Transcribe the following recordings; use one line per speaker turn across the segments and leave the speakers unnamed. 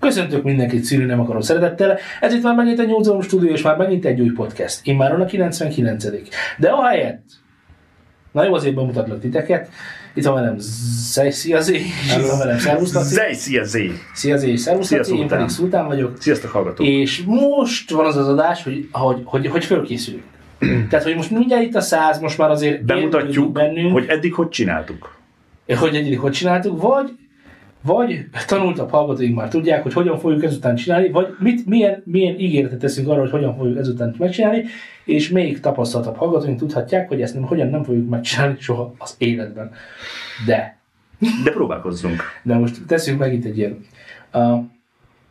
Köszöntök mindenkit szűrű nem akarom szeretettel. Ez itt már megint a 8 stúdió, és már megint egy új podcast. Immáron a 99 De ahelyett, na jó, azért bemutatlak titeket. Itt van velem Zej, szia Zé, és itt van velem Szervusz Laci.
Zej, szia Zé!
Szia Zé, és Szervusz
Szia,
Laci, én
Szultán.
pedig Szultán vagyok.
Sziasztok, hallgatók!
És most van az az adás, hogy, hogy, hogy, hogy fölkészülünk. Tehát, hogy most mindjárt itt a száz, most már azért
Bemutatjuk,
érdeklődik bennünk,
hogy eddig hogy csináltuk.
hogy eddig hogy csináltuk, vagy, vagy tanultabb hallgatóink már tudják, hogy hogyan fogjuk ezután csinálni, vagy mit, milyen, milyen ígéretet teszünk arra, hogy hogyan fogjuk ezután megcsinálni, és még tapasztaltabb hallgatóink tudhatják, hogy ezt nem, hogyan nem fogjuk megcsinálni soha az életben. De,
De próbálkozzunk.
de most teszünk megint egy ilyen. Uh,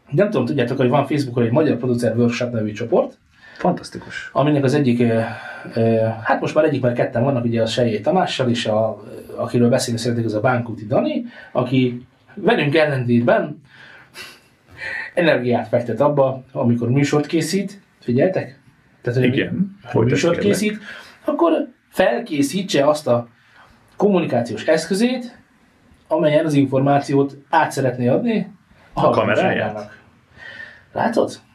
nem tudom, tudjátok, hogy van Facebookon egy Magyar Producer Workshop nevű csoport,
Fantasztikus.
aminek az egyik, ö, ö, hát most már egyik, mert ketten vannak, ugye a Sejé Tamással, és a, akiről beszélni szeretnék, az a Bánkuti Dani, aki velünk ellentétben energiát fektet abba, amikor műsort készít, figyeltek? Tehát, hogy
Igen,
Ha
folytasd,
műsort
kérlek.
készít, akkor felkészítse azt a kommunikációs eszközét, amelyen az információt át szeretné adni a
kameráját.
hallgatóságának. Látod?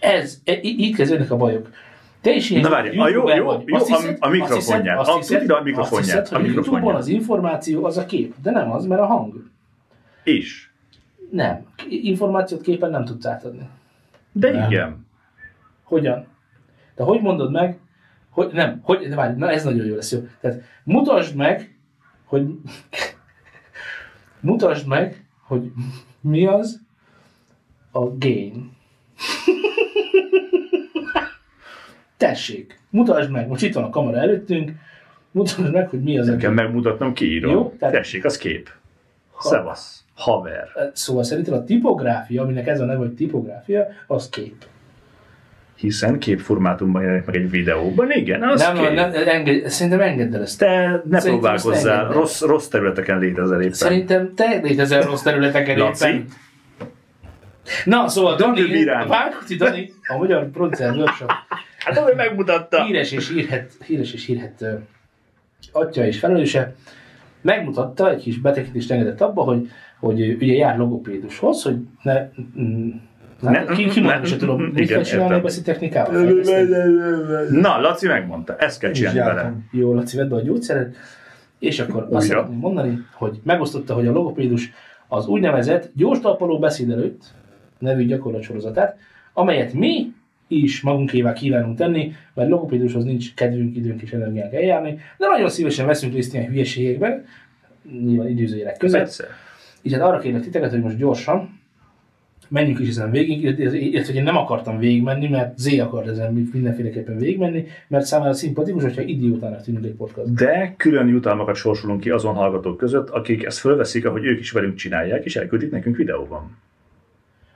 Ez, e, í- így kezdődnek a bajok. Te is ilyen
Na várj, a jó,
youtuber
jó,
vagy.
jó,
Azt
a, a
azt hiszed-
mikrofonját.
azt
A,
hiszed-
tudod, a
Azt hiszed,
mikrofonját. A
hogy a Youtube-on
mikrofonját.
az információ az a kép, de nem az, mert a hang.
És.
Nem. Információt képen nem tudsz átadni.
De igen.
Hogyan? De hogy mondod meg, hogy nem, hogy, de várj, na ez nagyon jó lesz, jó. Tehát mutasd meg, hogy mutasd meg, hogy mi az a gain. Tessék, mutasd meg, most itt van a kamera előttünk, mutasd meg, hogy mi az a
Nekem
gain.
megmutatnom,
Jó,
kiírom.
tehát-
Tessék, az kép.
Ha-
Szevasz. Haver.
Szóval szerintem a tipográfia, aminek ez a neve, hogy tipográfia, az kép.
Hiszen képformátumban jelenik meg egy videóban. Igen, az
nem,
kép.
nem, nem, enged, szerintem engedd el ezt.
Te ne
azt
próbálkozzál.
engedd meg.
Rossz, rossz területeken létezel éppen.
Szerintem te létezel rossz területeken
Laci?
éppen. Na, szóval
Döntő
Dani,
bírálni.
a Pálkuti Dani, a magyar producer workshop
Hát, ahogy megmutatta.
híres és hírhet, híres és hírhet ö, atya és felelőse, megmutatta, egy kis betekintést engedett abba, hogy, hogy ö, ugye jár logopédushoz, hogy ne, mm,
Ne-
ne, ki, ki
ne-
mondom, se tudom, mit
igen,
kell csinálni
értem.
ebbe a technikával. fejleszteni.
Na, Laci megmondta. Ezt kell
Én is
csinálni vele.
jártam.
Jó, Laci, vedd be a gyógyszered. És akkor Újra. azt
Újra.
szeretném mondani, hogy megosztotta, hogy a logopédus az úgynevezett gyors talpaló beszéd előtt nevű gyakorlatsorozatát, amelyet mi is magunkévá kívánunk tenni, mert logopédushoz nincs kedvünk, időnk és energiánk eljárni, de nagyon szívesen veszünk részt ilyen hülyeségekben, nyilván időzőjelek között,
Persze.
így hát arra kérlek titeket, hogy most gyorsan menjünk is ezen végig, illetve illetve, hogy én nem akartam végigmenni, mert Z akart ezen mindenféleképpen végigmenni, mert számára szimpatikus, hogyha idiótának tűnik egy podcast.
De külön jutalmakat sorsolunk ki azon hallgatók között, akik ezt fölveszik, ahogy ők is velünk csinálják, és elküldik nekünk videóban.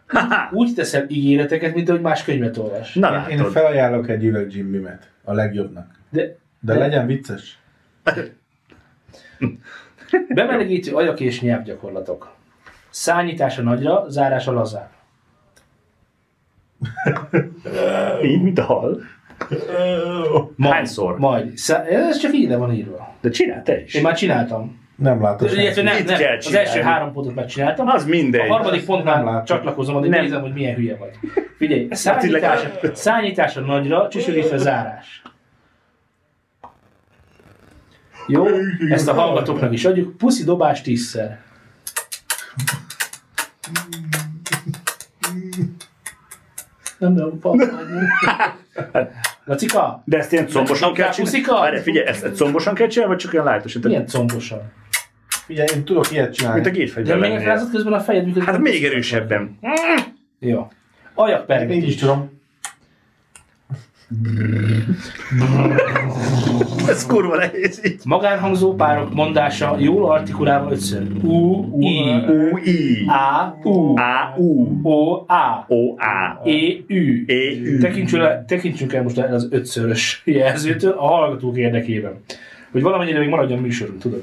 Ha-ha!
Úgy teszel ígéreteket, mint ahogy más könyvet olvas.
Na
Én, én
látod,
felajánlok egy üveg Jim Beam-et, a legjobbnak.
De
De,
De-
De legyen vicces.
bemelegítő ajak és nyelvgyakorlatok. Szányítása nagyra, zárása lazára.
így, mint a hal.
Majd,
Hányszor?
Majd. Szá- ez csak így le van írva.
De csinál te is.
Én már csináltam.
Nem látod
Illetve
semmit.
nem,
Mit
nem.
kell
Az első
csinálni?
három pontot megcsináltam.
Az mindegy.
A harmadik pontnál
nem látom.
csatlakozom, addig
Nem.
nézem, hogy milyen hülye vagy. Figyelj,
legalább-
szányítása, szányítása nagyra, csücsögésre zárás. Jó, ezt a hallgatóknak is adjuk. Puszi dobás tízszer. Nem, nem, papá. Lacika,
De ezt ilyen combosan
Kaptál
kell csinálni?
puszikat?
Várj, figyelj, ezt, ezt combosan kell csinálni, vagy csak olyan lájtosan? Tehát,
milyen combosan.
Figyelj, én tudok ilyet csinálni.
Mint a
De
gétfegyver
miért
lennél.
rázod közben a fejed? miközben-
Hát még erősebben.
Jó. Ajak
Én is tudom.
Ez kurva nehéz így.
Magánhangzó párok mondása jól artikulálva ötször. U, I,
U, I,
A, U,
A, U,
O, A,
O, A,
E, Ü.
E, Ü.
Tekintsünk el, tekintsünk el most el az ötszörös jelzőtől a hallgatók érdekében. Hogy valamennyire még maradjon a műsorunk, tudod?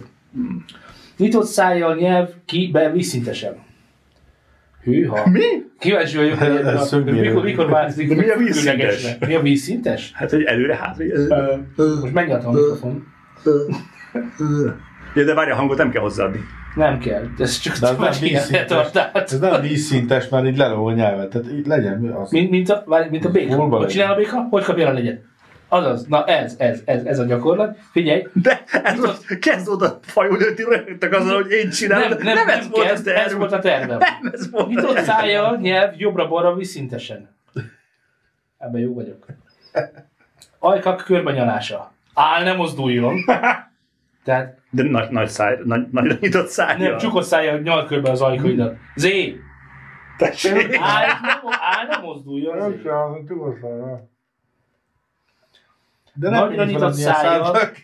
Nyitott szájjal nyelv ki be vízszintesen. Hűha.
Mi?
Kíváncsi vagyok, hogy
Ez
a-
szögmérő.
mikor, mikor változik.
De mi a
függőlegesre.
vízszintes?
Mi a vízszintes?
Hát, hogy előre hátra.
Most megnyitottam a mikrofon.
Ja, de várj, a hangot nem kell hozzáadni.
Nem kell, ez csak
De az nem
más ilyenre
vízszintes.
tartál.
Ez nem vízszintes, már így leló a nyelvet. Tehát így legyen az.
Mint, mint, a, várj, mint a béka.
Hol van
Hogy
egy?
csinál a béka? Hogy kapja a legyet? Azaz, na ez, ez, ez, ez a gyakorlat. Figyelj,
De ez most kezd oda fajulni, hogy ti rögtök azzal, hogy én
nem,
csinálom.
nem, nem, nem,
ez hát volt
kezd,
az
ez
terv.
volt a tervem.
Nem ez volt a
Nyitott
terv.
szájjal, nyelv, jobbra-balra vízszintesen. Ebben jó vagyok. Ajkak körbenyalása. Áll, ne mozduljon. Tehát
De nagy, nagy száj, nagy, nagy nyitott szájjal.
nem csukott szájjal nyal körbe az ajkaidat. Zé!
Tessék.
Áll, ne, mo- áll, ne mozduljon.
Nem
Zé.
csinálom, tudod De
Nagyra
így
nyitott
van, milyen
szájjal.
szárnyak.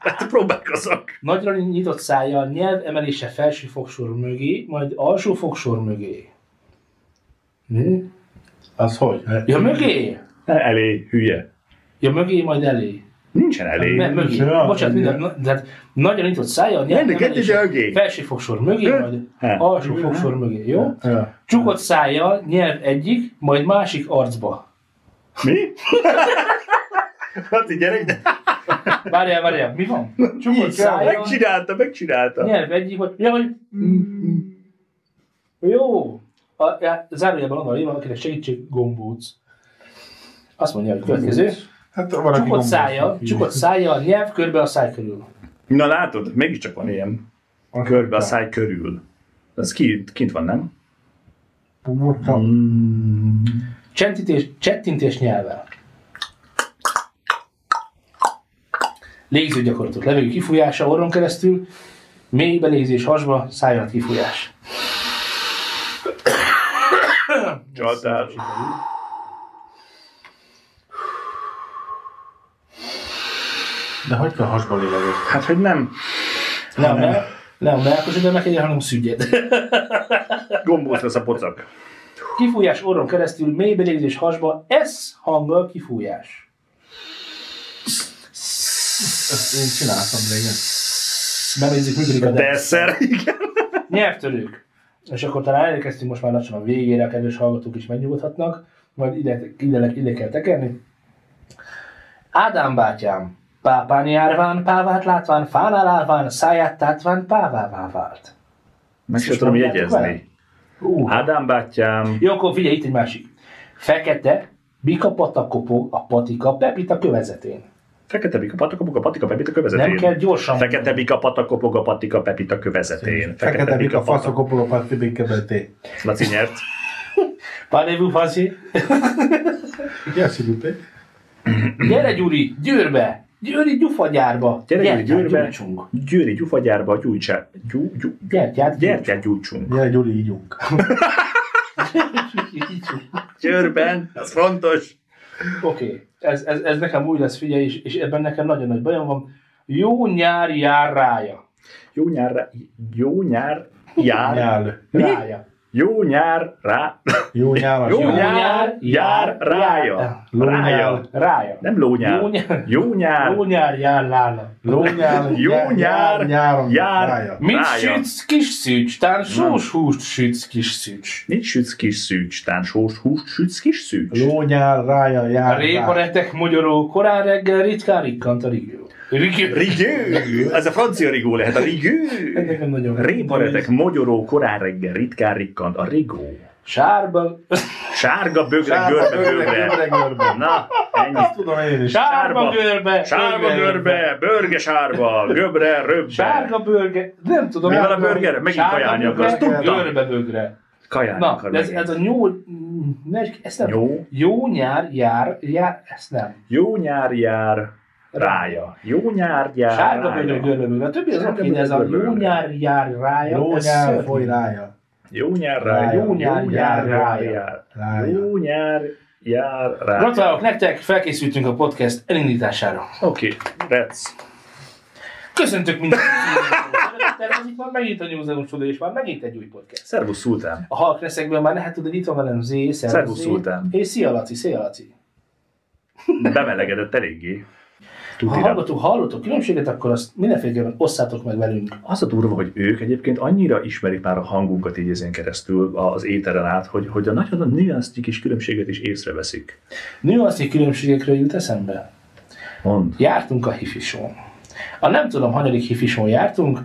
Hát próbálkozok.
Nagyra nyitott szájjal, nyelv emelése felső fogsor mögé, majd alsó fogsor mögé. Mi?
Az hogy?
Ja, mögé!
Elé, hülye.
Ja, mögé, majd elé.
Nincsen elé.
Me- mögé.
Ja,
Bocsánat,
igen.
minden, na- tehát nagyon nyitott szája, nyelv
Mindig egy
emelése,
mögé.
felső fogsor mögé,
Ö?
majd
He.
alsó fogsor mögé, jó?
Ja.
Csukott szájjal, nyelv egyik, majd másik arcba.
Mi? Hát így gyerek, de
Várjál, várjál, mi van? Csukott
Így kell,
szájjal,
megcsinálta, megcsinálta.
nyelv egyik, vagy... Ja, vagy... Jó. A, já, zárójelben onnan írva, akinek segítség, gombóc. Azt mondja, hogy következő.
Hát van, aki
Csukott
gombos.
szájjal, csukott szájjal, nyelv körbe a száj körül.
Na látod, mégiscsak van ilyen.
Azt
Körbe, a
mondta.
száj körül. Ez kint, kint van, nem?
Pumorka. Mm.
Csentítés, csettintés nyelvvel. Légzőgyakorlatok. Levegő kifújása orron keresztül, mély belégzés hasba, szájon kifújás.
Csatár.
De hogy kell hasba lélegezni?
Hát, hogy nem.
Ne a, mel- ne a melkosodnak egyen, hanem szügyed.
Gombóc lesz a pocak.
Kifújás orron keresztül, mély belégzés hasba, S hanggal kifújás.
Ezt én csináltam régen.
Benézzük, működik a
De
de.
ez szer, igen.
Nyelvtörők. És akkor talán elérkeztünk most már lassan a végére, a kedves hallgatók is megnyugodhatnak, majd ide, ide, ide kell tekerni. Ádám bátyám, pápán járván, pávát látván, fánál állván, száját tátván, pávává vált.
Meg sem
Ezt
tudom
mondjátok vele?
jegyezni.
Ú,
Ádám bátyám.
Jó, akkor figyelj, itt egy másik. Fekete, bika patak kopog a patika, pepita kövezetén.
Fekete bika, patakopog a patika, pepita kövezetén.
Nem kell gyorsan.
Fekete bika, patakopog a patika, pepita kövezetén.
fekete bika,
patak-
faszokopol a patti békebeté.
Laci nyert.
Parlez-vous français?
Yes, you do
Gyere Gyuri, Győrbe! Győri gyufagyárba!
Gyere, Gyuri,
Gyertyát
Győrbe.
gyújtsunk.
Győri gyufagyárba gyújtsá... Gyú, gyú,
Gyertyát
gyertyát gyújtsunk.
Gyere, Gyuri, ígyunk.
gyújtsunk.
Győrben, az fontos.
Oké, okay. ez, ez, ez, nekem úgy lesz, figyelj, és, és ebben nekem nagyon nagy bajom van. Jó nyár jár rája.
Jó nyár, jó nyár, jár.
Nyál.
Rája.
Jó nyár, rá.
Jó nyálas.
Jó
nyál.
nyár, jár, rája. Rája.
Rája.
Nem lónyár.
Jó nyár.
Jó
Jó
nyár,
nyár jár lála.
Lónyál,
Jó nyár,
nyáron,
jár.
rája.
Mit
Rája.
sütsz, kis szűcs? Tán sós húst sütsz, kis szűcs.
Nincs sütsz kis szűcs, tán sós húst sütsz kis szűcs.
Lónyál, rája,
A
jár, rá.
réparetek mogyoró, korán reggel ritkán rikkant a rigyó. Rigyó.
Rigő! Ez a francia rigó lehet, a rigő!
Ez nekem nagyon-
Réparetek, mogyoró, korán reggel, ritkán rikkant, a rigó.
Sárba,
Sárga bögre,
Sárga
görbe,
bögre,
bögre.
görbe, görbe.
Na, ennyi.
Azt tudom én is.
sárba görbe,
Sárga görbe, börge sárba, göbre, röbbe.
Sárga bőrge, nem tudom.
Mi van
sárga-
a bőrgerre? Megint
sárga
kajálni
bőrge,
akarsz, tudtam.
Bőrbe bőgre.
Kaján
Na, de ez, ez a nyó... mm, ne- Ezt nem...
Jó.
Jó nyár, jár, jár, ezt nem.
Jó nyár jár, rája. Jó nyár jár,
Sárga bőrge,
rája.
görbe bőgre. A többi az
Sárga
oké, de ez a
bőrge,
jó
bőrge.
nyár, jár, rája.
Jó
ez
nyár,
szörnyű.
foly rája.
Jó nyár rája.
Jó
nyár jár, rája.
Rája.
Jó nyár jár, rája.
Gratulálok nektek, felkészültünk a podcast elindítására.
Oké, rec.
Köszöntök mindenkit! Tervezik már megint a New Zealand és már megint egy új podcast.
Szervusz, Szultán.
A halkreszekből már lehet tudni, itt van velem Zé,
Szervusz,
Zé.
Szultán.
És szia Laci, szia Laci.
Bemelegedett eléggé.
Ha
Tudira.
hallgatók hallottok különbséget, akkor azt mindenféleképpen osszátok meg velünk.
Az a durva, hogy ők egyébként annyira ismerik már a hangunkat így ezen keresztül az éteren át, hogy, hogy a nagyon nüansznyi kis különbséget is észreveszik.
Nüansznyi különbségekről jut eszembe.
Mond.
Jártunk a hifisón. A nem tudom, hanyadik hifisón jártunk,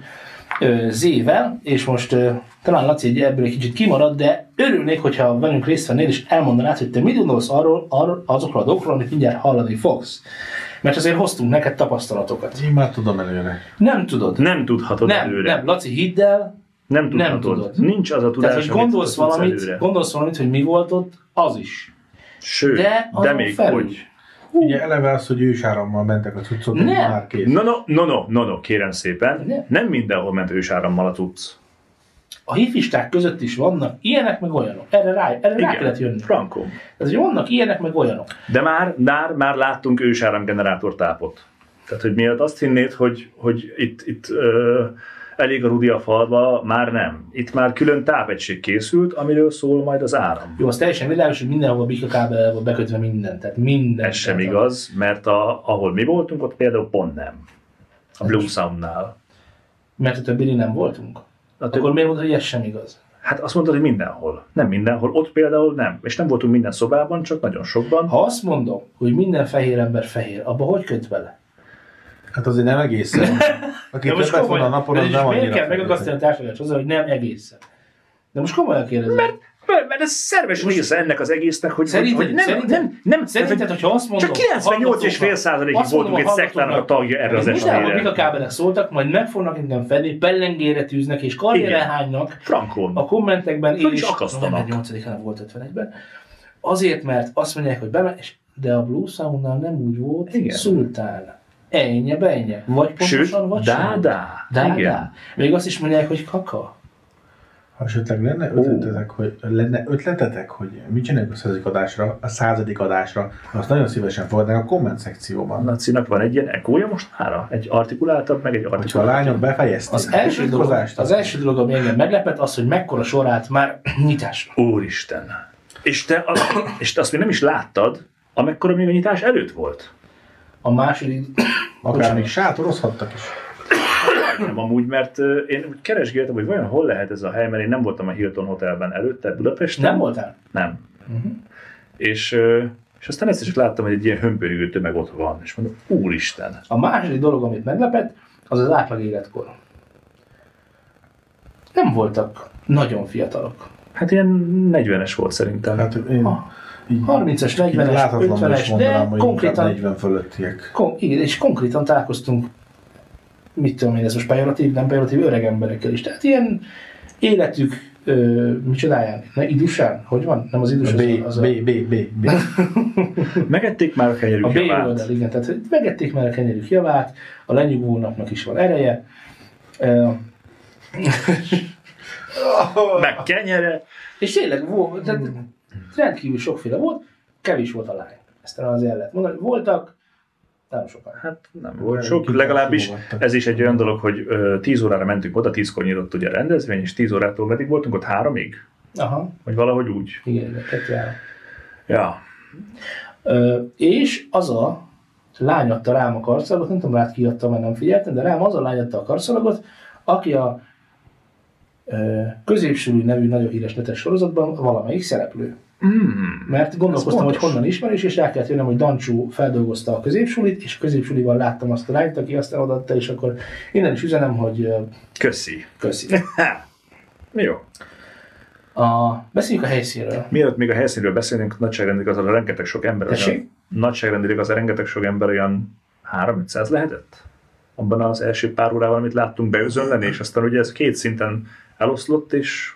ö, Z-vel, és most ö, talán Laci egy ebből egy kicsit kimarad, de örülnék, hogyha velünk részt vennél, és elmondanád, hogy te mit gondolsz arról, arról azokról a dolgokról, amit mindjárt hallani fogsz. Mert azért hoztunk neked tapasztalatokat.
Én már tudom előre.
Nem tudod.
Nem tudhatod
Nem,
előre.
nem, Laci, hidd el,
nem tudhatod.
nem tudod.
Nincs az a tudás,
tehát, hogy
amit
gondolsz
tudsz
valamit,
előre.
gondolsz valamit, hogy mi volt ott, az is.
Sőt,
De,
de,
azon
még
felül.
hogy.
Ugye eleve az, hogy ősárammal mentek a cuccok,
Ne!
már kész.
No, no, no, no, no, no, kérem szépen,
Ne.
nem mindenhol ment ősárammal a tudsz.
A hifisták között is vannak ilyenek, meg olyanok. Erre rá, erre rá kellett jönni.
Franco.
Tehát, hogy vannak ilyenek, meg olyanok.
De már, már, már láttunk ősáramgenerátor tápot. Tehát, hogy miért azt hinnéd, hogy, hogy itt, itt ö, elég a rudi a falba, már nem. Itt már külön tápegység készült, amiről szól majd az áram.
Jó, az teljesen világos, hogy mindenhol a bika kábel van bekötve minden. Tehát minden.
Ez sem
Tehát a-
igaz, mert a, ahol mi voltunk, ott például pont nem. A Blue Soundnál.
Mert a többi nem voltunk. Hát
A több,
Akkor miért mondod, hogy ez sem igaz?
hát azt mondod, hogy mindenhol. Nem mindenhol, ott például nem. És nem voltunk minden szobában, csak nagyon sokban.
Ha azt mondom, hogy minden fehér ember fehér, abba hogy köt bele?
Hát azért nem egészen. Aki többet van a napon, az
most
nem
miért
annyira
kell
fejlődött.
megakasztani a társadalmat azzal, hogy nem egészen? De most komolyan kérdezem.
Mert, mert ez szerves része ennek az egésznek, hogy,
Szerinted-
hogy nem,
szerinted-
nem, nem,
Szerinted, hogyha azt mondom,
Csak 98,5
hallgatóknak-
százalékig
azt mondom
voltunk egy
a
szektának a
hallgatóknak,
tagja erre az
hogy Mindenhol mik a
eseményre.
kábelek szóltak, majd meg fognak engem fedni, pellengére tűznek és karjére
Igen.
hánynak
Frankon.
a kommentekben,
Föl is
és
akasztanak.
november 8-án volt 51-ben. Azért, mert azt mondják, hogy beme, és de a Blue Soundnál nem úgy volt,
Igen.
szultán. Ennyi, benye. Vagy pontosan,
Sőt,
vagy sem.
dádá.
Dá,
Igen.
dá. Még azt is mondják, hogy kaka.
Ha esetleg lenne ötletetek, hogy, lenne ötletetek, hogy mit csináljuk a századik adásra, a századik adásra, azt nagyon szívesen fogadnánk a komment szekcióban.
Lacinak van egy ilyen ekója most mára? Egy artikuláltabb, meg egy
Hogyha a
artikuláltabb.
lányok befejezték
Az első, dolog,
Hozást,
az első dolog, ami engem meglepett, az, hogy mekkora sorát már nyitásra.
Úristen. És te, azt, és te azt még nem is láttad, amekkora még a nyitás előtt volt.
A második
akár még sátorozhattak is.
Nem amúgy, mert ö, én úgy keresgéltem, hogy vajon hol lehet ez a hely, mert én nem voltam a Hilton Hotelben előtte Budapesten.
nem Mhm. voltál?
Nem. És, ö, és aztán ezt is láttam, hogy egy ilyen hömpörygő tömeg ott van. És mondom, úristen.
A második dolog, amit meglepett, az az átlag életkor. Nem voltak nagyon fiatalok.
Hát ilyen 40-es volt szerintem.
Hát én
Ha-
így
30-es,
így
40-es,
láthatatlanul is
50-es, de
mondanám, hogy inkább
konkrétan,
40 fölöttiek.
kon, igen, és konkrétan találkoztunk, mit tudom én, ez most pejoratív, nem pejoratív öreg emberekkel is. Tehát ilyen életük, ö, micsodáján, ne, idusán, hogy van? Nem az
A
idus,
B,
az, a, az a,
B, B, B, B.
Megették már a kenyerük
a B
javát.
oldal, igen, tehát hogy megették már a kenyerük javát, a lenyugvónaknak is van ereje, ö,
Meg kenyere.
És tényleg volt, tehát rendkívül sokféle volt, kevés volt a lány. Ezt talán azért el lehet mondani. Voltak, nem sokan.
Hát nem
Olyan
volt sok,
kicsit
legalábbis
simogattak.
ez is egy olyan dolog, hogy ö, 10 órára mentünk oda, 10-kor nyitott ugye a rendezvény, és 10 órától meddig voltunk ott háromig?
Aha,
Vagy valahogy úgy.
igen, igen, kettő áll.
Ja.
Ö, és az a lány adta rám a karszalagot, nem tudom rád ki adta, mert nem figyeltem, de rám az a lány adta a karszalagot, aki a ö, középsülű nevű nagyon híres netes sorozatban valamelyik szereplő.
Mm.
Mert gondolkoztam, hogy
pontos.
honnan ismerős, és rá kellett jönnöm, hogy Dancsó feldolgozta a középsulit, és a középsuliban láttam azt a lányt, aki aztán odaadta, és akkor innen is üzenem, hogy ö,
Köszi.
Köszi.
Jó.
A, beszéljük a helyszínről.
Mielőtt még a helyszínről beszélünk, nagyságrendileg az a rengeteg sok ember.
Tessék?
Olyan, nagyságrendileg az a rengeteg sok ember olyan 3-500 lehetett? Abban az első pár órában, amit láttunk beözönleni, és aztán ugye ez két szinten eloszlott, és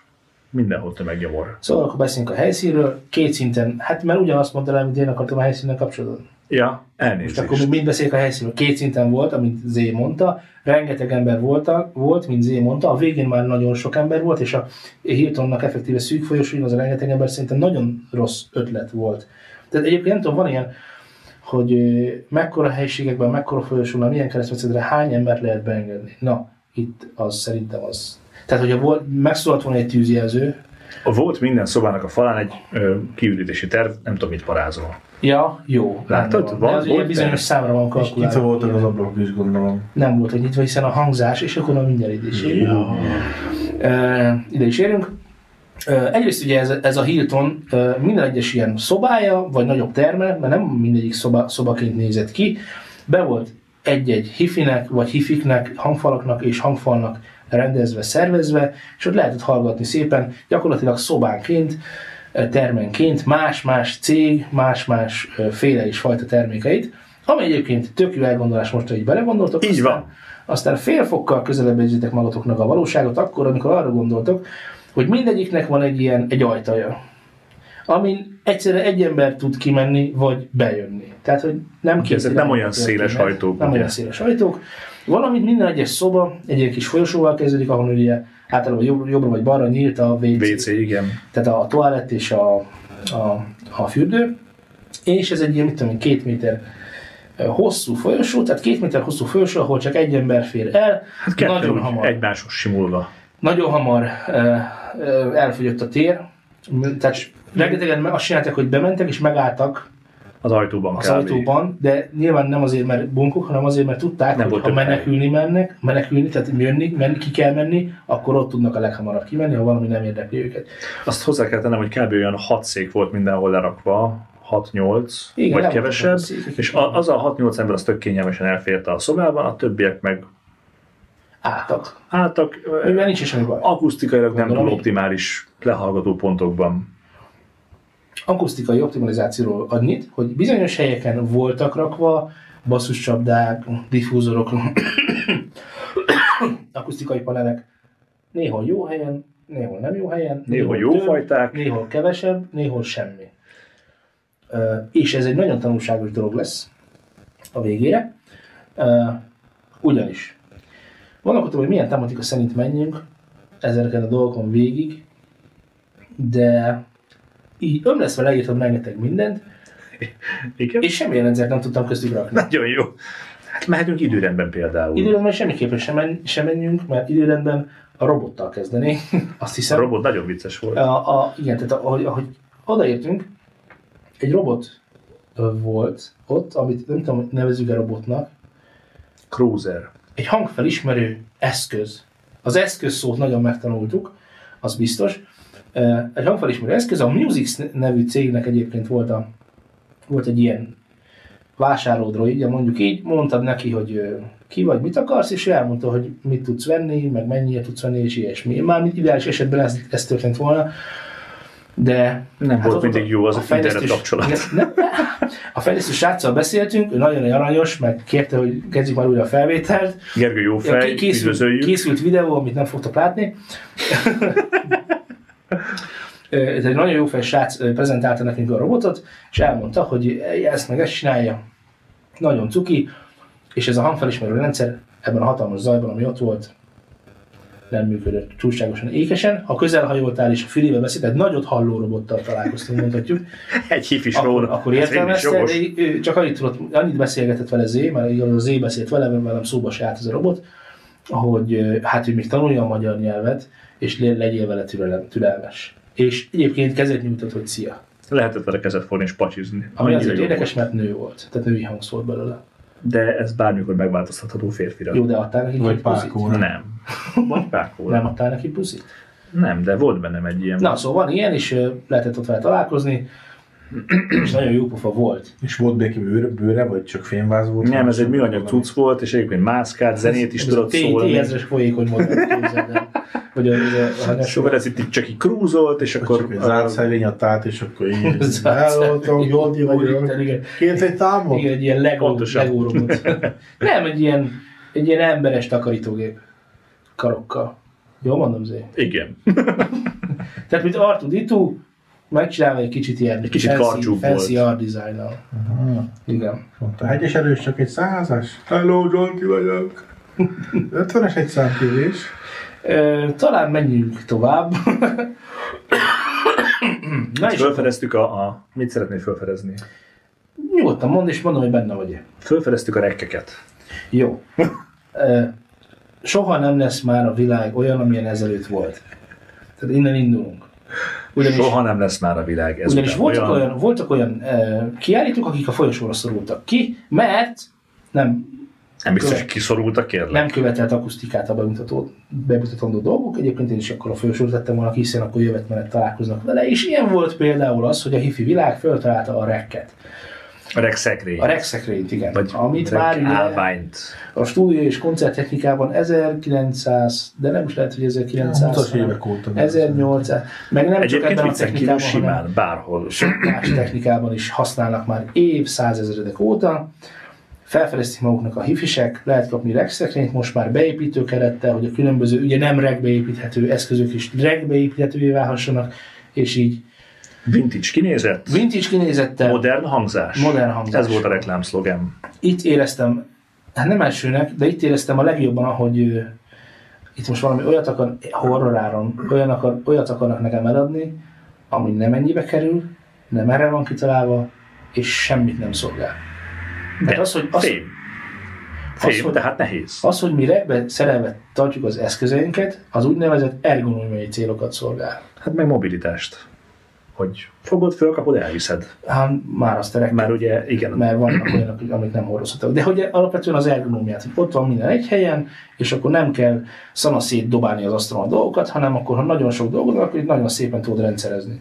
mindenhol tömeggyomor.
Szóval akkor beszéljünk a helyszínről, két szinten. Hát mert ugyanazt mondta el, amit én akartam a helyszínnel kapcsolatban.
Ja,
És
elnézést.
akkor mi mind beszéljük a helyszínről. Két szinten volt, amit Z mondta, rengeteg ember voltak, volt, mint Z mondta, a végén már nagyon sok ember volt, és a Hiltonnak effektíve szűk folyosóin az a rengeteg ember szerintem nagyon rossz ötlet volt. Tehát egyébként nem tudom, van ilyen, hogy ö, mekkora helységekben, mekkora folyosónál, milyen keresztmetszetre hány embert lehet beengedni. Na, itt az szerintem az. Tehát, hogyha volt, megszólalt volna egy tűzjelző,
Volt minden szobának a falán egy ö, kiürítési terv, nem tudom, mit parázol.
Ja, jó.
Látod?
rendben Van,
Van,
De az ugye
volt
bizonyos
benne.
számra van
És nyitva
kalkulálva.
voltak az ablak is, gondolom.
Nem volt, hogy nyitva, hiszen a hangzás, és akkor a mindjárt ide is érünk.
Ja.
Ö, ide is érünk. Ö, egyrészt ugye ez, ez a Hilton ö, minden egyes ilyen szobája, vagy nagyobb terme, mert nem mindegyik szoba, szobaként nézett ki, be volt egy-egy hifinek, vagy hifiknek, hangfalaknak és hangfalnak rendezve, szervezve, és ott lehetett hallgatni szépen, gyakorlatilag szobánként, termenként más-más cég, más-más féle és fajta termékeit, ami egyébként tök jó elgondolás most, hogy belegondoltok.
Így
aztán,
van.
Aztán fél fokkal közelebb érzitek magatoknak a valóságot, akkor, amikor arra gondoltok, hogy mindegyiknek van egy ilyen, egy ajtaja, amin egyszerűen egy ember tud kimenni, vagy bejönni. Tehát, hogy nem két
ezek nem
irányú
olyan
történet,
széles ajtók,
Nem
ugye?
olyan széles ajtók. Valamint minden egyes szoba egy ilyen kis folyosóval kezdődik, ahol ugye általában jobb- jobbra vagy balra nyílt a WC.
WC, igen.
Tehát a toalett és a, a, a fürdő. És ez egy ilyen, mit tudom, én, két méter ö, hosszú folyosó, tehát két méter hosszú folyosó, ahol csak egy ember fér el,
Hát kettő
nagyon
úgy
hamar
egymáshoz simulva.
nagyon hamar ö, ö, elfogyott a tér, M- tehát rengetegen me- azt csinálták, hogy bementek és megálltak
Az ajtóban
az
kb.
ajtóban, de nyilván nem azért, mert bunkok, hanem azért, mert tudták,
Nem
hogy
volt
ha
több hely.
menekülni mennek, menekülni, tehát jönni, menni, ki kell menni, akkor ott tudnak a leghamarabb kimenni, ha valami nem érdekli őket.
Azt hozzá kell tennem, hogy kb. olyan 6 szék volt mindenhol lerakva, 6-8,
Igen,
vagy
nem
kevesebb,
voltak a székek.
és a- az a 6-8 ember az tök kényelmesen elférte a szobában, a többiek meg
Álltak.
álltak, ö,
Mivel nincs is semmi baj.
akusztikailag nem túl
Gondolom én.
optimális lehallgató pontokban.
akusztikai optimalizációról annyit, hogy bizonyos helyeken voltak rakva basszuscsapdák, diffúzorok, akusztikai panelek, néhol jó helyen, néhol nem jó helyen,
Néhol jó
több,
fajták.
néhol kevesebb, néhol semmi. Ö, És ez egy nagyon tanulságos dolog lesz a végére, Ö, ugyanis gondolkodtam, hogy milyen tematika szerint menjünk ezeken a dolgokon végig, de így ömleszve leírtam rengeteg mindent,
Igen?
és semmilyen rendszert nem tudtam köztük rakni.
Nagyon jó. Hát mehetünk időrendben például.
Időrendben semmiképpen sem, men- sem menjünk, mert időrendben a robottal kezdenék, azt
A
hiszem.
robot nagyon vicces volt.
A, a, igen, tehát ahogy, ahogy odaértünk, egy robot ö, volt ott, amit nem tudom, nevezzük-e robotnak,
Cruiser.
egy hangfelismerő eszköz. Az eszköz szót nagyon megtanultuk, az biztos. Ö, Egy hangfelismerő eszköz, a Musix nevű cégnek egyébként volt, a, volt egy ilyen vásárlódroidja, mondjuk így, mondtad neki, hogy ö, ki vagy, mit akarsz, és ő elmondta, hogy mit tudsz venni, meg mennyire tudsz venni, és ilyesmi. Már ideális esetben ez, ez történt volna, de hát
Nem volt
ott-
mindig jó az internet
fejlesztős-
kapcsolat.
Igen, nem, a fejlesztő sráccal beszéltünk, ő nagyon aranyos, meg kérte, hogy kezdjük már újra a felvételt,
Gergő jó
Ja,
fej,
ké- készült,
üdvözöljük.
készült videó, amit nem fogtok látni. Ö, Ez egy nagyon jó fej srác ö, prezentálta nekünk a robotot, és elmondta, hogy ezt meg ezt csinálja. Nagyon cuki, és ez a hangfelismerő rendszer ebben a hatalmas zajban, ami ott volt, nem működött túlságosan ékesen. Ha közelhajoltál és a fülébe beszélted, nagyot halló robottal találkoztunk, mondhatjuk
Egy hifis
akkor,
róla.
akkor
Ez végül is
értelmezte,
jogos.
de í- ő csak annyit, tudott, annyit beszélgetett vele Zé, mert igazából Zé beszélt vele, mert velem szóba se állt ez a robot, hogy ö, hát, hogy még tanulja a magyar nyelvet, és le- legyél vele türelem, türelmes. És egyébként kezet nyújtott, hogy szia.
Lehetett vele kezet forni és pacsizni.
Ami
Annyira
azért
jó
érdekes,
volt.
mert nő volt. Tehát női hang szólt belőle.
De ez bármikor megváltoztatható férfira.
Jó, de adtál neki
Vagy
egy buszit?
pákóra.
Nem. Vagy pákóra.
Nem
Nem.
adtál neki buszit?
Nem, de volt bennem egy ilyen.
Na, szóval van ilyen, és ö, lehetett ott vele találkozni, és nagyon jó pofa volt.
És volt neki bőre, bőre, vagy csak fémváz volt?
Nem, ez egy műanyag cucc volt, és egyébként mászkált, zenét is
Ez- ez
tudott
a T-
szólni.
T-ezres folyékony modell, képzeld el. Vagy a, a, a, a, a,
Szóval ez itt csak így krúzolt, és
Akkor csak
akkor
egy zárt szevény a tát, és akkor így.
Zárt
Hello, jól ti
Igen,
vagyok.
igen.
Kért egy támot?
Igen, egy ilyen Lego,
Pontosan.
Lego robot. Nem, egy ilyen, egy ilyen emberes takarítógép karokkal. Jól mondom, Zé?
Igen.
Tehát, mint Artu Ditu, megcsinálva egy kicsit ilyen
Egy kicsit
fancy,
karcsúbb
fancy
volt.
art designnal. Igen.
Mondta, hegyes erős csak egy százas. Hello, Zsolti vagyok. 50-es egy számkérés.
Ö, talán menjünk tovább. Na
Na
és
fölfedeztük a, a... Mit szeretnél fölfedezni?
nyugodtan mondd, és mondom, hogy benne vagy -e.
Fölfedeztük a rekkeket.
Jó. Ö, soha nem lesz már a világ olyan, amilyen ezelőtt volt. Tehát innen indulunk. Ugyanis-
Soha nem lesz már a világ ez.
Ugyanis voltak olyan, olyan, voltak olyan e, kiállítók, akik a folyosóra szorultak ki, mert nem,
Nem biztos, hogy kiszorultak, kérlek.
nem követelt akusztikát a bemutató, bemutatandó dolgok. Egyébként én is akkor a folyosóra tettem volna, ki, hiszen akkor jövet mellett találkoznak vele. És ilyen volt például az, hogy a hifi világ feltalálta a rekket.
A regszekrény.
A regszekrényt, igen.
Vagy
amit már ugye
Állványt.
a stúdió és koncerttechnikában 1900, de nem is lehet, hogy 1900,
20-as
hanem
évek óta.
1800, meg nem csak
Egyébként
ebben a
viccen kívül
technikában, hanem
simán, bárhol.
sok más technikában is használnak már évszázezredek óta. Felfedezték maguknak a hifisek, lehet kapni regszekrényt, most már beépítő kerettel, hogy a különböző, ugye nem regbeépíthető eszközök is regbeépíthetővé válhassanak, és így
Vintage kinézett,
vintage kinézettel,
modern hangzás.
modern hangzás.
Ez volt a reklámszlogem.
itt éreztem, hát nem elsőnek, de itt éreztem a legjobban, ahogy ö, itt most valami olyat akar, horroráron, olyan akar, olyat akarnak nekem eladni, ami nem ennyibe kerül, nem erre van kitalálva, és semmit nem szolgál.
De
Hát az, hogy, az,
fém. Fém,
hogy-
de hát nehéz.
az, hogy mi regbe szerelve tartjuk az eszközeinket, az úgynevezett ergonómiai célokat szolgál.
Hát meg mobilitást. Hogy fogod, fölkapod, elviszed.
Hát már azt a regbe
Már ugye, igen,
mert vannak olyanok, amik nem hordozhatók. De hogy alapvetően az ergonómiát, hogy ott van minden egy helyen, és akkor nem kell szanaszét dobálni az asztalon a dolgokat, hanem akkor, ha nagyon sok dolgod van, akkor így nagyon szépen tudod rendszerezni.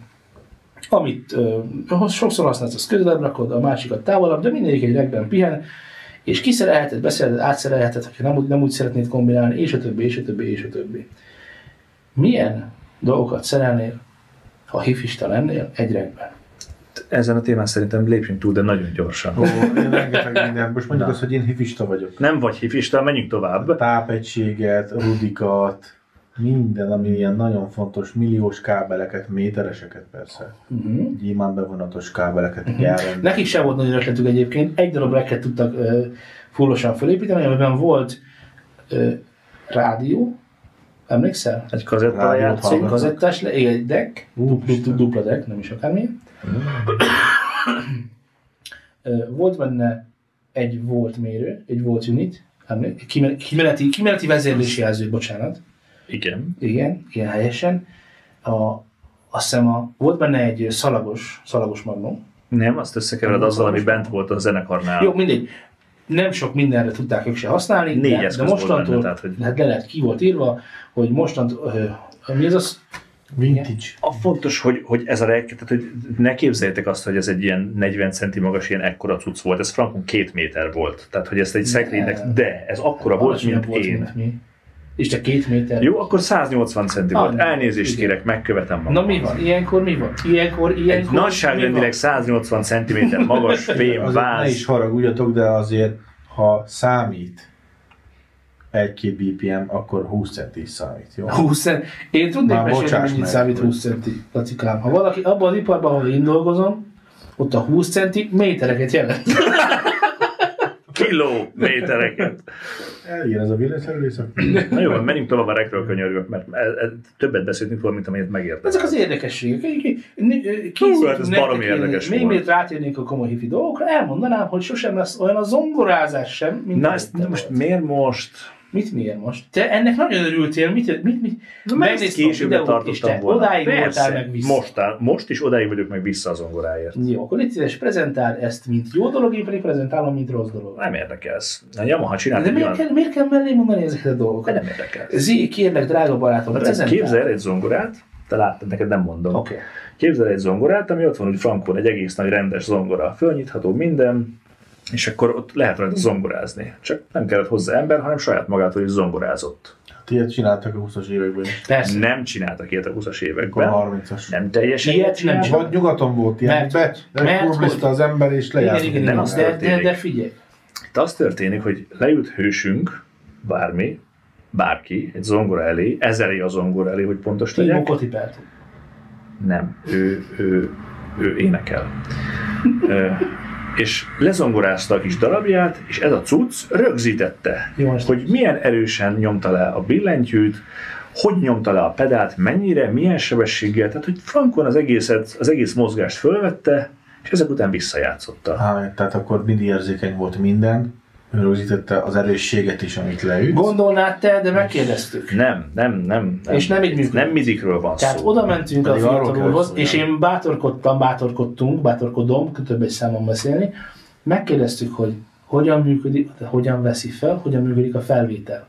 Amit ö, ahhoz sokszor használsz, az közelebb rakod, a másikat távolabb, de mindegyik egy regben pihen, és kiszerelheted, beszélheted, átszerelheted, hogyha nem, úgy- nem úgy szeretnéd kombinálni, és a többi, és a többi, és a többi. Milyen dolgokat szerelnél, ha hifista lennél egy regben?
ezen a témán szerintem lépjünk túl, de nagyon gyorsan.
Ó, én rengeteg mindent. Most mondjuk azt, hogy én hifista vagyok.
Nem vagy hifista, menjünk tovább.
Tápegységet, rudikat, minden, ami ilyen nagyon fontos, milliós kábeleket, métereseket persze.
Uh-huh.
Gyémán bevonatos kábeleket nyelven.
Nekik sem volt nagyon ötletük egyébként, egy darab rekket tudtak ö, fullosan felépíteni, amiben volt ö, rádió, emlékszel?
Egy kazettal
Rádiót
játszunk.
hallgat.
Kazettás, le- egy deck, dupla, dupla deck, nem is akármilyen. Ö, volt benne egy volt mérő, egy volt unit, emlék- kimen- kimeneti, kimeneti vezérlési jelző, bocsánat.
Igen.
Igen, igen helyesen. A, azt hiszem a, volt benne egy szalagos, szalagos magnum,
Nem, azt összekevered azzal, ami bent volt a zenekarnál.
Jó, mindegy. Nem sok mindenre tudták ők se használni,
Négy
de, de
eszköz volt
mostantól,
benne,
tehát,
tehát,
hogy...
hogy-
hát le lehet, ki volt írva, hogy mostantól, ö, ö, mi ez az?
Vintage.
A fontos, hogy, hogy ez a rejk, tehát hogy ne képzeljétek azt, hogy ez egy ilyen 40 centi magas, ilyen ekkora cucc volt, ez frankon két méter volt. Tehát, hogy ezt egy szekrénynek, de ez akkora volt,
Alacsonyabb
mint én.
Mint mi. És te két méter.
Jó, akkor 180 centi
Ah,
volt.
nem.
Elnézést
Igen.
kérek, megkövetem magam.
Na mi van? Ilyenkor mi van? Ilyenkor,
Egy
ilyenkor mi
nagyságrendileg
van?
180 cm magas fém
Azért ne
váz.
is haragudjatok, de azért, ha számít egy-két BPM, akkor 20 centi is számít, jó?
20 cent. Én tudnék
Már
mesélni,
bocsáss
mennyit
meg.
számít 20 centi, Lacikám. Ha valaki abban az iparban, ahol én dolgozom, ott a 20 centi métereket jelent.
Kilómétereket.
Eh, Igen, ez a villanyszerelés.
Na jó, van, menjünk tovább a rekről könyörgök, mert e, e, többet beszélni fogom, mint amennyit megértem.
Ezek az érdekességek. Egy- egy- egy- egy-
Hú, hát ez
nektek
baromi
én
érdekes
Még
volt.
miért rátérnénk a komoly hifi dolgokra, elmondanám, hogy sosem lesz olyan a zongorázás sem, mint
Na
előtte
ezt
volt.
most miért most?
Mit miért most? Te ennek nagyon örültél, mit, mit, mit?
Na, mert ezt
Megnéztem a
később
videót, és te
tartottam volna.
Odáig voltál
Persze,
meg vissza.
Most, áll- most is odáig vagyok meg vissza az zongoráért.
Jó, akkor légy szíves, prezentál ezt, mint jó dolog, én pedig prezentálom, mint rossz dolog.
Nem érdekelsz. A Yamaha csinált
De
egy
miért
olyan...
kell, miért kell mellé mondani ezeket a
De
dolgokat?
nem érdekel.
Zé, kérlek, drága barátom,
Hát
prezentál.
Képzel el egy zongorát, te láttad, neked nem mondom.
Oké. Okay.
Képzel el egy zongorát, ami ott van úgy frankon, egy egész nagy rendes zongora, fölnyitható minden, és akkor ott lehet rajta zongorázni. Csak nem kellett hozzá ember, hanem saját magától is zongorázott.
Ilyet csináltak a 20-as években is.
Persze.
Nem csináltak ilyet a 20-as
Akkor
években.
a 30-as.
Nem teljesen
Ilyet
ilyet
nem
csináltak.
Vagy nyugaton volt ilyen,
Mert-
be,
mert
de kurblista
hogy-
az ember és lejárt.
Igen, igen,
Nem
igen,
az
de, de,
történik.
de figyelj.
Itt az történik, hogy leült hősünk, bármi, bárki, egy zongora elé, ezeré a zongora elé, hogy pontos
Timo
legyek.
Kotipelt.
Nem, ő, ő, ő énekel. Ö, és lezongorázta a kis darabját, és ez a cucc rögzítette,
Jó, most-
hogy milyen erősen nyomta le a billentyűt, hogy nyomta le a pedált, mennyire, milyen sebességgel, tehát hogy frankon az egészet, az egész mozgást fölvette, és ezek után visszajátszotta.
Á, tehát akkor mindig érzékeny volt minden. Ő rögzítette az erősséget is, amit leüt.
Gondolnád te, de megkérdeztük.
Nem, nem, nem. nem
És nem így működik.
Nem midikről van
Tehát
szó.
oda mentünk a
Pedig arról kell
fiatalhoz,
szólni.
és én bátorkodtam, bátorkodtunk, bátorkodom, több egy számon beszélni. Megkérdeztük, hogy hogyan működik, hogyan veszi fel, hogyan működik a felvétel.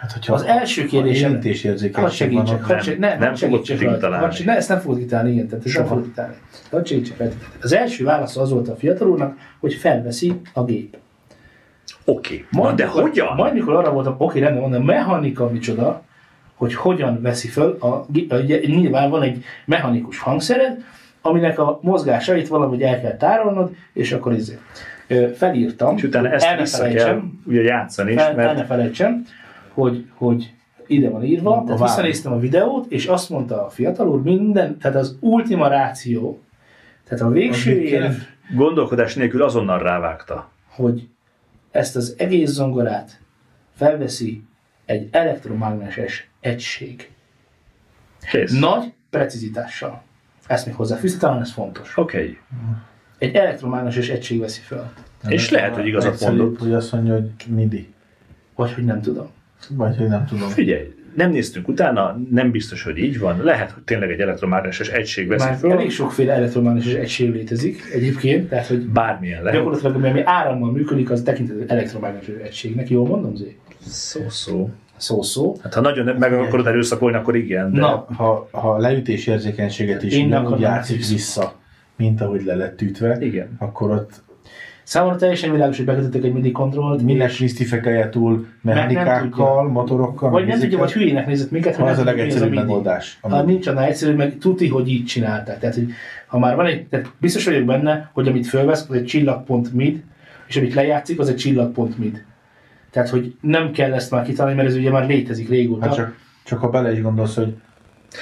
Hát, hogyha
Az első kérdésem, hadd
érintésérzékenység van,
segítsek,
akkor
hadd segítsek, nem,
nem
nem segítsek
fogod
rajta.
kitálni.
Hadd seg- Ne, ezt nem fogod kitálni, igen, tehát ezt nem
Soha.
fogod kitálni. Hadd segítsek rajta. Az első válasz az volt a fiatal úrnak, hogy felveszi a gép.
Oké. Okay. De
mikor-
hogyan?
Majd mikor arra voltam, oké, rendben van, de mechanika micsoda, hogy hogyan veszi föl, a, gép- ugye nyilván van egy mechanikus hangszered, aminek a mozgásait valahogy el kell tárolnod, és akkor izé. Ö, Felírtam,
És utána ezt
el ne
vissza kell
felejtsem,
ugye játszani is,
fel, el ne
mert
felejtsem, hogy, hogy ide van írva,
Van,
tehát
van.
visszanéztem a videót, és azt mondta a fiatal úr, minden, tehát az ultima ráció, tehát a végső
mit
érv,
jelent?
gondolkodás nélkül azonnal rávágta.
hogy ezt az egész zongorát felveszi egy elektromágneses egység.
Kész.
Nagy precizitással. Ezt még hozzáfűzni, talán ez fontos.
Oké. Okay.
Egy elektromágneses egység veszi fel.
És lehet, hogy igazat
Egyszerűbb,
mondott.
hogy azt mondja, hogy midi.
Vagy hogy nem tudom.
Vagy hogy nem tudom.
Figyelj, nem néztünk utána, nem biztos, hogy így van. Lehet, hogy tényleg egy elektromágneses egység veszi
Már
föl,
elég sokféle elektromágneses egység létezik egyébként, tehát hogy
bármilyen lehet.
gyakorlatilag ami- ami árammal működik, az tekintető elektromágneses egységnek. Jól mondom, Zé?
Szó-szó.
Szó-szó.
Hát ha nagyon meg akarod erőszakolni, akkor igen. De...
Na,
Ha, ha a leütés érzékenységet is
Én nem
ugyanúgy
akartam
játszik
ezt.
vissza, mint ahogy le lett ütve,
Igen.
akkor ott
számomra teljesen világos, hogy bekötöttek egy MIDI kontrollt,
minek misztifikálja túl mechanikákkal, motorokkal,
vagy nem
meg
tudja, vagy
ezekkel?
hülyének nézett minket, hogy
Az a
nem tudjuk, mi
legegyszerűbb
MIDI.
megoldás.
Ha nincs annál egyszerű, meg tuti, hogy így csinálták. Tehát, hogy ha már van egy, tehát biztos vagyok benne, hogy amit fölvesz, az egy csillag.mid, és amit lejátszik, az egy csillag.mid. Tehát, hogy nem kell ezt már kitalálni, mert ez ugye már létezik régóta.
Hát csak, csak ha bele is gondolsz, hogy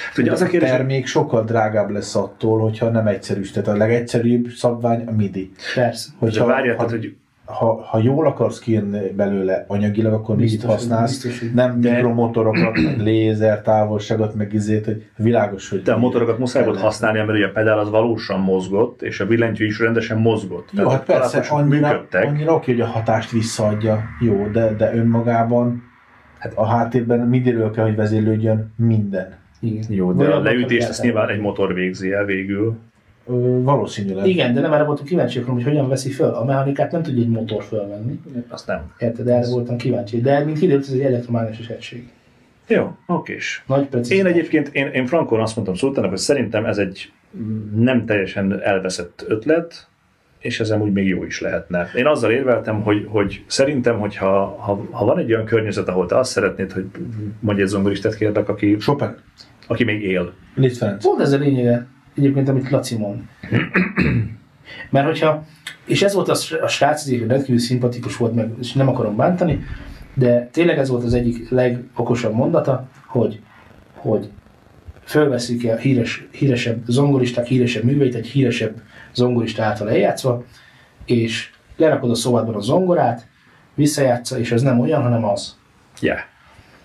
Hát, Ugye az a kérdés,
termék sokkal drágább lesz attól, hogyha nem egyszerűs. Tehát a legegyszerűbb szabvány a MIDI.
Persze.
hogyha várjál, tehát, hogy
ha, ha jól akarsz kijönni belőle anyagilag, akkor mit
Biztos,
használsz?
biztos, hogy-
nem
De-
mikromotorokat, meg lézer, távolságot, meg izét, hogy világos, hogy...
De a motorokat muszáj volt használni, mert ugye a pedál az valósan mozgott, és a billentyű is rendesen mozgott.
Jó, hát
Tehát
persze,
alaposan
annyira,
működtek.
annyira oké, hogy a hatást visszaadja, jó, de, de önmagában hát a háttérben mindiről kell, hogy vezérlődjön minden.
Igen.
Jó, de
Vagy
a
abban
leütést ezt
kell
nyilván egy motor végzi el végül.
Ö, valószínűleg.
Igen, de nem erre voltam kíváncsi, hogy hogyan veszi föl. A mechanikát nem tudja egy motor fölvenni.
Azt nem.
Érted, erre voltam kíváncsi. De mint kiderült, ez egy elektromágneses egység.
Jó, okés.
Nagy precízió.
Én egyébként, én, én frankon azt mondtam Szultának, hogy szerintem ez egy nem teljesen elveszett ötlet, és ezen úgy még jó is lehetne. Én azzal érveltem, hogy, hogy szerintem, hogy ha, ha, ha, van egy olyan környezet, ahol te azt szeretnéd, hogy mondj egy zongoristát kérlek, aki,
Chopin,
aki még él.
Liszt Ferenc.
Pont ez a lényege egyébként, amit Laci mond. Mert hogyha, és ez volt a, sr- a srác, az egyébként rendkívül szimpatikus volt, meg, és nem akarom bántani, de tényleg ez volt az egyik legokosabb mondata, hogy, hogy fölveszik a híres, híresebb zongoristák, híresebb műveit, egy híresebb zongorista által eljátszva, és lerakod a szobádban a zongorát, visszajátsza, és ez nem olyan, hanem az.
Yeah.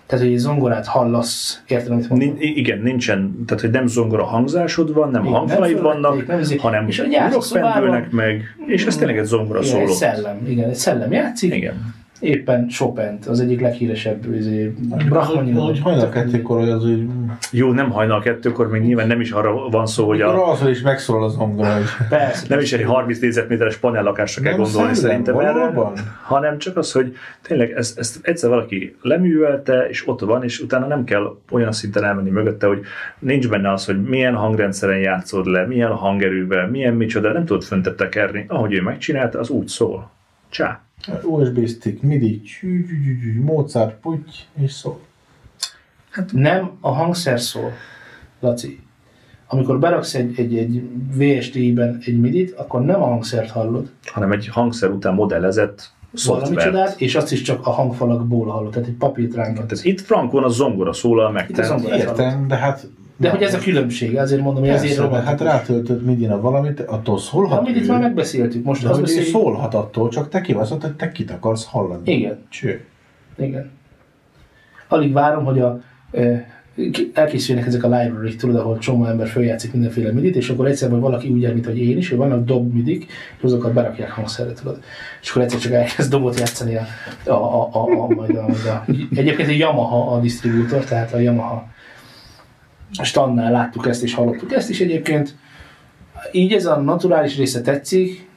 Tehát, hogy egy zongorát hallasz, érted, amit mondok?
Nin- igen, nincsen, tehát hogy nem zongora hangzásod van, nem
Igen,
hangfalaid
nem fölvették,
vannak,
nem izé-
hanem
és a gyártó
hurok
szobában-
fendülnek meg, és ez tényleg egy zongora
igen,
szóló.
egy szellem, igen, egy szellem játszik,
Igen.
éppen chopin az egyik leghíresebb izé, Brahmaninov.
Hogy hajnal kettőkor, hogy az úgy...
Jó, nem hajnal kettőkor, még nyilván nem is arra van szó, hogy
Mikor
a,
alszol is megszólal az hangja, hogy...
Persze,
nem is egy 30 négyzetméteres panellakásra kell
Nem
gondolni
szellem,
szerintem erre,
valóban?
hanem csak az, hogy tényleg ezt, ezt egyszer valaki leművelte, és ott van, és utána nem kell olyan szinten elmenni mögötte, hogy nincs benne az, hogy milyen hangrendszeren játszod le, milyen hangerővel, milyen micsoda, nem tudod föntet tekerni. Ahogy ő megcsinálta, az úgy szól. Csá.
USB stick, midi, csü, csü, csü, csü, Mozart, puty, és szó.
nem a hangszer szól, Laci. Amikor beraksz egy, egy, egy VST-ben egy midit, akkor nem a hangszert hallod,
hanem egy hangszer után modellezett
Szóval
valami
szoftver.
csodát, és azt is csak a hangfalakból hallod, tehát egy papírt rángat.
Tehát Hát itt Frankon a zongora szólal meg.
Itt a
tehát
zongora.
Értem, de hát...
De hogy ez a különbség, azért mondom, hogy ezért
Persze, de hát
romantikus.
rátöltött midina valamit, attól
De
szólhat
Amit itt
ő,
már megbeszéltük, most
de
azt
hogy ő
beszéljük.
szólhat attól, csak te kivaszott, hogy te kit akarsz hallani.
Igen.
Cső.
Igen. Alig várom, hogy a, ö, ki- elkészüljenek ezek a library tudod, ahol csomó ember följátszik mindenféle midit, és akkor egyszer vagy valaki úgy jár, mint hogy én is, hogy vannak dob midik, és azokat berakják hangszerre, tudod. És akkor egyszer csak elkezd dobot játszani a, a, a, a, a, majd a, majd a, Egyébként egy Yamaha a disztribútor, tehát a Yamaha standnál láttuk ezt és hallottuk ezt is egyébként. Így ez a naturális része tetszik,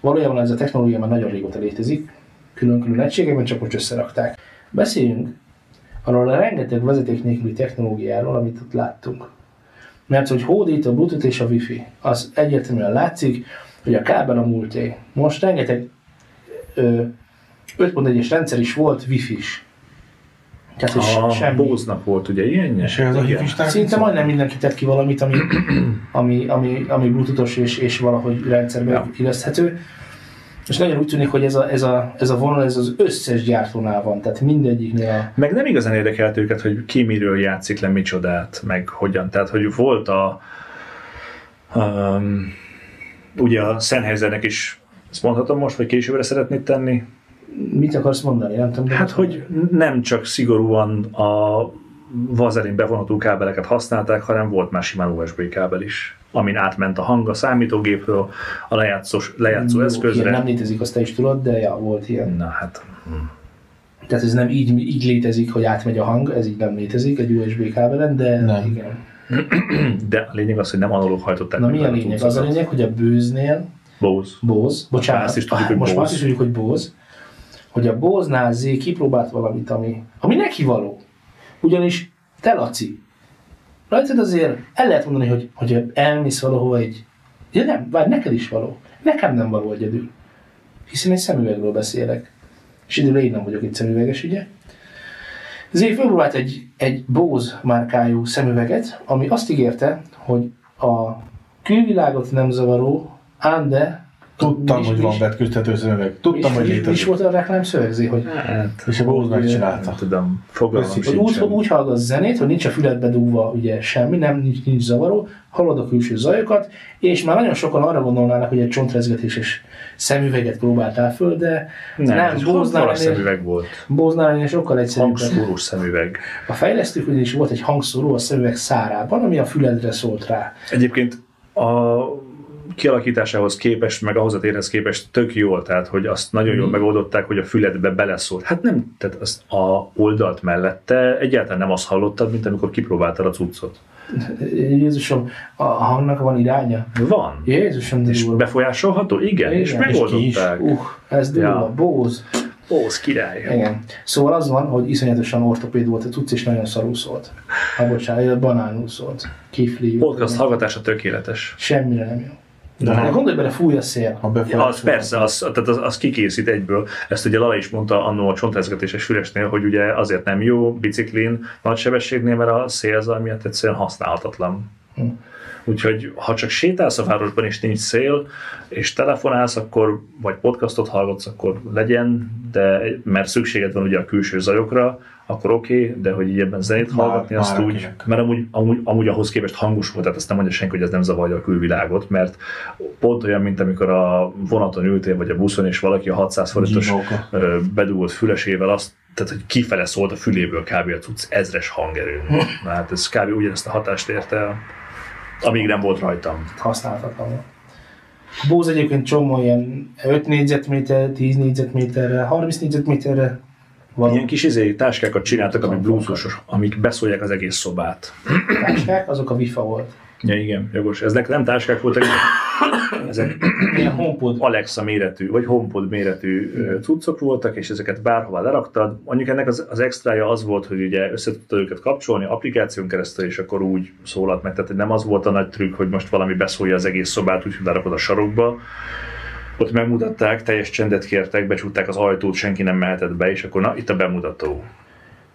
valójában ez a technológia már nagyon régóta létezik, külön-külön egységekben, csak most összerakták. Beszéljünk arról a rengeteg vezeték nélküli technológiáról, amit ott láttunk. Mert hogy hódít a Bluetooth és a Wi-Fi, az egyértelműen látszik, hogy a kábel a múlté. Most rengeteg ö, 5.1-es rendszer is volt Wi-Fi-s. Tehát, hogy
A
se- semmi.
Bóznak volt ugye ilyen?
És ez a
Igen.
hívistár?
Szinte
szóval-
majdnem mindenki tett ki valamit, ami, ami, ami, ami bluetoothos és, és valahogy rendszerben
Ja.
ja. illeszthető. És nagyon úgy tűnik, hogy ez a, ez, a, ez a vonal ez az összes gyártónál van, tehát mindegyiknél a
Meg nem igazán érdekelt őket, hogy ki miről játszik le micsodát, meg hogyan. Tehát, hogy volt a... Um, ugye a Sennheisernek is ezt mondhatom most, vagy későbbre szeretnéd tenni?
Mit akarsz mondani? Nem tudom. de-
Hát, hogy nem csak szigorúan a vazelin bevonható kábeleket használták, hanem volt már simán USB kábel is, amin átment a hang a számítógépről, a lejátszós, lejátszó
Jó,
eszközre.
Ilyen nem létezik, azt te is tudod, de ja, volt ilyen.
Na hát,
Tehát ez nem így, így létezik, hogy átmegy a hang, ez így nem létezik egy USB kábelen, de
Nem.
igen.
de a lényeg az, hogy nem analóg hajtották.
Na
meg
mi a
vele
lényeg? Az
cuccokat.
a lényeg, hogy a bőznél
Bose.
Bóz, bocsánat, hát
Azt is tudjuk, hogy
most már azt
Bose.
is tudjuk, hogy Bóz, hogy a Bóznál Z kipróbált valamit, ami, ami neki való. Ugyanis te, Laci, rajtad azért el lehet mondani, hogy, hogy elmész valahova egy... Ja nem, várj, neked is való. Nekem nem való egyedül. Hiszen egy szemüvegről beszélek. És időben én nem vagyok egy szemüveges, ugye? Z fölpróbált egy, egy Bose márkájú szemüveget, ami azt ígérte, hogy a külvilágot nem zavaró, ám de
Tudtam,
mi-
hogy
mi-
van vetköztető szöveg. Tudtam,
és-
hogy
és- És
létezik.
volt a reklám szövegzé, hogy,
Hát,
És a Bose megcsinálta.
nem tudom, fogalmam
Összi-
hogy
sincs.
úgy, úgy hallgatsz zenét, hogy nincs a füledbe dugva ugye semmi, nem, nincs, nincs zavaró, hallod a külső zajokat, és már nagyon sokan arra gondolnának, hogy egy csontrezgetéses szemüveget próbáltál föl, de
Nem, nem ez
Bose-nál
hangfalas
ennél-
szemüveg volt.
Bose-nál ennél sokkal egyszerűbb.
Hangszórós szemüveg.
A fejlesztők ugyanis volt egy hangszóró a szemüveg szárában, ami a füledre szólt rá.
Egyébként a kialakításához képest, meg ahhoz a térhez képest tök jól, tehát hogy azt nagyon jól megoldották, hogy a füledbe beleszólt. Hát nem, tehát az a oldalt mellette egyáltalán nem azt hallottad, mint amikor kipróbáltad a cuccot.
Jézusom, a hangnak van iránya?
Van.
Jézusom, de
És
durva.
befolyásolható? Igen,
Igen.
és
És ki is?
megoldották.
Uh, ez durva,
Ja.
ja. bóz.
Ósz király.
Igen. Szóval az van, hogy iszonyatosan ortopéd volt a cucc, és nagyon szarul szólt. Hát bocsánat, banánul szólt. Kifli.
Podcast hallgatása tökéletes.
Semmire nem jó.
De
De,
nem.
gondolj bele, fúj a szél.
A
Ja, az
befolyásolás.
persze, az, tehát az, az kikészít egyből. Ezt ugye Lala is mondta annó a csontrezgetéses fülesnél, hogy ugye azért nem jó biciklin nagy sebességnél, mert a szél az, ami hát egyszerűen használhatatlan.
Hm.
Úgyhogy ha csak sétálsz a városban és nincs szél, és telefonálsz, akkor, vagy podcastot hallgatsz, akkor legyen, de mert szükséged van ugye a külső zajokra, akkor oké, okay, de hogy így ebben zenét
Bár-
hallgatni, azt úgy,
bárkinek.
mert amúgy, amúgy, amúgy ahhoz képest hangos volt, tehát azt nem mondja senki, hogy ez nem zavarja a külvilágot, mert pont olyan, mint amikor a vonaton ültél, vagy a buszon, és valaki a 600 forintos
Gyímóka.
ö, bedugott fülesével azt, tehát hogy kifele szólt a füléből kb. a cucc ezres hangerő. Na hát ez kb. ugyanezt a hatást érte el, amíg nem volt rajtam.
Használhatatlan volt. Bóz egyébként csomó ilyen 5 négyzetméter, 10 négyzetméterre, 30 négyzetméterre való
Ilyen kis izé, táskákat csináltak, amik bluetooth amik beszólják az egész szobát.
táskák, azok a wifa volt.
Ja igen, jogos. Ezek nem táskák voltak, ezek
Ilyen homepod.
Alexa méretű, vagy HomePod méretű ö,
Hmm.
cuccok voltak, és ezeket bárhová leraktad. Mondjuk ennek az, az extrája az volt, hogy ugye össze tudtad őket kapcsolni applikáción keresztül, és akkor úgy szólalt meg. Tehát nem az volt a nagy trükk, hogy most valami beszólja az egész szobát, úgyhogy lerakod a sarokba. Ott megmutatták, teljes csendet kértek, becsukták az ajtót, senki nem mehetett be, és akkor na, itt a bemutató.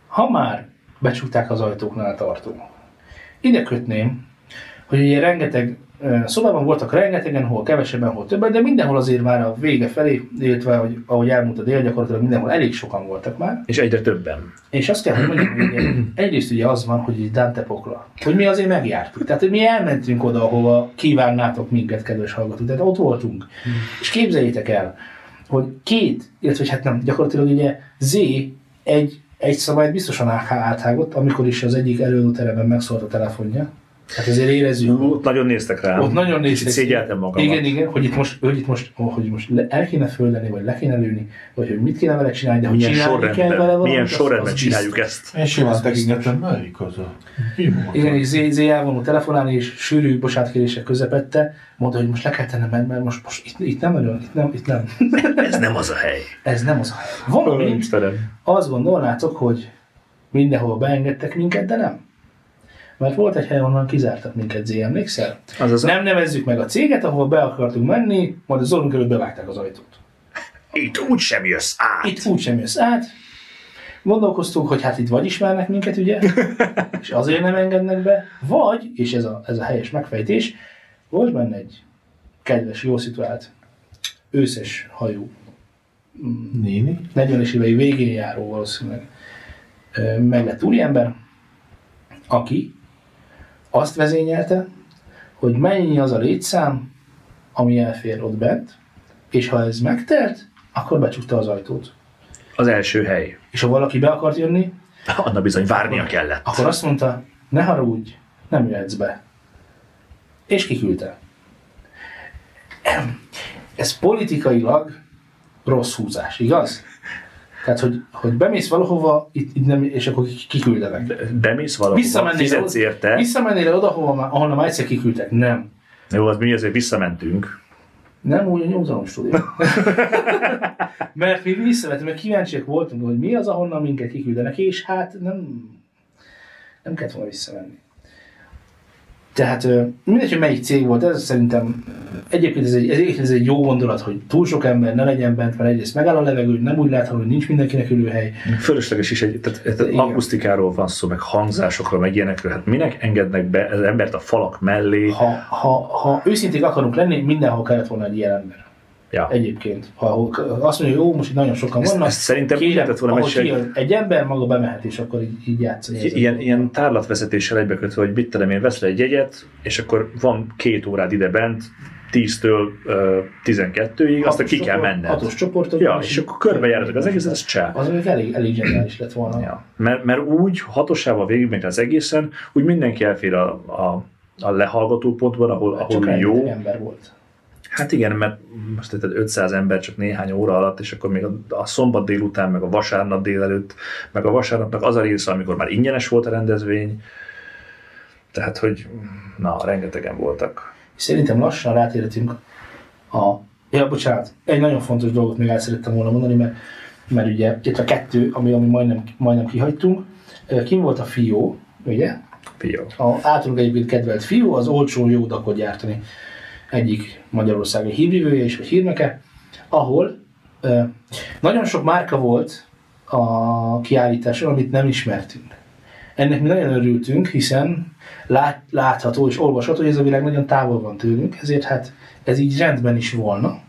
ha már becsukták az ajtóknál tartunk, ide kötném, hogy ugye rengeteg ö, szobában voltak rengetegen, hol kevesebben, hol többen, de mindenhol azért már a vége felé, illetve hogy, ahogy elmúlt a dél, gyakorlatilag mindenhol elég sokan voltak már.
És egyre többen.
És azt kell, hogy mondjam, hogy ugye, egyrészt ugye az van, hogy egy Dante pokla, hogy mi azért megjártuk. Tehát, hogy mi elmentünk oda, ahova kívánnátok minket, kedves hallgatók. Tehát ott voltunk. És képzeljétek el, hogy két, illetve hogy hát nem, gyakorlatilag ugye Z egy, egy szabályt biztosan áthá- áthágott, amikor is az egyik előadóteremben megszólt a telefonja. Hát azért érezzük,
Ott nagyon néztek rám.
ott nagyon néztek.
Kicsit
ki.
szégyeltem magamat.
Igen, igen, hogy itt most, hogy itt most, oh, hogy most le, el kéne földeni, vagy le kéne lőni, vagy hogy mit kéne vele csinálni, de hogy
Milyen
csinálni kell vele
sorrendben,
valamit,
milyen
az-
sorrendben
az
csináljuk
biztos.
ezt.
Én simán tekintetlen, melyik az a gyímóka?
Igen, és Zé, Zé elvonult telefonálni, és sűrű bocsátkérések közepette, mondta, hogy most le kell tennem, mert, mert most, most itt, itt, nem nagyon, itt nem, itt nem.
Ez nem az a hely.
Ez nem az a hely. Valamint
Istenem.
azt gondolnátok, hogy mindenhol beengedtek minket, de nem. Mert volt egy hely, onnan kizártak minket, Zé, emlékszel?
Azaz,
Nem nevezzük meg a céget, ahol be akartunk menni, majd az orrunk előtt bevágták az ajtót.
Itt úgy sem jössz át.
Itt úgysem jössz át. Gondolkoztunk, hogy hát itt vagy ismernek minket, ugye? És azért nem engednek be. Vagy, és ez a, ez a helyes megfejtés, volt benne egy kedves, jó szituált, őszes hajú,
Néni?
40-es évei végén járó valószínűleg ö, meglett úriember, aki azt vezényelte, hogy mennyi az a létszám, ami elfér ott bent, és ha ez megtelt, akkor becsukta az ajtót.
Az első hely.
És ha valaki be akart jönni,
Anna bizony várnia kellett.
akkor azt mondta, ne haragudj, nem jöhetsz be. És kiküldte. Ez politikailag rossz húzás, igaz? Tehát, hogy, hogy bemész valahova, itt, itt nem, és akkor kiküldenek.
Bemész valahova,
Visszamennél
fizetsz érte.
oda, visszamennél oda, hova már, ahonnan már egyszer kiküldtek. Nem.
Jó, az mi azért visszamentünk.
Nem úgy a nyomzalomstúdió. mert mi visszavettünk, mert kíváncsiak voltunk, hogy mi az, ahonnan minket kiküldenek, és hát nem, nem kellett volna visszamenni. Tehát ö, mindegy, hogy melyik cég volt, ez szerintem egyébként ez egy, egyébként ez egy jó gondolat, hogy túl sok ember ne legyen bent, mert egyrészt megáll a levegő, nem úgy látható, hogy nincs mindenkinek ülőhely.
Fölösleges is, egy, tehát, tehát
Igen.
akusztikáról van szó, meg hangzásokról, meg ilyenekről. Hát minek engednek be az embert a falak mellé?
Ha, ha, ha őszinték akarunk lenni, mindenhol kellett volna egy ilyen ember.
Ja.
Egyébként. Ha azt mondja, jó, most itt nagyon sokan
Ezt-
vannak,
ezt szerintem úgy lehetett volna
ahogy
megseg-
kijön egy ember, maga bemehet, és akkor így, így játszani.
I- Ilyen, ilyen tárlatvezetéssel egybekötve, hogy mit tudom én, vesz le egy jegyet, és akkor van két órád ide bent, 10-től ö, 12-ig, azt ki kell menned.
Hatos csoportok.
Ja, és akkor körbejáratok az egészet, az csá.
Az még elég, elég zseniális lett volna.
Ja. Mert, mert úgy hatosával végigmegy az egészen, úgy mindenki elfér a, a, a lehallgató pontban, ahol,
Hát Csak
ahol
rengeteg
jó.
ember volt.
Hát igen, mert most tehát 500 ember csak néhány óra alatt, és akkor még a, a szombat délután, meg a vasárnap délelőtt, meg a vasárnapnak az a része, amikor már ingyenes volt a rendezvény. Tehát, hogy na, rengetegen voltak.
És szerintem lassan rátérhetünk a... Ja, bocsánat, egy nagyon fontos dolgot még el szerettem volna mondani, mert, mert ugye itt a kettő, ami, ami majdnem, majdnem kihagytunk, Ö, kim volt a fió, ugye?
Fió.
a általunk egyébként kedvelt fiú, az olcsó jódakot gyártani egyik magyarországi hírvívője is, vagy hírnöke, ahol ö, nagyon sok márka volt a kiállításon, amit nem ismertünk. Ennek mi nagyon örültünk, hiszen lát, látható és olvasható, hogy ez a világ nagyon távol van tőlünk, ezért hát ez így rendben is volna.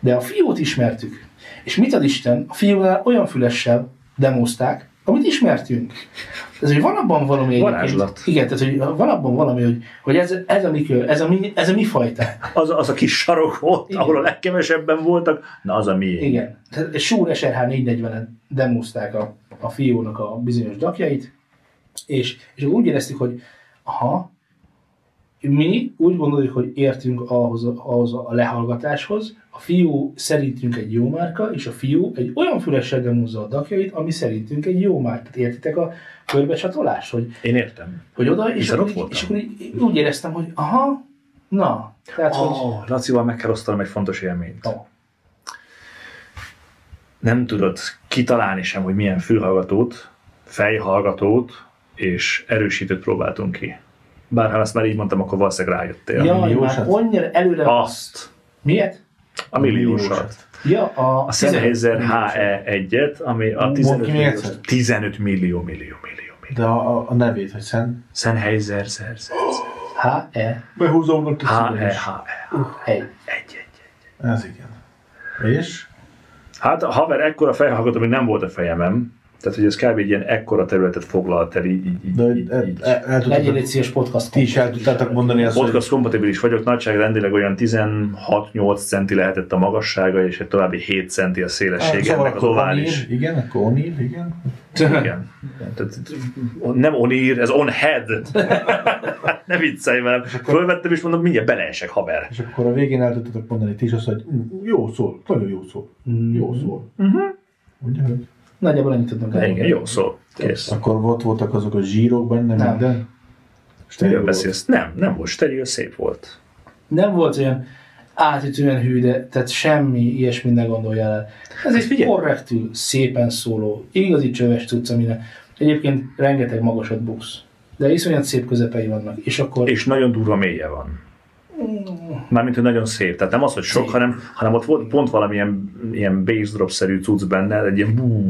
De a fiút ismertük. És mit ad Isten, a fiúnál olyan fülessel demozták, amit ismertünk. Ez, hogy van abban valami egyébként-
Varázslat.
Igen, tehát hogy van abban valami, hogy, hogy ez, ez, a mi, kör, ez, a mi, ez a mi fajta.
Az, az a kis sarok volt,
Igen.
ahol a legkevesebben voltak, na az a miénk.
Igen. Tehát egy Shure SRH 440-en demozták a, a fiónak a bizonyos dakjait, és, és úgy éreztük, hogy aha, mi úgy gondoljuk, hogy értünk ahhoz, a- ahhoz a lehallgatáshoz, a fiú szerintünk egy jó márka, és a fiú egy olyan fülessel demozza a dakjait, ami szerintünk egy jó márka. Tehát Értitek a körbecsatolást, hogy,
Én értem.
hogy oda, és
Hiszen
akkor,
ott
így,
voltam.
és akkor így, úgy éreztem, hogy aha, na, tehát, hogy...
Oh, Lacival meg kell osztanom egy fontos élményt.
Oh.
nem tudod kitalálni sem, hogy milyen fülhallgatót, fejhallgatót és erősítőt próbáltunk ki. Bár ha ezt már így mondtam, akkor valószínűleg rájöttél.
Ja, Jaj, már
milliósat?
annyira előre...
Azt,
Miért?
a milliósat.
Ja, a,
A Sennheiser HE1-et, ami a
Mondd
15
ki még
milliós,
egyszer.
15 millió, millió, millió, millió.
De a, a, a nevét, hogy Szent.
Sennheiser, zer, zer,
H-E.
Behúzom ott
zer. HE, HE,
Hely.
1, 1.
Ez igen. És?
Hát a haver ekkora fejhallgató még nem volt a fejemem, tehát hogy ez kb. egy ilyen ekkora területet foglalt el így, így, így,
De hogy
így,
el,
így.
el, el
Legyél
tudtad,
egy szíves podcast.
ti is el tudtátok mondani azt, hogy
Podcast kompatibilis vagyok, nagyságrendileg olyan 16-8 centi lehetett a magassága, és egy további 7 centi a
Ah,
szélessége,
szóval
meg az
akkor
ovális.
O'Neill, igen, akkor O'Neill, igen.
Igen. Tehát, nem on ear, ez on head. ne viccelj velem. Fölvettem és mondom, mindjárt beleesek, haver.
És akkor a végén el tudtatok mondani ti is azt, hogy "Mm, jó szól, nagyon jó szól,
Mm.
jó szól.
Mhm.
Ugye, hogy
Nagyjából ennyit tudnak
Igen, jó szó. Kész.
akkor ott voltak azok a zsírok benne
Nem.
minden. És te
Miről
jó volt.
beszélsz? Nem, nem volt steril, szép volt.
Nem volt olyan átütően hű, de tehát semmi ilyesmi ne gondoljál el. Ez egy
Hát figyelj.
korrektül, szépen szóló, igazi csöves tudsz, amire Egyébként rengeteg magasat buksz. De iszonyat szép közepei vannak. És akkor
És nagyon durva mélye van. Mármint, hogy nagyon szép. Tehát nem az, hogy sok,
Szép.
hanem, hanem ott volt pont valamilyen ilyen bass drop-szerű cucc benne, egy ilyen bú,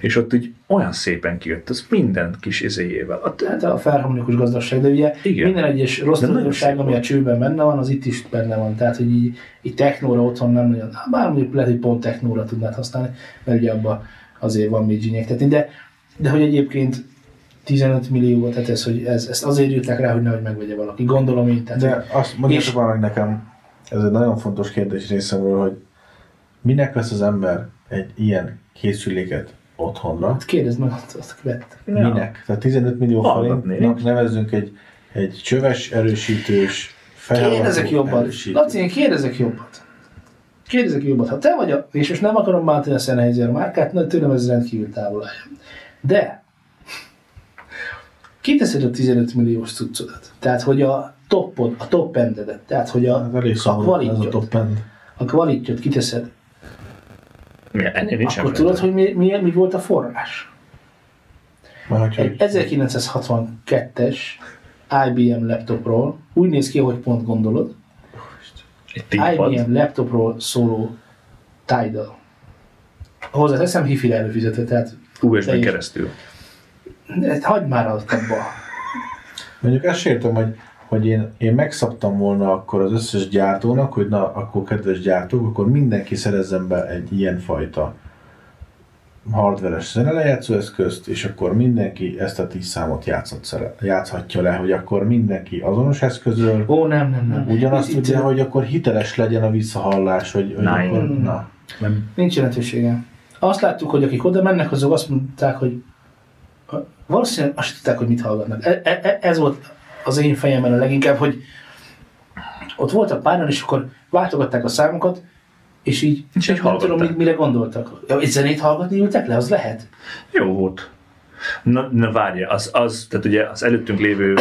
és ott így olyan szépen kijött, ez minden kis izéjével. Ott,
Hát a felharmonikus gazdaság, de ugye
Igen.
Igen. minden egyes rossz
De nagyon
tulajdonság,
szép
ami a
volt.
csőben benne van, az itt is benne van. Tehát, hogy így, így technóra otthon nem nagyon, hát bár mondjuk lehet, hogy pont technóra tudnád használni, mert ugye abban azért van még zsinyektetni, de, de hogy egyébként 15 millió, tehát ez, hogy ez, ezt azért írták rá, hogy nehogy megvegye valaki. Gondolom én, tehát
De azt mondjátok
És-
valamit nekem, ez egy nagyon fontos kérdés részemről, hogy minek vesz az ember egy ilyen készüléket otthonra?
hát kérdezd meg azt, azt aki vett.
Ja.
Minek? Tehát 15 millió
Hallgatni,
forintnak nevezzünk egy, egy csöves erősítős,
Kérdezek jobbat. Laci, én kérdezek jobbat. Kérdezek jobbat. Ha te vagy a, és most nem akarom bántani a Sennheiser márkát, na, tőlem ez rendkívül távol áll. De kiteszed a 15 milliós cuccodat. Tehát, hogy a toppod, a top endedet, tehát, hogy a,
Ez Hát elég
a
szomorú, ez a
kvalitjot,
top end.
a kvalitjot kiteszed,
mi, ennél nincs
akkor tudod, hogy mi, mi, mi volt a forrás?
Már
Egy
hogyha
1962-es IBM laptopról, úgy néz ki, hogy pont gondolod,
Egy tippad.
IBM laptopról szóló Tidal. Hozzáteszem, hifi előfizetve, tehát
USB-n
teljes-
keresztül.
de hagyd már azt abba.
Mondjuk ezt sértem, hogy, hogy én, én megszabtam volna akkor az összes gyártónak, hogy na, akkor kedves gyártók, akkor mindenki szerezzen be egy ilyenfajta hardveres zenelejátszó eszközt, és akkor mindenki ezt a tíz számot játszott, szere- játszhatja le, hogy akkor mindenki azonos eszközről,
Ó, nem, nem, nem.
ugyanazt
Itt- itt
tudja, hogy akkor hiteles legyen a visszahallás, hogy, hogy
Nein.
akkor, na.
Nem.
Nincs jelentősége. Azt láttuk, hogy akik oda mennek, azok azt mondták, hogy valószínűleg azt se tudták, hogy mit hallgatnak. E- e- e- Ez volt az én fejemben a leginkább, hogy ott voltak páran, és akkor váltogatták a számokat, és így
És így
nem tudom,
hallgatták.
mi- mire gondoltak. Ja, Egy zenét hallgatni ültek le, az lehet.
Jó volt. Na, na várja, az, az, tehát ugye az előttünk lévő ö,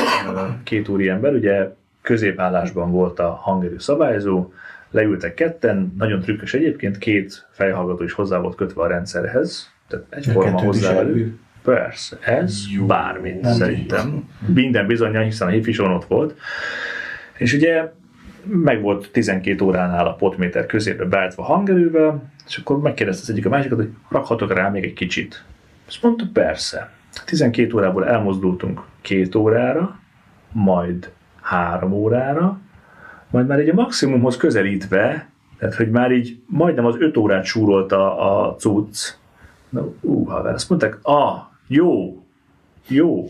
két úri ember, ugye középállásban volt a hangerő szabályzó, leültek ketten, nagyon trükkös egyébként, két fejhallgató is hozzá volt kötve a rendszerhez, tehát egyforma
kettőt is
hozzá velük.
elbír?
Persze, ez
Jó.
bármit
Nem
szerintem. Minden bizonyal, hiszen a hifison ott volt. És ugye meg volt 12 óránál a potméter közébe beállítva hangerővel, és akkor megkérdezte az egyik a másikat, hogy rakhatok rá még egy kicsit. Azt mondta, persze. 12 órából elmozdultunk két órára, majd három órára, majd már így a maximumhoz közelítve, tehát hogy már így majdnem az öt órát súrolta a cucc. Na, ú, haver, azt mondták, ah, jó, jó.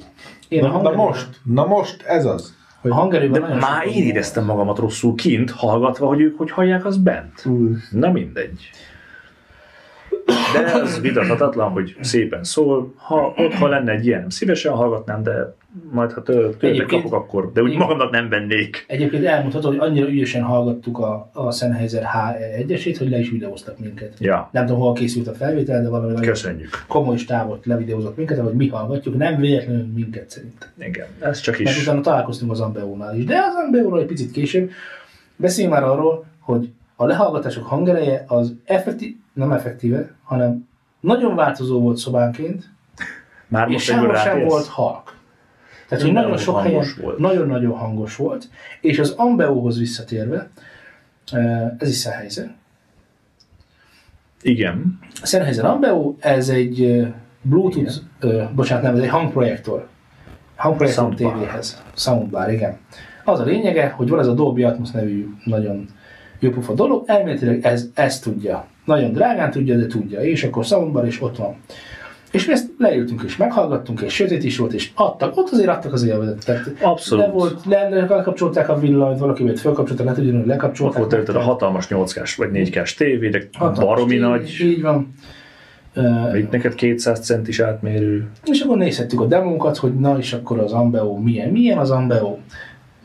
Én
Na, na
hangerőben-
most, na most ez az. Hogy
A
De
hangerőben nagyon
már
sokan
én éreztem magamat rosszul kint, hallgatva, hogy ők hogy hallják, az bent. Na mindegy. De ez vitathatatlan, hogy szépen szól. Ha otthon lenne egy ilyen, szívesen hallgatnám, de majd ha tő- tőle
Egyébként-
kapok, akkor. De úgy
Egyébként-
magamnak nem vennék.
Egyébként elmondható, hogy annyira ügyesen hallgattuk a, a Sennheiser H1-esét, hogy le is videóztak minket.
Ja,
Nem tudom, hol készült a felvétel, de valami nagyon
köszönjük.
komoly stábot levideózott minket, ahogy mi hallgatjuk, nem véletlenül minket szerintem.
Igen, ez csak
Mert
is.
utána találkoztunk az Ambeónál is, de az Ambeóról egy picit később. Beszéljünk már arról, hogy a lehallgatások hangereje az effektív, nem effektíve, hanem nagyon változó volt szobánként,
Már
és
most egyből
sehol sem
ráérsz.
volt halk. Tehát, hogy
Mindenhol
nagyon sok helyen
hangos volt.
nagyon-nagyon hangos volt, és az Ambeóhoz visszatérve, eh, ez is Sennheiser.
Igen.
A Sennheiser Ambeo, ez egy eh, Bluetooth, ö, bocsánat, nem, ez egy hangprojektor. Hangprojektor
Soundbar.
tévéhez. Soundbar, igen. Az a lényege, hogy van ez a Dolby Atmos nevű nagyon jó pufa dolog, elméletileg ez, ez tudja. Nagyon drágán tudja, de tudja, és akkor soundbar is ott van. És mi ezt leültünk és meghallgattunk, és sötét is volt, és adtak, ott azért adtak az élvezetet. Tehát
Abszolút.
Le volt, le, lekapcsolták a villanyt, valaki vett fölkapcsolta, lehet ugyanúgy
Ott
lekapcsolták.
volt előtted a
megtalálták.
hatalmas 8-kás vagy 4-kás tévé, de
Hát- Hatalmas
baromi
tévé,
nagy.
Így van. Ö,
Itt neked 200 centis átmérő.
És akkor nézhettük a demókat, hogy na és akkor az Ambeo milyen, milyen az Ambeo.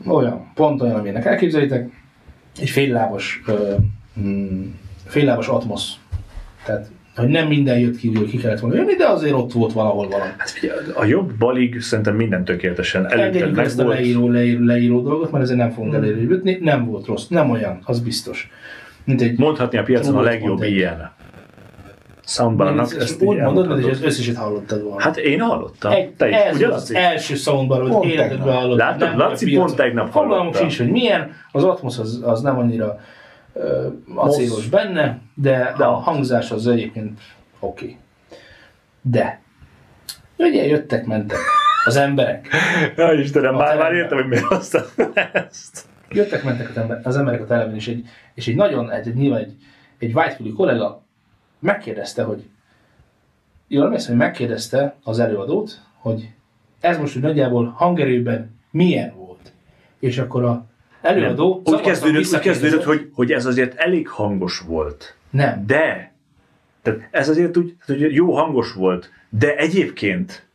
Olyan, pont olyan, amilyenek elképzelitek. Egy féllábas, ö, mm, féllábas atmosz. Tehát, hogy nem minden jött ki, úgy, hogy ki kellett volna jönni, de azért ott volt valahol valami.
Hát figyelj, a jobb balig szerintem minden tökéletesen előtted
Elérjük
meg
ezt a
volt.
leíró, leíró, leíró dolgot, mert ezért nem fogunk előrébb jutni. Nem volt rossz, nem olyan, az biztos. Mint egy
Mondhatni a piacon a
Volt,
legjobb
volt egy.
ilyen. soundbarnak.
Ezt, ezt úgy
így
mondod, mert
elmondhatod.
az összeset hallottad volna.
Hát én hallottam.
Egy,
Te is,
ez
ugye
az, az
Laci?
első soundbar, amit
Pont
életedben
tegnap.
hallottam.
Látod,
nem
Laci
vagy a
pont
piacon.
tegnap
Fogalmam
hallotta.
sincs, hogy milyen. Az Atmos az, az nem annyira ö, acélos benne, de, de
De
a
ott.
hangzás az egyébként oké. Okay. De, ugye jöttek, mentek az emberek.
Ja, Istenem,
A
már, már
teremben.
értem, hogy miért hoztam ezt.
jöttek, mentek az, ember, az emberek a telepen, és egy, és egy nagyon, egy, egy nyilván egy, egy whitefield kollega megkérdezte, hogy jól emlékszem, hogy megkérdezte az előadót, hogy ez most úgy nagyjából hangerőben milyen volt. És akkor a előadó
Nem. Úgy
szabadon
kezdődött, úgy
visszakérdezett,
kezdődött hogy, hogy ez azért elég hangos volt.
nem.
De, tehát ez azért úgy, tehát ugye jó hangos volt, de egyébként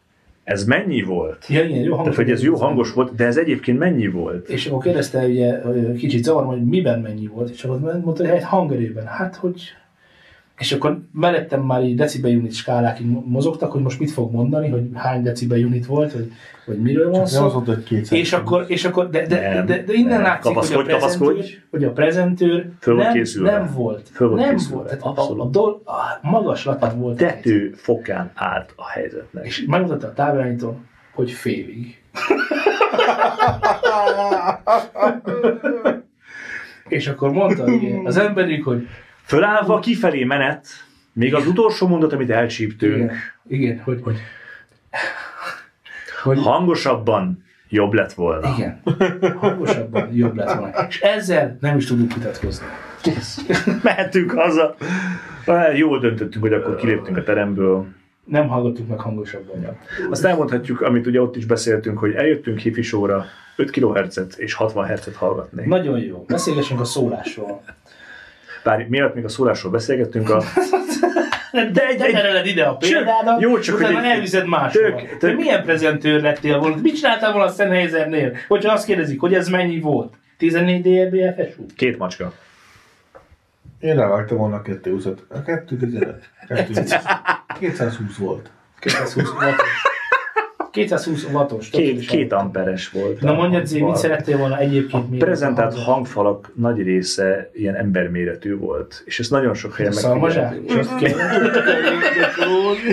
ez mennyi volt?
Ja, igen, jó hangos.
Tehát, hogy ez jó hangos volt, de ez egyébként mennyi volt?
És akkor kérdezte, ugye ö, kicsit zavarom, hogy miben mennyi volt, és akkor mondta, hogy hát hangerőben, hát hogy... És akkor mellettem már így decibel unit skálák így mozogtak, hogy most mit fog mondani, hogy hány decibel unit volt, vagy, vagy miről van
Nem az
szó.
volt, hogy kétszer.
És akkor, és akkor de, de,
Nem,
de, de innen
nem.
látszik, hogy a
Kapaszkodj, kapaszkodj.
prezentőr, hogy a prezentőr
Föl volt
nem,
készülve.
nem volt.
Föl volt
nem
készülve,
volt. Tehát a, a, a,
abszolút.
dol, a magaslatot volt.
Tető fokán állt a helyzetnek.
És megmutatta a távirányítón, hogy félig. És akkor mondta ugye, az emberük, hogy
Fölállva kifelé menet, még az utolsó mondat, amit
igen,
elcsíptünk,
igen hogy, hogy, hogy
hangosabban jobb lett volna.
igen, hangosabban jobb lett volna. És ezzel nem is tudunk vitatkozni.
Mehetünk haza. Ah, Jól döntöttünk, hogy akkor kiléptünk a teremből.
Nem hallgattuk meg hangosabban.
Azt elmondhatjuk, amit ugye ott is beszéltünk, hogy eljöttünk hifi sóra, 5 kHz és 60 Hz-et hallgatni.
Nagyon jó. Beszélgessünk a szólásról.
Bár mielőtt még a szólásról beszélgettünk, a
De egy, egy tereled ide a
Csak-
példádat,
jó, csak
utána
hogy egy-
elviszed máshova.
tök-
Te
tök-
milyen prezentőr lettél volna? Mit csináltál volna a Sennheisernél? Hogyha azt kérdezik, hogy ez mennyi volt? 14 DLBFS út?
két macska.
Én rávágtam volna a kettő húszat. A kettő közélet. 220 volt.
220 wattos. 220 wattos. tök
Két,
is
két
van.
amperes volt.
Na
a
mondjad, Zé, mit
hangfal.
szerettél volna egyébként
A
még?
prezentált hangfalak nagy része ilyen emberméretű volt, és ez nagyon sok helyen
Szalmazsák?
megfigyelhető.
És
Mm.
azt kérdezik,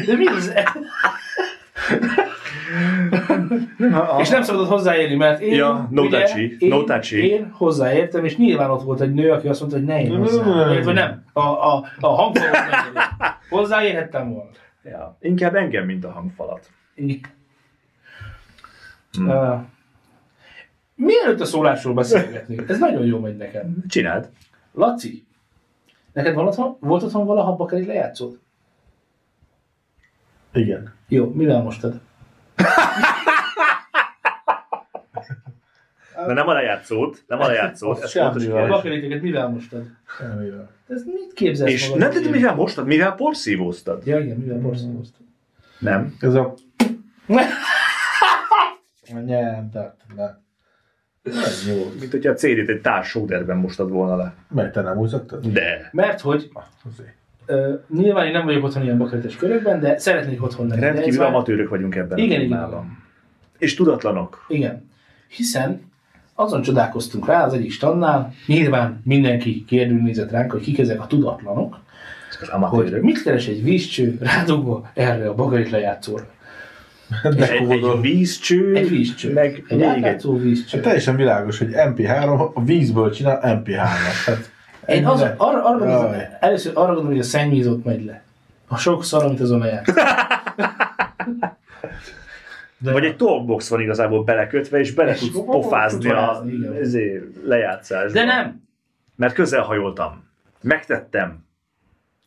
De mi az?
Aha.
És nem szabadott hozzáérni, mert én,
Ja, no
ugye,
touchy,
én,
no touchy.
én hozzáértem, és nyilván ott volt egy nő, aki azt mondta, hogy ne én hozzá.
Nem.
Érted, vagy nem? A, a, a hangfalhoz nem érek. Hozzáérhettem volna.
Ja. Inkább engem, mint a hangfalat.
Így.
Hmm.
Uh, mielőtt a szólásról beszélgetnénk, ez nagyon jó megy nekem.
Csináld.
Laci, neked van otthon, volt otthon valaha bakeri lejátszód?
Igen.
Jó, mivel mostad?
De nem a lejátszót, nem a lejátszót,
Azt
ez fontos
semmivel.
A
kérdés.
bakeriteket mivel mostad?
Elmével.
Te ezt mit képzelsz
És
magadról?
nem tudod, mivel mostad? Mivel porszívóztad?
Ja, igen, mivel borszolóztad.
Nem.
Ez a... Nem, tehát nem. Ez jó.
Mint hogyha a CD-t egy társ sóderben mostad volna le.
Mert te nem húzottad?
De.
Mert hogy
Azért.
uh, nyilván én nem vagyok otthon ilyen bakerites körökben, de szeretnék otthon lenni. De ez
Rendkívül
már-
amatőrök vagyunk ebben
Igen,
a
igen.
témában. És tudatlanok.
Igen. Hiszen azon csodálkoztunk rá az egyik stannál, nyilván mindenki kérdőn nézett ránk, hogy kik ezek a tudatlanok,
Ezek az
hogy
amatőrök.
mit keres egy vízcső rádugva erre a bagarit lejátszóra.
És egy, egy
Dekódol.
vízcső,
Egy vízcső.
meg
egy
még egy.
átlátszó vízcső.
Hát teljesen világos, hogy MP3 a vízből csinál MP3-at. Hát,
Én az,
ennyire-
arra, arra gondolom,
Jaj.
először arra gondolom, hogy a szennyvízot megy le. A sok szar, amit azon lejárt. De
Vagy egy talkbox van igazából belekötve, és bele
És
tudsz
fogod
pofázni a
pofolázni, igen.
ezért lejátszásba.
De nem!
Mert közelhajoltam. Megtettem.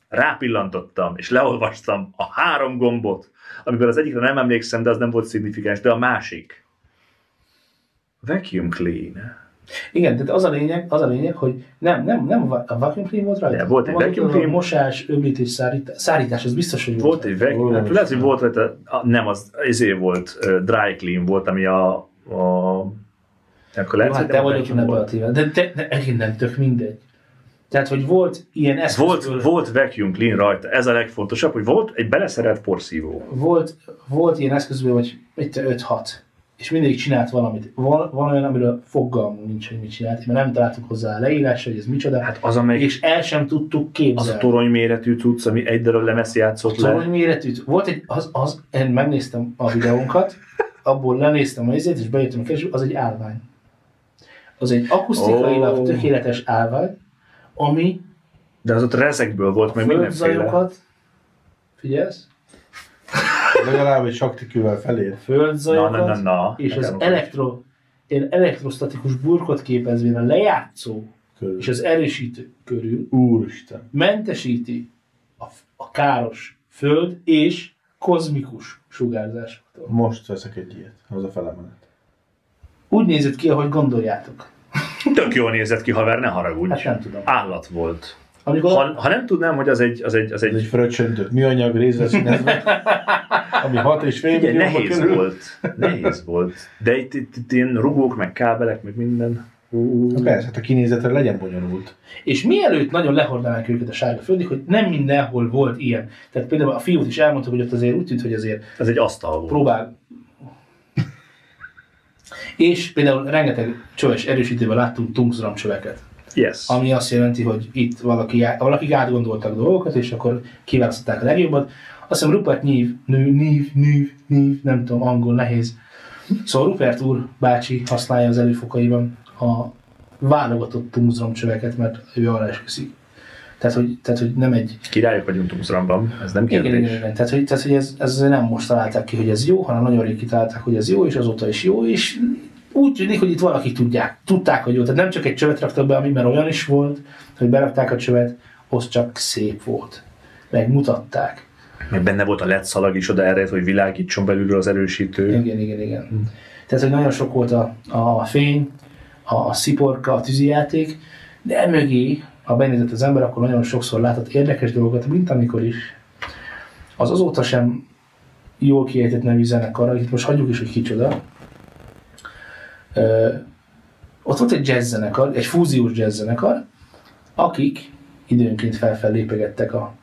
Rápillantottam, és leolvastam a három gombot, amiből az egyikre nem emlékszem, de az nem volt szignifikáns, de a másik. Vacuum clean.
Igen, tehát az a lényeg, az a lényeg hogy nem, nem, nem a va- a vacuum clean volt rajta.
De, volt egy
Van
vacuum
ott a
clean.
Mosás, öblítés, szárítás, szárítás, az biztos, hogy
Volt egy vacuum,
Ó,
hát lehet, hogy volt rajta, a- nem, az ezért volt, ö, dry clean volt, ami a, a akkor
Jó,
lehet,
hát
hogy
te
nem
vagy otthon
vacuum
ebben a
volt.
tévben. De, de, de egyébként nem tök mindegy. Tehát, hogy volt ilyen eszköz.
Volt, volt vacuum clean rajta, ez a legfontosabb, hogy volt egy beleszerelt porszívó.
volt, volt ilyen eszközből, vagy itt 5-6. és mindig csinált valamit. Van, van olyan, amiről fogalmunk nincs, hogy mit csinált, mert nem találtuk hozzá a leírásra, hogy ez micsoda,
Hát az, amelyik
és el sem tudtuk
az a
képzelni.
torony méretű cucc, ami egy darab lemez játszott
Szóval, hogy
le.
méretű. Volt egy, az, az, én megnéztem a videónkat, abból lenéztem a izét, és bejöttem a kereső, az egy állvány. Az egy akusztikailag
Ó.
oh. tökéletes állvány, ami
De az ott rezegből volt, meg mindenféle.
földzajokat, figyelsz,
Legalább egy saktikűvel felé.
Na, na,
földzajokat,
na, na.
és az
Nekem ott-
elektro, ilyen elektrostatikus burkot képezvén a lejátszó
Körül.
és az erősítő körül
Úristen.
mentesíti a, a káros föld és kozmikus sugárzásoktól.
Most veszek egy ilyet. Hazafele menet.
Úgy nézett ki, ahogy gondoljátok.
Tök jól nézett ki, haver, ne
Hát
haragudj.
nem tudom.
Állat volt.
Amikor
Ha, ha nem tudnám, hogy az egy, az egy, az
Ez egy
egy
fröccsöntött műanyag rézre színezve, ami hat és fél
Ugye,
millióba
nehéz
kerül.
volt, nehéz volt. De itt, itt, itt ilyen rugók, meg kábelek, meg minden.
Na Persze, hát a kinézetre legyen bonyolult.
És mielőtt nagyon lehordanák őket a sárga földig, hogy nem mindenhol volt ilyen. Tehát például a fiút is elmondtuk, hogy ott azért úgy tűnt, hogy azért
Ez egy asztal volt.
próbál. És például rengeteg csöves erősítővel láttunk tungzram csöveket.
Yes.
Ami azt jelenti, hogy itt valaki, á- valakik átgondoltak dolgokat, és akkor kiválasztották a legjobbat. Azt hiszem Rupert Nyív, nő, Nyív, Nyív, Nyív, nem tudom, angol nehéz. Szóval Rupert úr bácsi használja az előfokaiban a válogatott tungzram csöveket, mert ő arra esküszik. Tehát, hogy, tehát, hogy nem egy...
Királyok vagyunk Tumszramban, ez nem
Igen,
kérdés.
igen, igen. Tehát, hogy, tehát, hogy ez, ez azért nem most találták ki, hogy ez jó, hanem nagyon rég kitalálták, hogy ez jó, és azóta is jó, és úgy tűnik, hogy itt valaki tudják. Tudták, hogy jó. Tehát nem csak egy csövet raktak be, ami már olyan is volt, hogy berakták a csövet, az csak szép volt. Megmutatták.
Meg benne volt a LED szalag is oda erre, hogy világítson belülről az erősítő.
Igen, igen, igen. Tehát, hogy nagyon sok volt a, a fény, a sziporka, a tűzijáték, de emögé, ha benézett az ember, akkor nagyon sokszor látott érdekes dolgokat, mint amikor is az azóta sem jól kiejtett nevű zenekarra, itt most hagyjuk is, hogy kicsoda. Ö, ott volt egy jazz zenekar, egy fúziós jazz zenekar, akik időnként felfel lépegettek a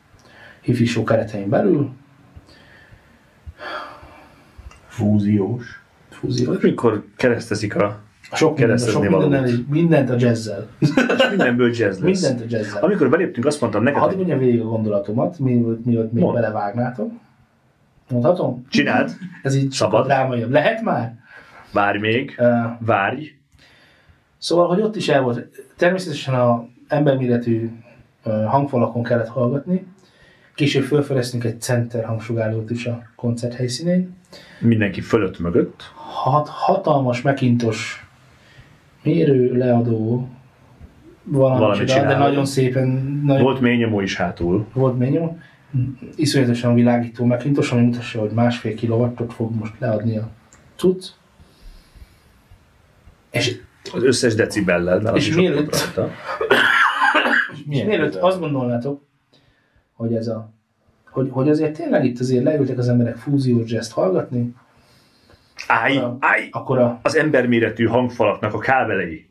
hifi show keretein belül,
Fúziós.
fúziós.
Mikor keresztezik a...
A sok, minden, a sok
Keresztezni
mindennel,
valót.
és mindent a jazzzel.
és mindenből jazz lesz.
Mindent a jazzzel.
Amikor beléptünk, azt mondtam neked,
Hadd
hogy
mondjam végig a gondolatomat, mielőtt mielőtt még
Mondd.
belevágnátok. Mondhatom?
csináld,
Ez így
Szabad.
sokkal drámaiabb. Lehet már?
várj még,
Uh,
várj.
Szóval, hogy ott is el volt. Természetesen a emberméretű ö, hangfalakon kellett hallgatni. Később felfedeztünk egy center hangsugárzót is a koncert helyszínén.
Mindenki fölött mögött.
Hat, hatalmas mekintos mérő, leadó, valami,
Valami
valami csinál, de
csinál.
nagyon szépen, nagyon
Volt mély nyomó is hátul.
volt ményom, iszonyatosan világító Macintosh, ami mutassa, hogy másfél kilowattot fog most leadni a cucc. És,
Az összes decibellel, mert az
És
is ott
mielőtt-
volt rajta.
és
milyen
mielőtt
közel van?
azt gondolnátok, hogy ez a hogy, hogy azért tényleg itt azért leültek az emberek fúziós jazz hallgatni,
Állj, állj!
akkor a,
Az emberméretű hangfalaknak a kábelei.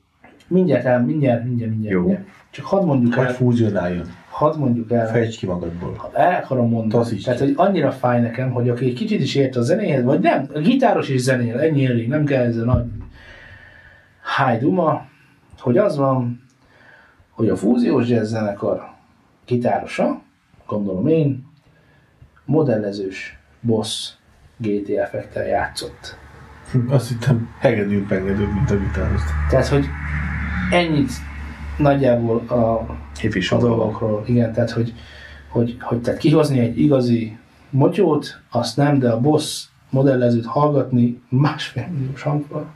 mindjárt, el, mindjárt, mindjárt, mindjárt,
Jó.
mindjárt. Csak hadd mondjuk
Vagy
el,
fúzionáljon.
hadd mondjuk el,
Fejtsd ki magadból.
el akarom mondani.
Taszíts
Tehát,
ki.
hogy annyira fáj nekem, hogy aki egy kicsit is ért a zenéhez, vagy nem, a gitáros is zenél, ennyi elég, nem kell ez a nagy hájduma, hogy az van, hogy a fúziós jazz zenekar gitárosa, gondolom én, modellezős boss GT effektel játszott.
Azt hittem hegedűbb engedőbb, mint a gitározt.
Tehát, hogy ennyit nagyjából a
Hifi
a
sorban.
dolgokról. Igen, tehát hogy, hogy, hogy tehát kihozni egy igazi motyót, azt nem, de a boss modellezőt hallgatni másfél milliós hangfal.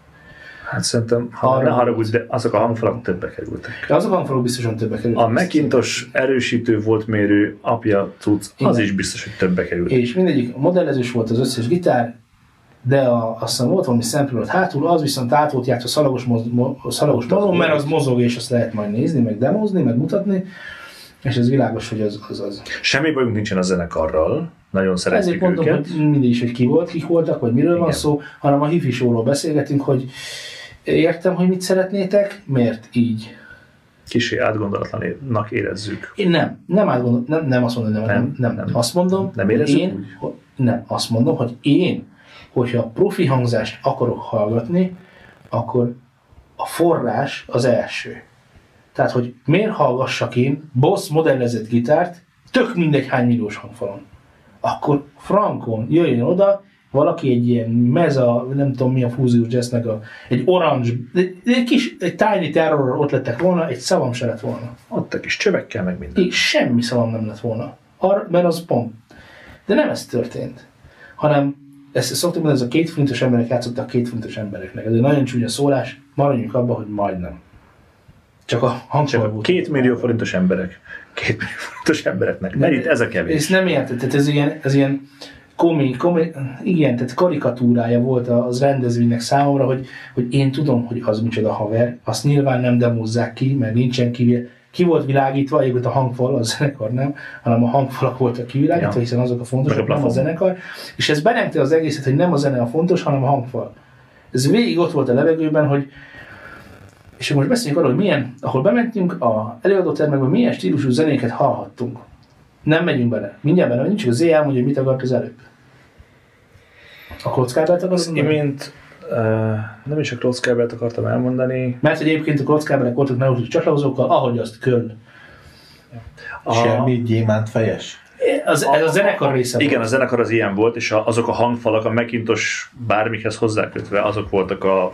Hát szerintem, ha
Arra
ne
volt.
haragudj, de azok a hangfalak többe kerültek.
De azok a hangfalok biztosan többe kerültek.
A Macintosh erősítő volt mérő apja cucc, az
Igen.
is biztos, hogy többe került.
És mindegyik modellezős volt az összes gitár, de a, azt hiszem volt valami sample ott hátul, az viszont át volt játszva szalagos, moz, mo, szalagos dalon, mert az mozog, és azt lehet majd nézni, meg demozni, meg mutatni, és ez világos, hogy az az. az.
Semmi bajunk nincsen a zenekarral, nagyon
Ezért
szeretjük
mondom,
őket.
hogy mindig is, hogy ki volt, kik voltak, vagy miről van
Igen.
szó, hanem a hifi showról beszélgetünk, hogy értem, hogy mit szeretnétek, miért így.
Kicsi átgondolatlanak érezzük.
Én nem, nem átgondolom, nem, nem azt mondom, nem, nem,
Nem,
nem, nem.
nem.
Azt mondom,
Nem
hogy
érezzük
én,
úgy?
hogy- nem, azt mondom, hogy én hogyha profi hangzást akarok hallgatni, akkor a forrás az első. Tehát, hogy miért hallgassak én Boss modellezett gitárt, tök mindegy hány milliós hangfalon. Akkor frankon jöjjön oda, valaki egy ilyen meza, nem tudom mi a fúziós jazznek, a, egy orange, egy, egy kis, egy tiny terrorral ott lettek volna, egy szavam se lett volna.
Ott a kis csövekkel meg minden.
Így semmi szavam nem lett volna. Ar, mert az pont. De nem ez történt, hanem ezt szoktuk mondani, ez a két fontos emberek játszottak két fontos embereknek. Ez egy nagyon csúnya szólás, maradjunk abban, hogy majdnem. Csak a
Csak
hangsor
a
volt.
két millió forintos emberek. Két millió forintos embereknek. Mert itt ez a kevés.
Ezt nem érted, tehát ez ilyen, ez ilyen komi, komi, igen, tehát karikatúrája volt az rendezvénynek számomra, hogy, hogy én tudom, hogy az micsoda haver, azt nyilván nem demozzák ki, mert nincsen ki, ki volt világítva, egyébként a hangfal, a zenekar nem, hanem a hangfalak voltak kivilágítva,
Ja.
ja. hiszen azok a fontosak,
Meg a
nem a
plafon.
zenekar, és ez benemte az egészet, hogy nem a zene a fontos, hanem a hangfal. Ez végig ott volt a levegőben, hogy és most beszéljünk arról, hogy milyen, ahol bementünk a előadótermekbe, milyen stílusú zenéket hallhattunk. Nem megyünk bele. Mindjárt bele megyünk, csak az éjjel mondja, hogy mit akart az előbb. A kockát lehet
Az
akarni?
imént uh, nem is a Klotzkábelt akartam elmondani.
Mert hogy egyébként a kockáberek voltak neurotik csatlakozókkal, ahogy azt Köln.
A,
Semmi gyémánt fejes.
Az, ez a zenekar része volt.
Igen, a zenekar az ilyen volt, és a, azok a hangfalak a Macintosh bármikhez hozzákötve, azok voltak a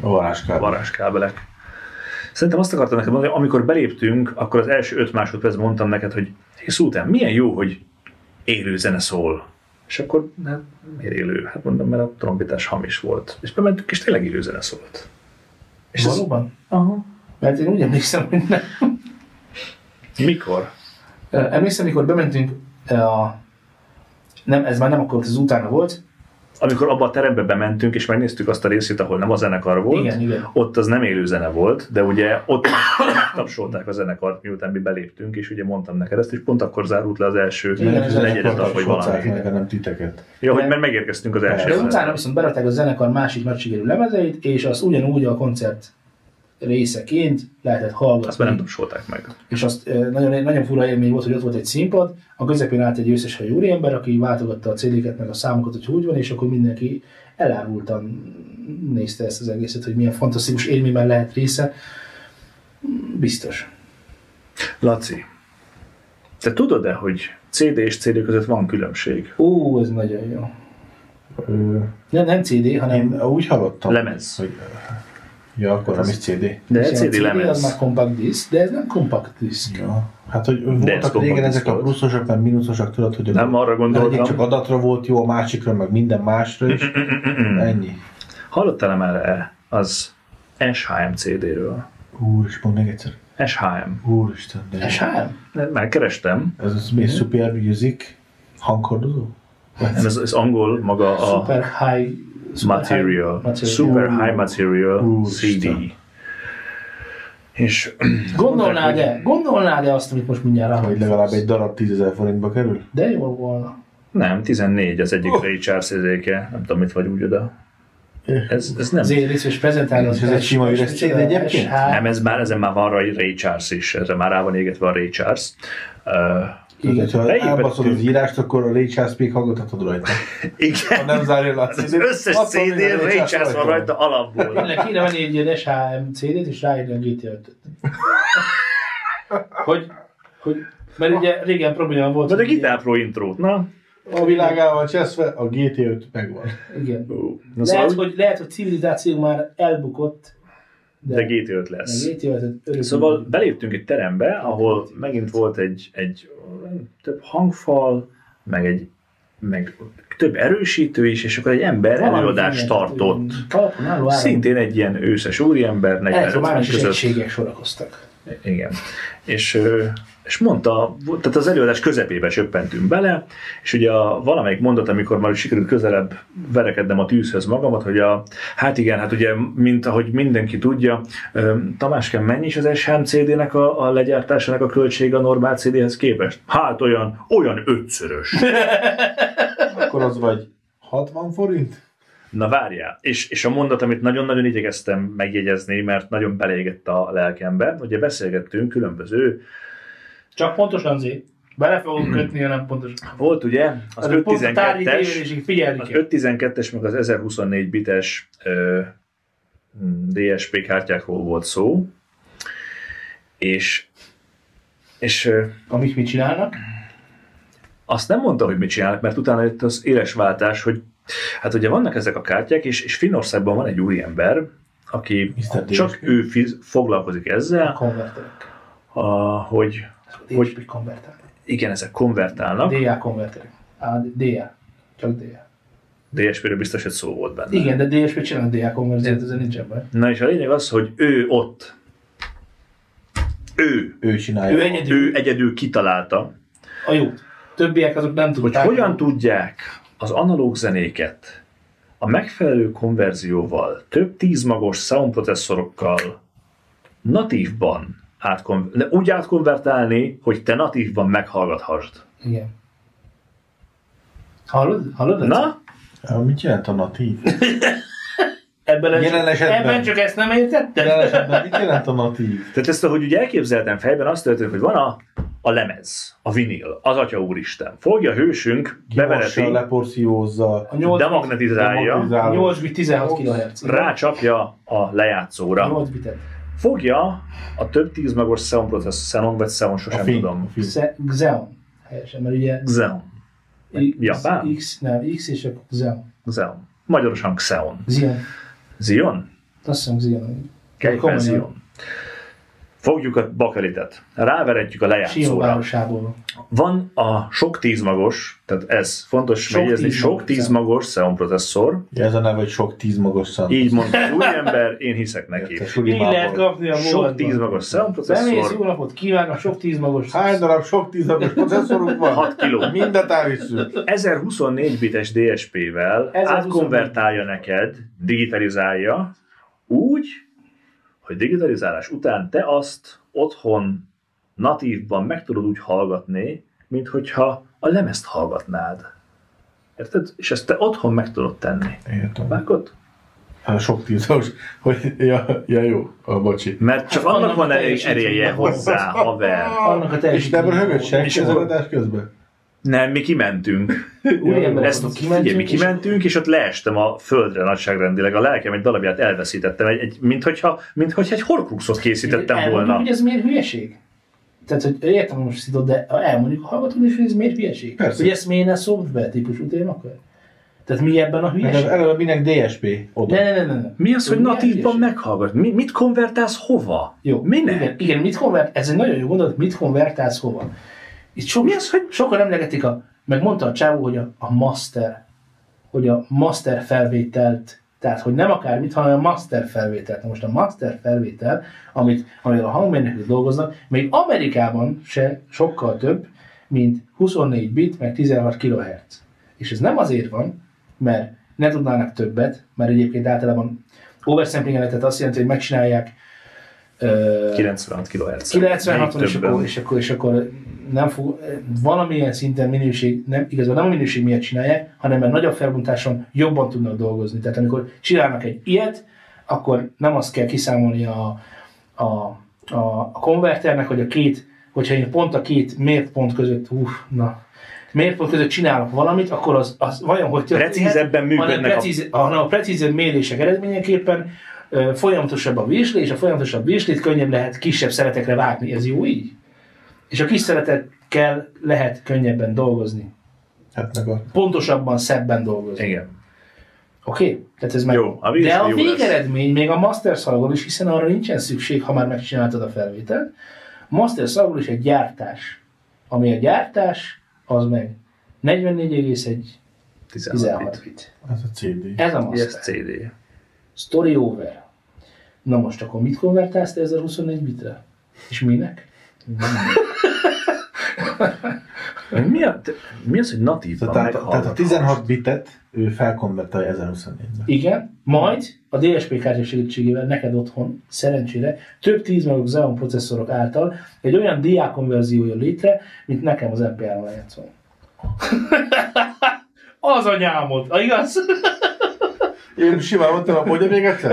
A varázskár.
varázskábelek. Szerintem azt akartam neked mondani, hogy amikor beléptünk, akkor az első öt másodpercben mondtam neked, hogy hé, Szultán, milyen jó, hogy élő zene szól. És akkor hát, miért élő? Hát mondom, mert a trombitás hamis volt. És bementünk, és tényleg élő zene szólt. És ez,
Valóban?
aha.
Mert én úgy emlékszem, hogy nem.
Mikor?
Ö, Emlékszem, amikor bementünk ö, a... Nem, ez már nem akkor, ez utána volt.
Amikor abba a terembe bementünk, és megnéztük azt a részét, ahol nem a zenekar volt,
Igen, igen.
ott az nem élő zene volt, de ugye ott tapsolták a zenekart, miután mi beléptünk, és ugye mondtam neked ezt, és pont akkor zárult le az első
Igen, ez
negyedet, vagy valami.
Meg, nem titeket.
Ja, hogy mert megérkeztünk az első
De
Persze.
zenekarra.
utána viszont berakták a zenekar másik nagy sikerű lemezeit, és azt ugyanúgy a koncert részeként lehetett hallgatni.
Azt már nem tapsolták meg.
és azt eh, nagyon, nagyon fura élmény volt, hogy ott volt egy színpad, a közepén állt egy összes hajú ember, aki váltogatta a céléket, meg a számokat, hogy úgy van, és akkor mindenki elárultan nézte ezt az egészet, hogy milyen fantasztikus élményben lehet része. Biztos.
Laci, te tudod-e, hogy CD és CD között van különbség?
Ó, ez nagyon jó.
Ö,
Nem, nem CD, hanem
Én úgy hallottam.
Lemez. Hát
Hogy, ja, akkor nem is CD.
De
és
egy
a
CD
az már
lemez.
compact disk, de ez nem compact disk.
Ja. Hát, hogy
ez
voltak
kompakt
régen ezek a
volt.
pluszosak, meg mínuszosak, tudod, hogy a-
Nem arra
az egyik
gondoltam.
csak adatra volt jó, a másikra, meg minden másra is. Ennyi.
Hallottál-e már az SHM CD-ről?
Úristen, mondd meg egyszer.
SHM.
Úristen, de
És hát,
Megkerestem.
ez az mi, Super Music hangkordozó?
Ez, ez angol maga a...
super high super
Material.
High, material.
Super High Material
Úristen.
CD. És
Gondolnád de, gondolnád de azt, amit most mindjárt rá.
Vagy legalább egy darab 10.000 forintba kerül?
De jó volna.
nem, 14 az egyik oh. Richards érzéke. Nem tudom, mit vagy úgy oda. Ez, ez nem.
Az én részvés prezentálni.
És ez egy sima üres cél egyébként?
Nem, ez már, ezen már van rá Ray Charles is, erre már rá van égetve a Ray Charles. Uh,
Tehát, ha
Beépítjük.
elbaszod az írást, akkor a Ray Charles Peak hallgathatod rajta. Ha
igen,
nem zárja le a
az
CD-t,
összes
ott van
CD
minden
n Ray Charles van rajta alapból.
Tényleg kéne venni egy ilyen SHM CD-t, és ráírni a GTA 5 Hogy, hogy, mert ugye régen probléma volt.
Vagy a
hogy ilyen-
Guitar Pro intrót, na?
A világával cseszve a GT5 megvan.
Igen.
Ú, Na,
Lehet,
szóval,
hogy, lehet, hogy civilizáció már elbukott, de,
de GT5 lesz.
a GTA 5 örök.
Szóval beléptünk egy terembe, ahol megint volt egy, egy több hangfal, meg egy meg több erősítő is, és akkor egy ember
Valami
előadást
ilyen,
tartott.
ilyen Talpon álló áram.
Szintén egy ilyen őszes úriember, 45
Elektromágneses
között.
egységek sorakoztak.
Igen. És, ö, és mondta, tehát az előadás közepébe söppentünk bele, és ugye a, valamelyik mondat, amikor már sikerült közelebb verekednem a tűzhöz magamat, hogy a, hát igen, hát ugye, mint ahogy mindenki tudja, ö, Tamáskám, mennyi is az SHM CD-nek a, a legyártásának a költsége a normál CD-hez képest? Hát olyan, olyan ötszörös.
Akkor az vagy 60 forint?
Na várjál, és, és a mondat, amit nagyon-nagyon igyekeztem megjegyezni, mert nagyon beleégett a lelkembe, ugye beszélgettünk különböző
Csak pontosan azért. Bele fogunk kötni, hanem pontos.
Volt ugye az
Ez pont a tárgyi
512-es,
tévedésig figyelni
az
kell.
512-es meg az 1024 bites ö, mm, DSP kártyákról volt szó, és, és ö,
Amit mit csinálnak?
azt nem mondta, hogy mit csinálnak, mert utána jött az éles váltás, hogy hát ugye vannak ezek a kártyák, és, és Finnországban van egy úriember, aki
Mr.
csak
DSP.
ő fiz, foglalkozik
A
ezzel,
konverterek.
a, hogy Hogy-
DSP konverterek.
igen, ezek konvertálnak,
DA konverterek. Á, DA. Csak DA.
DSP-ről biztos, hogy szó volt benne.
Igen, de DSP csinál DA konverziót, ezzel nincsen baj.
Na és a lényeg az, hogy ő ott, ő,
Ő csinálja.
Ő egyedül.
ő egyedül kitalálta,
A jó. Többiek azok nem
hogy
tudták.
hogyan tudják az analóg zenéket a megfelelő konverzióval, több tízmagos soundprocesszorokkal natívban átkonver- de úgy átkonvertálni, hogy te natívban meghallgathasd.
Igen. Hallod? Hallod? Laci?
Na,
Á, Mit jelent a natív?
Ebben, ez,
Jelen esetben.
ebben csak ezt nem értetted?
De esetben mit jelent a natív?
tehát ezt, ahogy ugye elképzeltem fejben, azt történik, hogy van a, a lemez, a vinil, az Atya Úristen. Fogja a hősünk, bevereti,
Kimassa, leporszívózza.
A 8,
demagnetizálja,
demagnetizál.
8 bit 16 kHz.
rácsapja a lejátszóra.
8 bitet.
fogja a több tízmagos Xeon processzor, Xenon vagy Xeon,
A
sosem
fény. A
tudom.
fény.
Xe- Xeon. Helyesen, mert ugye
Xeon.
X,
Japán?
X, nem, X és akkor Xeon.
Xeon. Magyarosan Xeon.
Xeon.
Zion?
Azt hiszem Xeon.
Kejfel
Komolyan.
Zion. Fogjuk a bakelitet, ráverhetjük a
Sion
lejátszóra.
városából. van.
Van a sok tízmagos, tehát ez fontos
Sok
megjegyezni,
tízmagos
sok tízmagos Xeon processzor.
Ez a neve, hogy sok tíz magas szám.
Így mondta az új ember, én hiszek neki.
Érte,
Így
sulimából.
lehet kapni a
Sok tízmagos Xeon
Bemész, jó
processzor,
napot kívánok, sok tízmagos.
Hány darab sok tíz magas processzorunk van?
6 kiló.
Mindet elviszünk.
1024 bites DSP-vel
1024.
átkonvertálja neked, digitalizálja úgy, hogy digitalizálás után te azt otthon natívban meg tudod úgy hallgatni, mint hogyha a lemezt hallgatnád. Érted? És ezt te otthon meg tudod tenni.
Értem.
Vágod?
Hát sok tízos, hogy ja, ja jó, a bocsi.
Mert csak
Hát
annak
annak
van
a
elég
teljesítménye
ereje
van.
hozzá, haver.
Annak a
És
teljesítménye.
nem röhögött senki
És
az
akkor-
adás közben?
Nem, mi kimentünk.
Úriember,
Ezt
akkor
kimentünk, mi
és-
kimentünk, és ott leestem a földre nagyságrendileg, a lelkem egy darabját elveszítettem, egy, egy, minthogyha, minthogyha egy horcruxot készítettem
Elmondjuk,
volna.
hogy ez miért hülyeség? Tehát, hogy értem, hogy most szidod, de elmondjuk a hallgatók is, hogy ez miért hülyeség.
Persze.
Hogy ezt miért ne szólt be típusú témakör? Tehát mi ebben a
Meg az
hülyeség?
előbb mindenki DSP oda.
Ne, ne, ne, ne, ne.
Mi az, hogy
Miért
natívban
hülyeség?
meghallgat? Mi, mit konvertálsz hova?
Jó.
Minek?
Igen, igen, mit konvert, ez egy nagyon jó gondolat, mit konvertálsz hova. Itt sok,
Mi az, hogy-
sokan emlegetik, a, meg mondta a csávó, hogy a, a master, hogy a master felvételt, tehát hogy nem akármit, hanem a master felvételt. Na most a master felvétel, amit, amivel a hangmérnökök dolgoznak, még Amerikában se sokkal több, mint 24 bit, meg 16 kHz. És ez nem azért van, mert ne tudnának többet, mert egyébként általában oversampling tehát azt jelenti, hogy megcsinálják ö,
96 kHz.
96 és akkor, és, akkor, és akkor nem fog, valamilyen szinten minőség, nem, igazából nem a minőség miatt csinálják, hanem mert nagyobb felbontáson jobban tudnak dolgozni. Tehát amikor csinálnak egy ilyet, akkor nem azt kell kiszámolni a, a, a, a konverternek, hogy a két, hogyha én pont a két mérpont között, uff, na, mérpont között csinálok valamit, akkor az, az vajon hogy
Precízebben működnek
hanem
a-
precíz, a... hanem a precízebb mérések eredményeképpen ö, folyamatosabb a vislés, a folyamatosabb vislét könnyebb lehet kisebb szeretekre vágni. Ez jó így? És a kis szeretekkel lehet könnyebben dolgozni.
Hát meg a...
Pontosabban, szebben dolgozni.
Igen.
Oké? Okay? Tehát ez meg...
Jó, a
De a
jó lesz.
végeredmény még a master szalagon is, hiszen arra nincsen szükség, ha már megcsináltad a felvételt. Master szalagon is egy gyártás. Ami a gyártás, az meg 44,1
16
16
bit.
bit.
Ez a CD.
Ez a
Yes,
master.
CD.
Story over. Na most akkor mit konvertálsz te 1024 bitre? És minek?
Mi, a, te- mi az, hogy natívban
Tehát, a- tehát a
meghallgat?
16 bitet ő felkonvertálja 1024-be.
Igen, majd a DSP kártya segítségével neked otthon, szerencsére, több 10 magok Xeon processzorok által egy olyan DA konverzió jön létre, mint nekem az MP3 lejátszom. ah, az anyámot, a igaz?
Én simán mondtam, mondja még egyszer?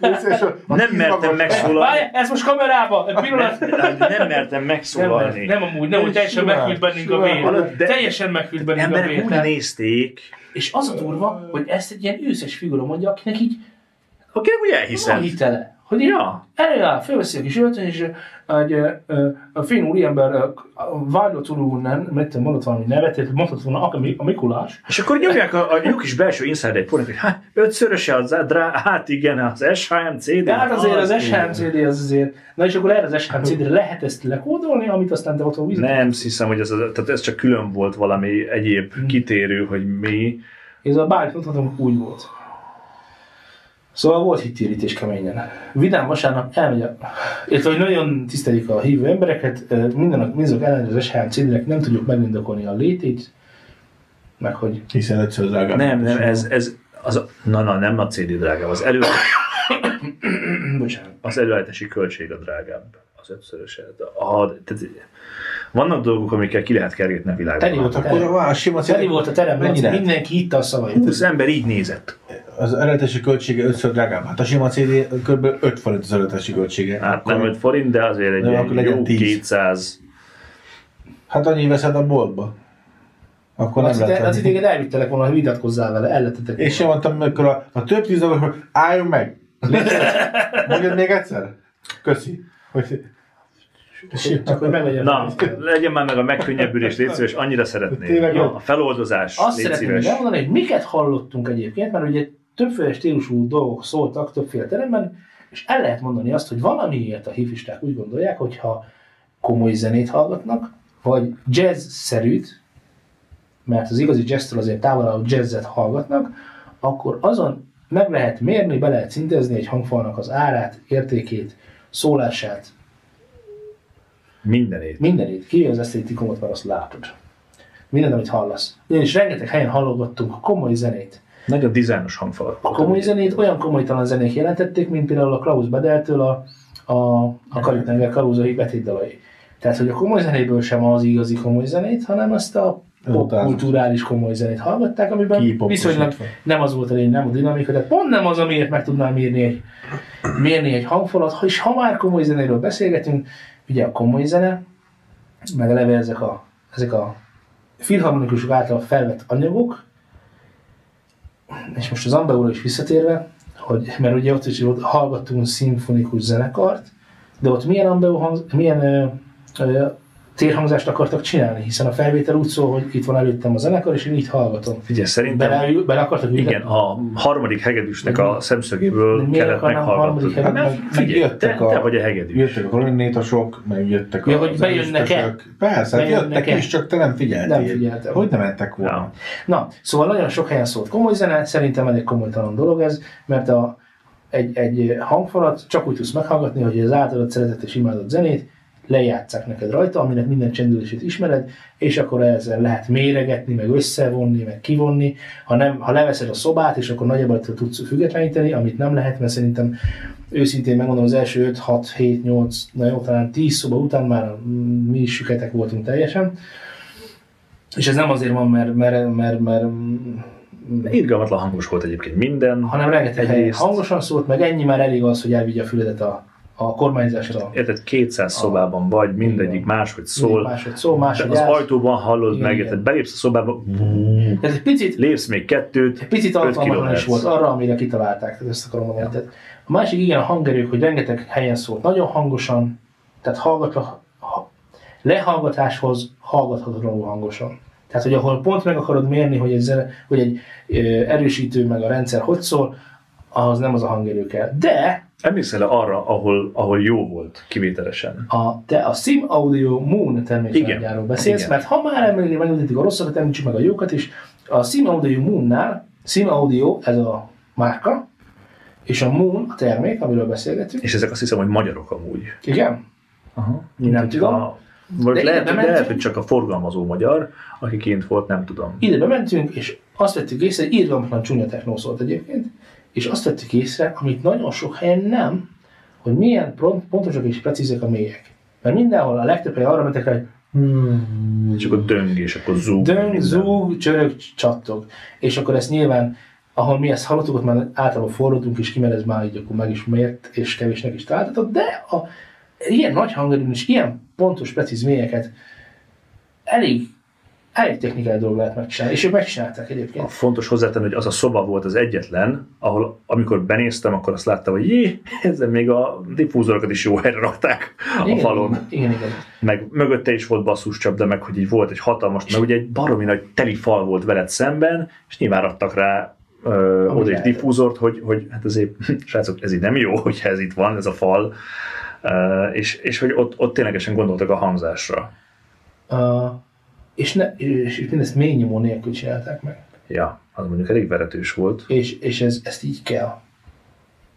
Jössz, és a- a
Nem
tíz
mertem
magas-
megszólalni.
Várj, ez most kamerába! Egy pillanat!
Nem, nem mertem
Nem,
megszólalni.
nem amúgy, nem, hogy teljesen
Simán,
meghűlt bennünk a
simán.
vér.
De-
Teljesen meghűlt bennünk a
Emberek
vér.
úgy
Tehát-
nézték,
És az a durva, hogy ezt egy ilyen őszes figura mondja, akinek így
akinek úgy
van
elhiszem.
hitele. Hogy így
Ja.
előáll, fölveszi a kis öltön, és egy ö, ö, a finn úriember vágyott urunnen, mert mondott valami nevet, tehát mondhatott volna akami- a Mikulás.
És akkor nyomják a, a jó kis belső insider pornót, hogy hát ötszöröse az drá, hát igen, az SHMC,
De hát azért az Hm. SHMCD az azért, na és akkor erre az SHMCD-re lehet ezt lekódolni, amit aztán te otthon vízre.
Nem hiszem, hogy ez, az- tehát ez csak külön volt valami egyéb kitérő, hogy mi.
Ez a bármit mondhatom, úgy volt. Szóval volt hittérítés keményen. Vidám vasárnap elmegy a... Illetve, hogy nagyon tisztelik a hívő embereket, ö, minden mindazok ellenére az SHMCD-nek nem tudjuk megindokolni a létét, meg hogy
Hiszen ötször drágább.
Nem, nem, ez, ez az, a- na, na, nem a CD drágább, az, elő,
bocsánat.
az előállítási költség a drágább, az ötszöröse. De A, tehát, vannak dolgok, amikkel ki lehet kergetni a
Teli
világban.
volt a
Hát Akkor
terem.
a sima
Teli volt a terem, Laci,
Mennyire?
mindenki hitte a szavait.
20 ember így nézett.
Az eredetesi költsége ötször drágább. Hát a sima CD kb. 5 forint az eredetesi költsége.
Hát nem 5 forint, de azért egy
De akkor
ilyen
legyen
jó
10.
200.
Hát annyi veszed a boltba. Akkor nem
Laci, te-
lehet
Laci,
venni.
téged elvittelek volna, hogy vitatkozzál vele, ellettetek
És én mondtam, amikor a, a több tíz dolog, hogy álljon meg. Légy szíves. Mondjad még egyszer? Köszi. Hogy...
volna. Csak hogy meglegyen.
Na, legyen már meg a megkönnyebbülés, légy szíves, annyira szeretném.
Tényleg jó.
A feloldozás,
Azt
légy
szeretném
szíves.
még elmondani, hogy miket hallottunk egyébként, mert ugye többféle stílusú dolgok szóltak többféle teremben, és el lehet mondani azt, hogy valamiért a hifisták úgy gondolják, hogy ha komoly zenét hallgatnak, vagy jazz-szerűt, mert az igazi jazztől azért távolabb jazzet hallgatnak, akkor azon meg lehet mérni, be lehet szintezni egy hangfalnak az árát, értékét, szólását,
Mindenét.
mindenét, ki az esztétikumot, mert azt látod. Minden, amit hallasz. Ugyanis rengeteg helyen hallgattunk a komoly zenét.
Nagyon dizájnos hangfalak.
A komoly zenét olyan komolytalan zenék jelentették, mint például a Klaus Bedeltől a, a, a Karib-tenger karúzai betétdalai. Tehát, hogy a komoly zenéből sem az igazi komoly zenét, hanem azt a
Utána.
kulturális komoly zenét hallgatták, amiben
Kipoposítva.
viszonylag nem az volt a lényeg, nem a dinamika, tehát pont nem az, amiért meg tudnám írni egy, mérni egy hangfalat, és ha már komoly zenéről beszélgetünk, ugye a komoly zene, meg eleve ezek a, ezek a filharmonikusok által felvett anyagok, és most az Ambeóra is visszatérve, hogy, mert ugye ott is ott hallgattunk szimfonikus zenekart, de ott milyen, Ambeo hangz, milyen ö, ö, térhangzást akartak csinálni, hiszen a felvétel úgy szól, hogy itt van előttem a zenekar, és én így hallgatom.
Figyelj, szerintem
Bele, bele akartak ültetni?
igen, a harmadik hegedűsnek a szemszögéből
Miért
kellett
akarnám a
meghallgatni.
harmadik hegedűt?
Hát,
Meg-
Figyelj, te,
megjöttek a-
te vagy a hegedűs.
Jöttek a kolonétosok, meg jöttek a...
Ja, hogy bejönnek-e?
ezüstösök. Persze, hát
Bejönnek-e?
jöttek is, csak te nem figyeltél.
Nem figyeltem.
Hogy nem mentek volna?
Ja.
Na, szóval nagyon sok helyen szólt komoly zene, szerintem elég komolytalan dolog ez, mert a, egy, egy hangfalat csak úgy tudsz meghallgatni, hogy az általad szeretett és imádott zenét lejátszák neked rajta, aminek minden csendülését ismered, és akkor ezzel lehet méregetni, meg összevonni, meg kivonni. Ha, nem, ha leveszed a szobát, és akkor nagyjából ettől tudsz függetleníteni, amit nem lehet, mert szerintem őszintén megmondom, az első 5, 6, 7, 8, na jó, talán 10 szoba után már mm, mi is süketek voltunk teljesen. És ez nem azért van, mert, mert, mert, mert mm,
Irgalmatlan hangos volt egyébként minden.
hanem rengeteg
Egyrészt.
helyen hangosan szólt, meg ennyi már elég az, hogy elvigye a füledet a, a kormányzásra.
Érted, 200 szobában vagy, mindegyik máshogy
Mindig
szól.
Máshogy szól,
De
máshogy
az
állsz.
ajtóban hallod
Igen,
meg,
igen.
érted, belépsz a szobába,
Ez egy picit,
lépsz még kettőt,
egy picit
5
alkalmatlan is
kHz.
volt arra, amire kitalálták, tehát ezt akarom mondani. Tehát a másik igen, a hangerők, hogy rengeteg helyen szólt, nagyon hangosan, tehát hallgatva, ha, lehallgatáshoz hallgathatóan hangosan. Tehát, hogy ahol pont meg akarod mérni, hogy egy, zene, hogy egy ö, erősítő meg a rendszer hogy szól, ahhoz nem az a hangerő kell. De
Emlékszel arra, ahol, ahol jó volt kivételesen?
a, te a Sim Audio Moon termékcsaládjáról
Igen.
beszélsz,
Igen.
mert ha már említjük, megemlítik a rosszakat, említsük meg a jókat is. A Sim Audio Moon-nál, Sim Audio ez a márka, és a Moon a termék, amiről beszélgetünk.
És ezek azt hiszem, hogy magyarok amúgy.
Igen?
Aha.
Nem tudom.
A, vagy
De
lehet,
ide
hogy,
bementünk.
lehet, hogy csak a forgalmazó magyar, aki kint volt, nem tudom.
Ide bementünk, és azt vettük észre, egy irgalmatlan csúnya technó szólt egyébként, és azt vettük észre, amit nagyon sok helyen nem, hogy milyen pron- pontosak és precízek a mélyek. Mert mindenhol a legtöbb helyen arra mentek rá, hogy
Csak a döng, és akkor zúg.
Döng,
minden.
zúg, csörög, csattog. És akkor ezt nyilván a ahol mi ezt hallottuk, ott már általában forrótunk és kimerez már így, akkor meg is mért, és kevésnek is találtatok, de a, ilyen nagy hangerőn és ilyen pontos, precíz mélyeket elég, elég technikai dolog lehet megcsinálni, és ők megcsinálták egyébként.
Fontos hozzátenni, hogy az a szoba volt az egyetlen, ahol amikor benéztem, akkor azt láttam, hogy jé, ezzel még a diffúzorokat is jó helyre rakták a falon.
Igen, igen.
Meg mögötte is volt basszuscsap, de meg hogy így volt egy hatalmas, meg ugye egy baromi nagy teli fal volt veled szemben, és nyilván adtak rá ö,
Ami
oda egy
lehet.
diffúzort, hogy, hogy hát azért, srácok, ez így nem jó, hogyha ez itt van, ez a fal, Ö, és, és hogy ott, ott ténylegesen gondoltak a hangzásra.
Uh, és, ne, és, és mindezt mély nyomó nélkül csinálták meg.
Ja, az mondjuk elég veretős volt.
És, és ez, ezt így kell.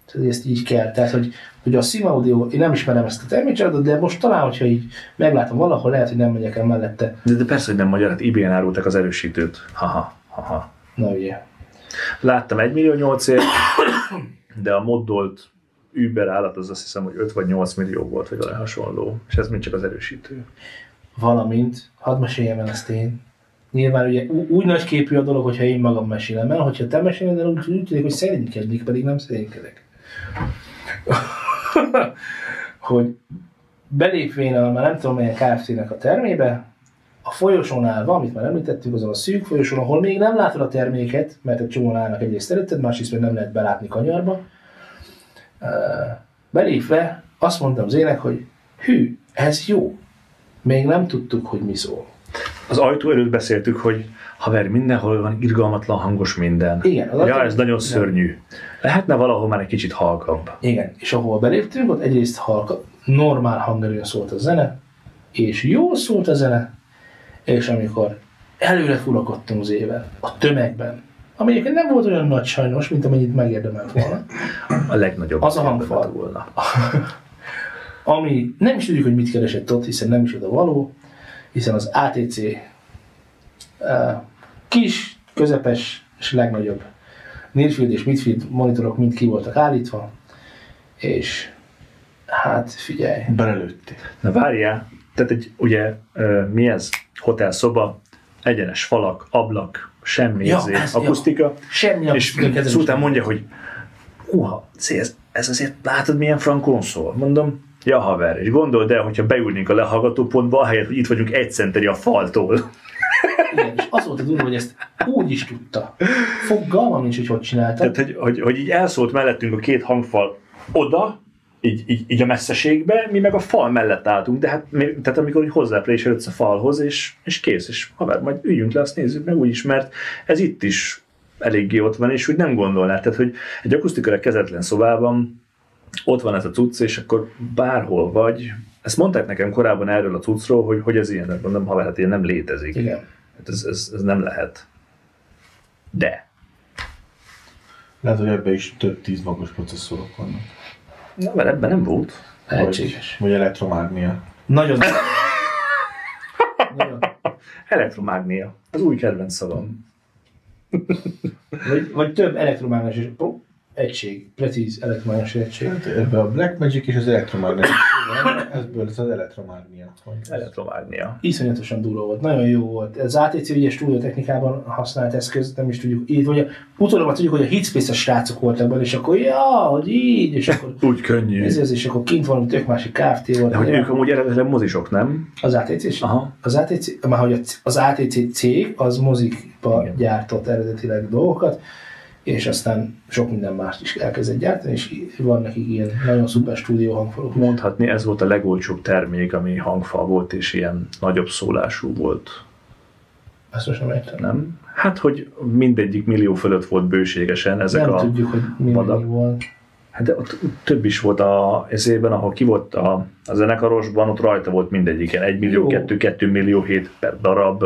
Tehát, hogy ezt így kell. Tehát, hogy, hogy a Sim Audio, én nem ismerem ezt a termékcsaládot, de most talán, hogyha így meglátom valahol, lehet, hogy nem megyek el mellette.
De, de persze, hogy nem magyar, hát IBM árulták az erősítőt. Haha, haha.
Na ugye.
Láttam 1 millió 8 ért, de a moddolt Uber állat az azt hiszem, hogy 5 vagy 8 millió volt, vagy valami hasonló. És ez mind csak az erősítő.
Valamint, hadd meséljem el ezt én. Nyilván ugye ú- úgy nagy képű a dolog, hogyha én magam mesélem el, hogyha te meséled el, úgy, úgy tűnik, hogy szerénykednék, pedig nem szerénykedek. hogy belépvén a, már nem tudom milyen Kft-nek a termébe, a folyosón állva, amit már említettünk, azon a szűk folyosón, ahol még nem látod a terméket, mert egy csomóan állnak egyrészt előtted, másrészt meg nem lehet belátni kanyarba. Ö, Belépve azt mondtam Zének, hogy hű, ez jó. Még nem tudtuk, hogy mi szól.
Az ajtó előtt beszéltük, hogy haver, mindenhol van irgalmatlan hangos minden.
Igen, az
ja,
ajtó-
ez nagyon
igen.
szörnyű. Lehetne valahol már egy kicsit halkabb.
Igen, és ahol beléptünk, ott egyrészt halka, normál hangerőn szólt a zene, és jól szólt a zene, és amikor előre furakodtunk zével, a tömegben, ami egyébként nem volt olyan nagy sajnos, mint amennyit megérdemelt volna,
A legnagyobb.
Az a
érdeme
hangfal.
volna.
ami nem is tudjuk, hogy mit keresett ott, hiszen nem is oda való, hiszen az ATC eh, kis, közepes és legnagyobb nearfield és midfield monitorok mind ki voltak állítva, és hát figyelj,
Belelőtték.
Na várjál, tehát egy, ugye ö, mi ez? Hotelszoba, egyenes falak, ablak, semmi
Ja,
ja, ezért,
ez- ja.
akusztika,
Semmi
ja.
nem
és
tudunk ezen
Szultán mondja, hogy húha, szé, ez, ez azért látod milyen frankon szól? Mondom, ja haver, és gondold el, hogyha beülnénk a lehallgató pontba, ahelyett, hogy itt vagyunk egy centeri a faltól.
Igen, és az volt a durva, hogy ezt úgy is tudta. Fogalmam nincs, hogy hogy csinálta.
Tehát, hogy, hogy, hogy így elszólt mellettünk a két hangfal oda, így, így, így a messzeségbe, mi meg a fal mellett álltunk, de hát mi, tehát amikor így hozzápréselődsz a falhoz, és, és kész, és haver, majd üljünk le, azt nézzük meg úgyis, mert ez itt is eléggé ott van, és úgy nem gondolnád, tehát hogy egy akusztikailag kezetlen szobában ott van ez a cucc, és akkor bárhol vagy, ezt mondták nekem korábban erről a cuccról, hogy, hogy ez ilyen, mondom, haver, hát ilyen nem létezik.
Igen.
Hát ez, ez, ez nem lehet. De.
Lehet, hogy ebben is több tíz magos processzorok vannak.
Na, mert ebben nem volt.
Lehetséges.
Vagy, vagy elektromágnia.
Nagyon. Nagyon.
Elektromágnia. Az új kedvenc szavam.
Vagy, vagy több elektromágnes és- ó, egység, precíz elektromágnes egység.
Hát ebben a Black Magic és az elektromágnia. Igen, Ezből ez az elektromágnia.
Elektromágnia.
Iszonyatosan durva volt, nagyon jó volt. Az ATC ugye stúdió technikában használt eszköz, nem is tudjuk így, vagy a- utólag már tudjuk, hogy a Hitspace-es srácok voltak benne, és akkor ja, hogy így, és akkor
Úgy könnyű.
ez, ez, és akkor kint valami tök másik Kft. volt.
De hogy
Ja.
ők amúgy eredetileg mozisok, nem?
Az ATC-s?
Aha.
Az ATC, már hogy a c- az ATC cég az mozikba
Igen.
gyártott eredetileg dolgokat, és aztán sok minden mást is elkezdett gyártani, és í- van nekik ilyen nagyon szuper stúdió hangfaluk.
Mondhatni, ez volt a legolcsóbb termék, ami hangfal volt és ilyen nagyobb szólású volt,
Ezt most nem értem.
nem? Hát, hogy mindegyik millió fölött volt bőségesen ezek
nem
a...
tudjuk, hogy mi
vadak.
mennyi volt.
Hát de ott több is volt a ezében, ahol ki volt a, a zenekarosban, ott rajta volt mindegyiken. 1 millió,
Jó.
2, 2 millió 7 per darab.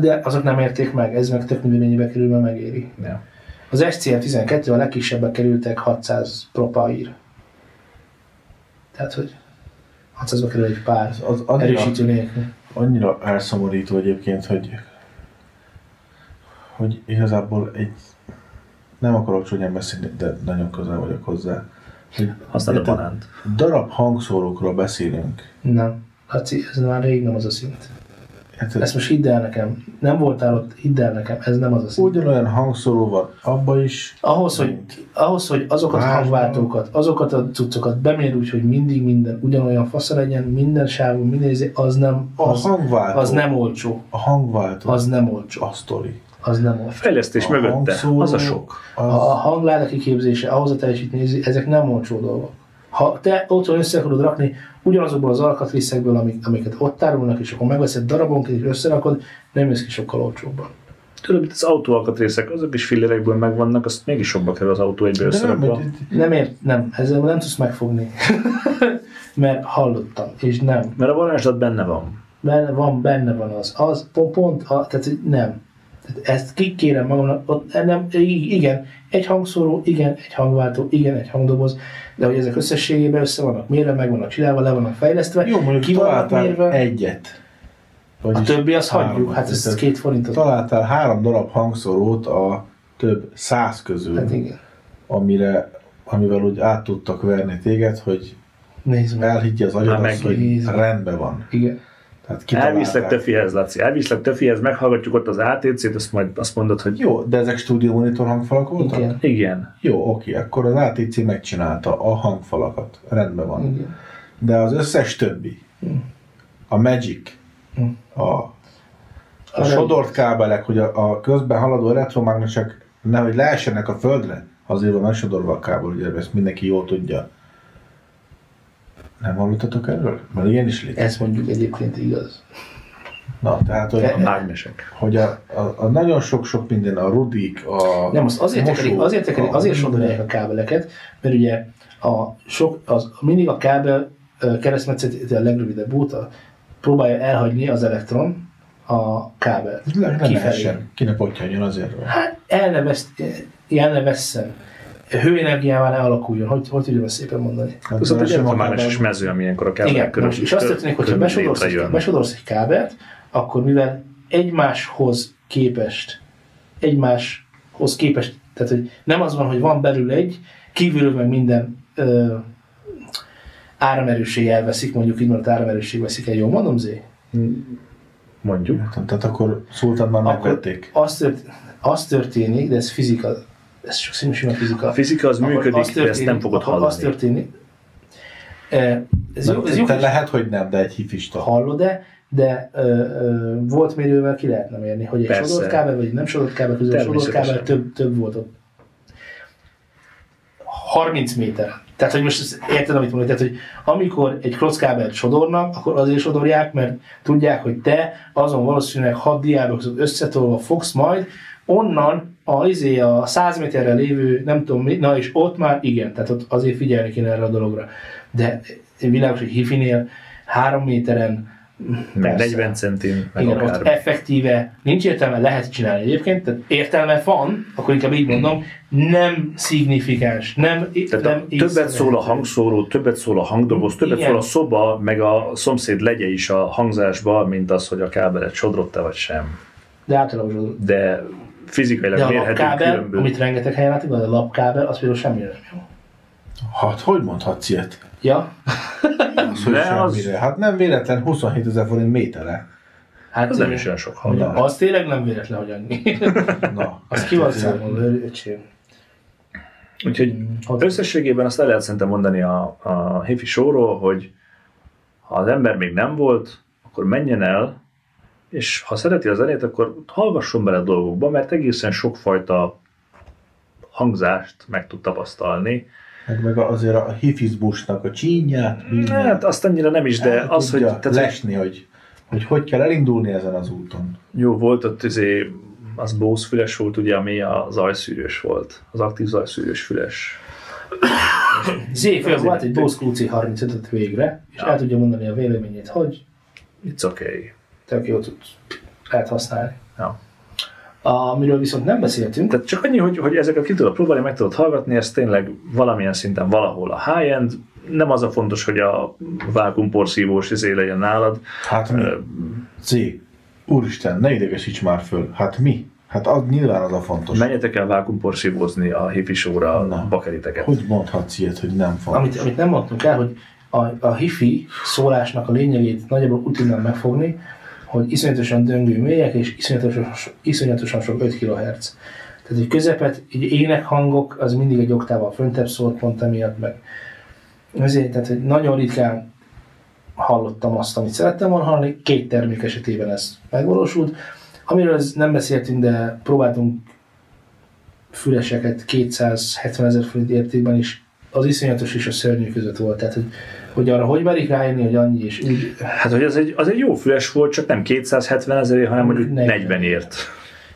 De azok nem érték meg, ez meg tök művényébe kerül, mert megéri.
Ja.
Az SCL 12 a legkisebbek kerültek 600 propaír. Tehát, hogy 600-ba kerül egy pár.
Az, az annyira,
Erősítő nélkül.
annyira elszomorító egyébként, hogy, hogy igazából egy, nem akarok csúnyán beszélni, de nagyon közel vagyok hozzá. Hogy
Aztán a
érted,
banánt.
Darab hangszórókról beszélünk.
Nem. Laci, ez már rég nem az a szint.
Hát
Ezt
ez
most hidd el nekem. Nem voltál ott, hidd el nekem. Ez nem az a szint.
ugyanolyan hangszóró van abba is,
Ahhoz, hogy, ahhoz, hogy azokat a
Más-
hangváltókat, azokat a cuccokat bemér úgy, hogy mindig minden ugyanolyan fasza legyen, minden sávon, minden izé, az nem,
a
az,
hangváltó,
az nem olcsó.
a hangváltó,
Az nem olcsó.
a sztori.
Az nem
A
olcsó.
fejlesztés
A
mögötte,
hangszóró,
az a sok.
A,
Az,
a hangláda kiképzése, ahhoz a teljesítmény, ezek nem olcsó dolgok. Ha te otthon össze akarod rakni ugyanazokból az alkatrészekből, amik, amiket ott árulnak, és akkor megveszed darabonként, és összerakod, nem jössz ki sokkal olcsóbban.
Tudod, itt az autóalkatrészek, azok is fillerekből megvannak, azt mégis sokba kerül az autó egybe
de nem,
összerakva.
hogy-
Nem ért, nem, ezzel nem tudsz megfogni. Mert hallottam, és nem.
Mert a varázslat benne van.
Benne van, benne van az. Az pont, pont a, tehát hogy nem. Tehát ezt kikérem magamnak, ott nem, i- igen, egy hangszóró, igen, egy hangváltó, igen, egy hangdoboz, de hogy ezek összességében össze vannak mérve, meg vannak csinálva, le vannak fejlesztve,
Jó, mondjuk
ki vannak
találtál
mérve,
egyet.
a
Vagyis
többi azt
hármat.
hagyjuk, hát ez
Tehát
két forintot.
Találtál három darab hangszorót a több száz közül,
Hát igen,
amire, amivel úgy át tudtak verni téged, hogy
nézd meg.
elhiggye az agyad
Már
azt, hogy
megnézem.
rendben van.
Igen.
Tehát kitalálták.
Elviszlek Tefihez, Laci, elviszlek Tefihez, meghallgatjuk ott az ATC-t, azt majd azt mondod, hogy
Jó, de ezek stúdió monitor hangfalak voltak?
Igen.
igen.
Jó, oké, akkor az ATC megcsinálta a hangfalakat, rendben van.
igen.
De az összes többi, a Magic,
Mm.
a a
A
sodort kábelek, hogy a, a közben haladó elektromágnesek nehogy leessenek a földre, azért van elsodorva a kábel, ugye ezt mindenki jól tudja. Nem hallottatok erről? Mert ilyen is létezik.
Ez mondjuk egyébként igaz.
Na, tehát,
E-
hogy,
A mágnesek.
hogy a, a, a, nagyon sok-sok minden, a rudik, a
Nem, azt azért
mosó,
tekerik, azért tekerik,
a-
azért sodorják a kábeleket, mert ugye a sok, az, mindig a kábel ö, keresztmetszet, a legrövidebb út, a- próbálja elhagyni az elektron a kábelt.
Le- Nem
kifelé.
lehessen, ki ne pottyanjon azért.
Hát elneveszt, elnevesszen, hőenergiával ne alakuljon, hogy, hogy tudom ezt szépen mondani.
Hát,
Viszont egy
sem a
elektromágneses
kábel-
is mező, ami ilyenkor a
Igen,
kábelek körül.
most, és azt történik, hogyha
körül
besodorsz egy,
létrejön.
besodorsz egy kábelt, akkor mivel egymáshoz képest, egymáshoz képest, tehát hogy nem az van, hogy van belül egy, kívülről meg minden ö, áramerősség elveszik, mondjuk így mondott áramerősség veszik el, jól mondom, Zé?
Mondjuk.
Értem, Tehát akkor szóltad már
Akkor-
megvették.
Az, tört, az történik, de ez fizika, ez csak színű sima fizika.
A fizika az működik, de ezt nem fogod
akkor Az
hallani.
történik. E, Ez jó, ez jó,
Te
hogy
lehet, hogy nem, de egy hifista.
hallod-e, de ö, ö, volt mérővel ki lehetne mérni, hogy egy
Persze.
sodort kábel, vagy egy nem sodort kábel közül a sodort kábel
Természetesen.
több, több volt ott. 30 méter. Tehát, hogy most ezt érted, amit mondok, tehát, hogy amikor egy klockábelt sodornak, akkor azért sodorják, mert tudják, hogy te azon valószínűleg 6 diába között összetolva fogsz majd, onnan a, izé, a 100 méterre lévő, nem tudom mi, na és ott már igen, tehát ott azért figyelni kéne erre a dologra. De világos, hogy hifinél 3 méteren,
Meg
persze.
40 centin, meg
igen, ott
akár.
effektíve nincs értelme, lehet csinálni egyébként, tehát értelme van, akkor inkább így mondom, nem szignifikáns, nem,
Tehát
nem
a, többet szól a hangszóró, többet szól a hangdoboz, többet
Igen.
szól a szoba, meg a szomszéd legye is a hangzásba, mint az, hogy a kábelet sodrotta vagy sem.
De általában zsodor.
De fizikailag
De a
mérhető
lapkábel,
különböző.
amit rengeteg helyen látok, az a lapkábel, az például semmire nem jó.
Hát, hogy mondhatsz ilyet?
Ja,
Az, hogy
Ne,
semmire. Hát nem véletlen 27 ezer forint métere.
hát
Az nem
ö,
is olyan sok hang.
ugye, az tényleg nem véletlen, hogy annyi.
Na,
Az ki van számolva, ö- öcsém.
Úgyhogy
Ott-
összességében azt el lehet szerintem mondani a, a hifi showról, hogy ha az ember még nem volt, akkor menjen el, és ha szereti a zenét, akkor hallgasson bele a dolgokba, mert egészen sokfajta hangzást meg tud tapasztalni.
Meg, meg azért a hifizbusnak a csínyát, mindent.
Hát azt annyira nem is, de
El
az, hogy,
tudja
tehát, hogy
lesni, hogy, hogy hogy kell elindulni ezen az úton.
jó volt ott izé, az Bose füles volt, ugye, ami a zajszűrős volt, az aktív zajszűrős füles.
Zé föl volt egy
azért-
Bose Kluci 35-öt végre, és
Ja.
el tudja mondani a véleményét, hogy
It's okay.
tök jó tud, lehet használni.
Ja.
Amiről viszont nem beszéltünk,
Tehát csak annyi, hogy, hogy ezeket ki tudod próbálni, meg tudod hallgatni, ez tényleg valamilyen szinten valahol a high-end, nem az a fontos, hogy a vákumporszívós izé legyen nálad.
Hát mi?
Ö,
C. Úristen, ne idegesíts már föl. Hát mi? Hát az nyilván az a fontos.
Menjetek el vákumporszívózni a hippie show-ra a
Na.
bakeriteket.
Hogy mondhatsz ilyet, hogy nem fontos?
amit, amit nem mondtunk el, hogy a, a hifi szólásnak a lényegét nagyjából úgy tudnám megfogni, hogy iszonyatosan döngő mélyek, és iszonyatosan, iszonyatosan sok 5 kHz. Tehát egy közepet, egy énekhangok, az mindig egy oktával föntebb szólt pont emiatt meg. Ezért, tehát hogy nagyon ritkán hallottam azt, amit szerettem volna hallani, két termék esetében ez megvalósult. Amiről ez nem beszéltünk, de próbáltunk füleseket 270 ezer forint értékben is, az iszonyatos és a szörnyű között volt. Tehát, hogy, hogy arra hogy merik rájönni, hogy annyi is úgy.
Hát, hogy az egy, az egy jó füles volt, csak nem 270 ezerért, hanem mondjuk
40.
40 ért.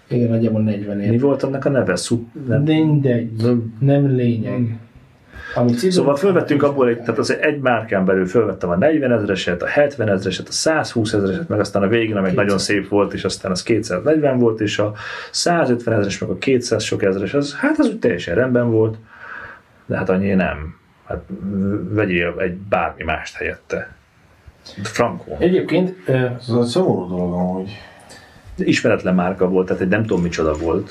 Igen, nagyjából 40
Mi
év.
volt annak a neve? Szup... Nem.
Mindegy, nem lényeg. Amit cizom,
Szóval fölvettünk abból, egy, tehát az egy márkán belül fölvettem a 40 ezreset, a 70 ezreset, a 120 ezreset, meg aztán a végén, amely nagyon szép volt, és aztán az 240 volt, és a 150 ezres, meg a 200 sok ezres, az, hát az úgy teljesen rendben volt, de hát annyi nem. Hát v- vegyél egy bármi mást helyette. Frankó.
Egyébként ö,
Ez egy szomorú dolog amúgy.
Ismeretlen márka volt, tehát egy nem tudom micsoda volt.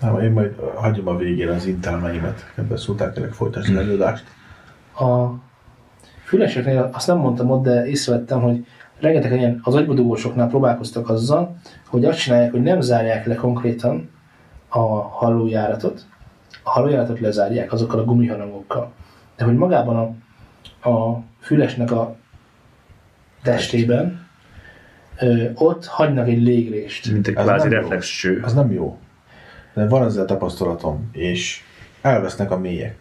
Nem, én majd hagyom a végére az intelmeimet. Ebben szólták, tényleg folytasd az előadást.
a füleseknél azt nem mondtam ott, de észrevettem, hogy rengeteg ilyen az agybodugósoknál próbálkoztak azzal, hogy azt csinálják, hogy nem zárják le konkrétan a hallójáratot, a hallójáratot lezárják azokkal a gumiharangokkal. De hogy magában a, a fülesnek a testében ö, ott hagynak egy légrést.
mint egy
Ez
kvázi
nem jó.
reflexcső.
Az nem jó. De van ezzel tapasztalatom, és elvesznek a mélyek.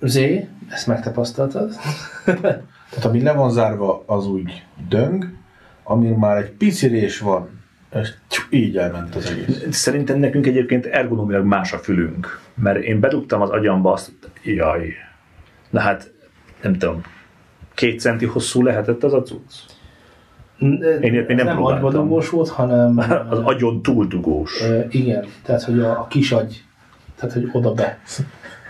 Zé, ezt megtapasztaltad?
Tehát ami le van zárva, az úgy döng, amin már egy pici rés van, és tyú, így elment az egész.
Szerintem nekünk egyébként ergonomilag más a fülünk, mert én bedugtam az agyamba azt, jaj, na hát nem tudom, két centi hosszú lehetett az a cucc.
Én
ilyet még nem
nem
próbáltam.
agybodugós volt, hanem
Az agyon túldugós.
Ö, igen, tehát hogy a, a kis agy, tehát hogy oda be.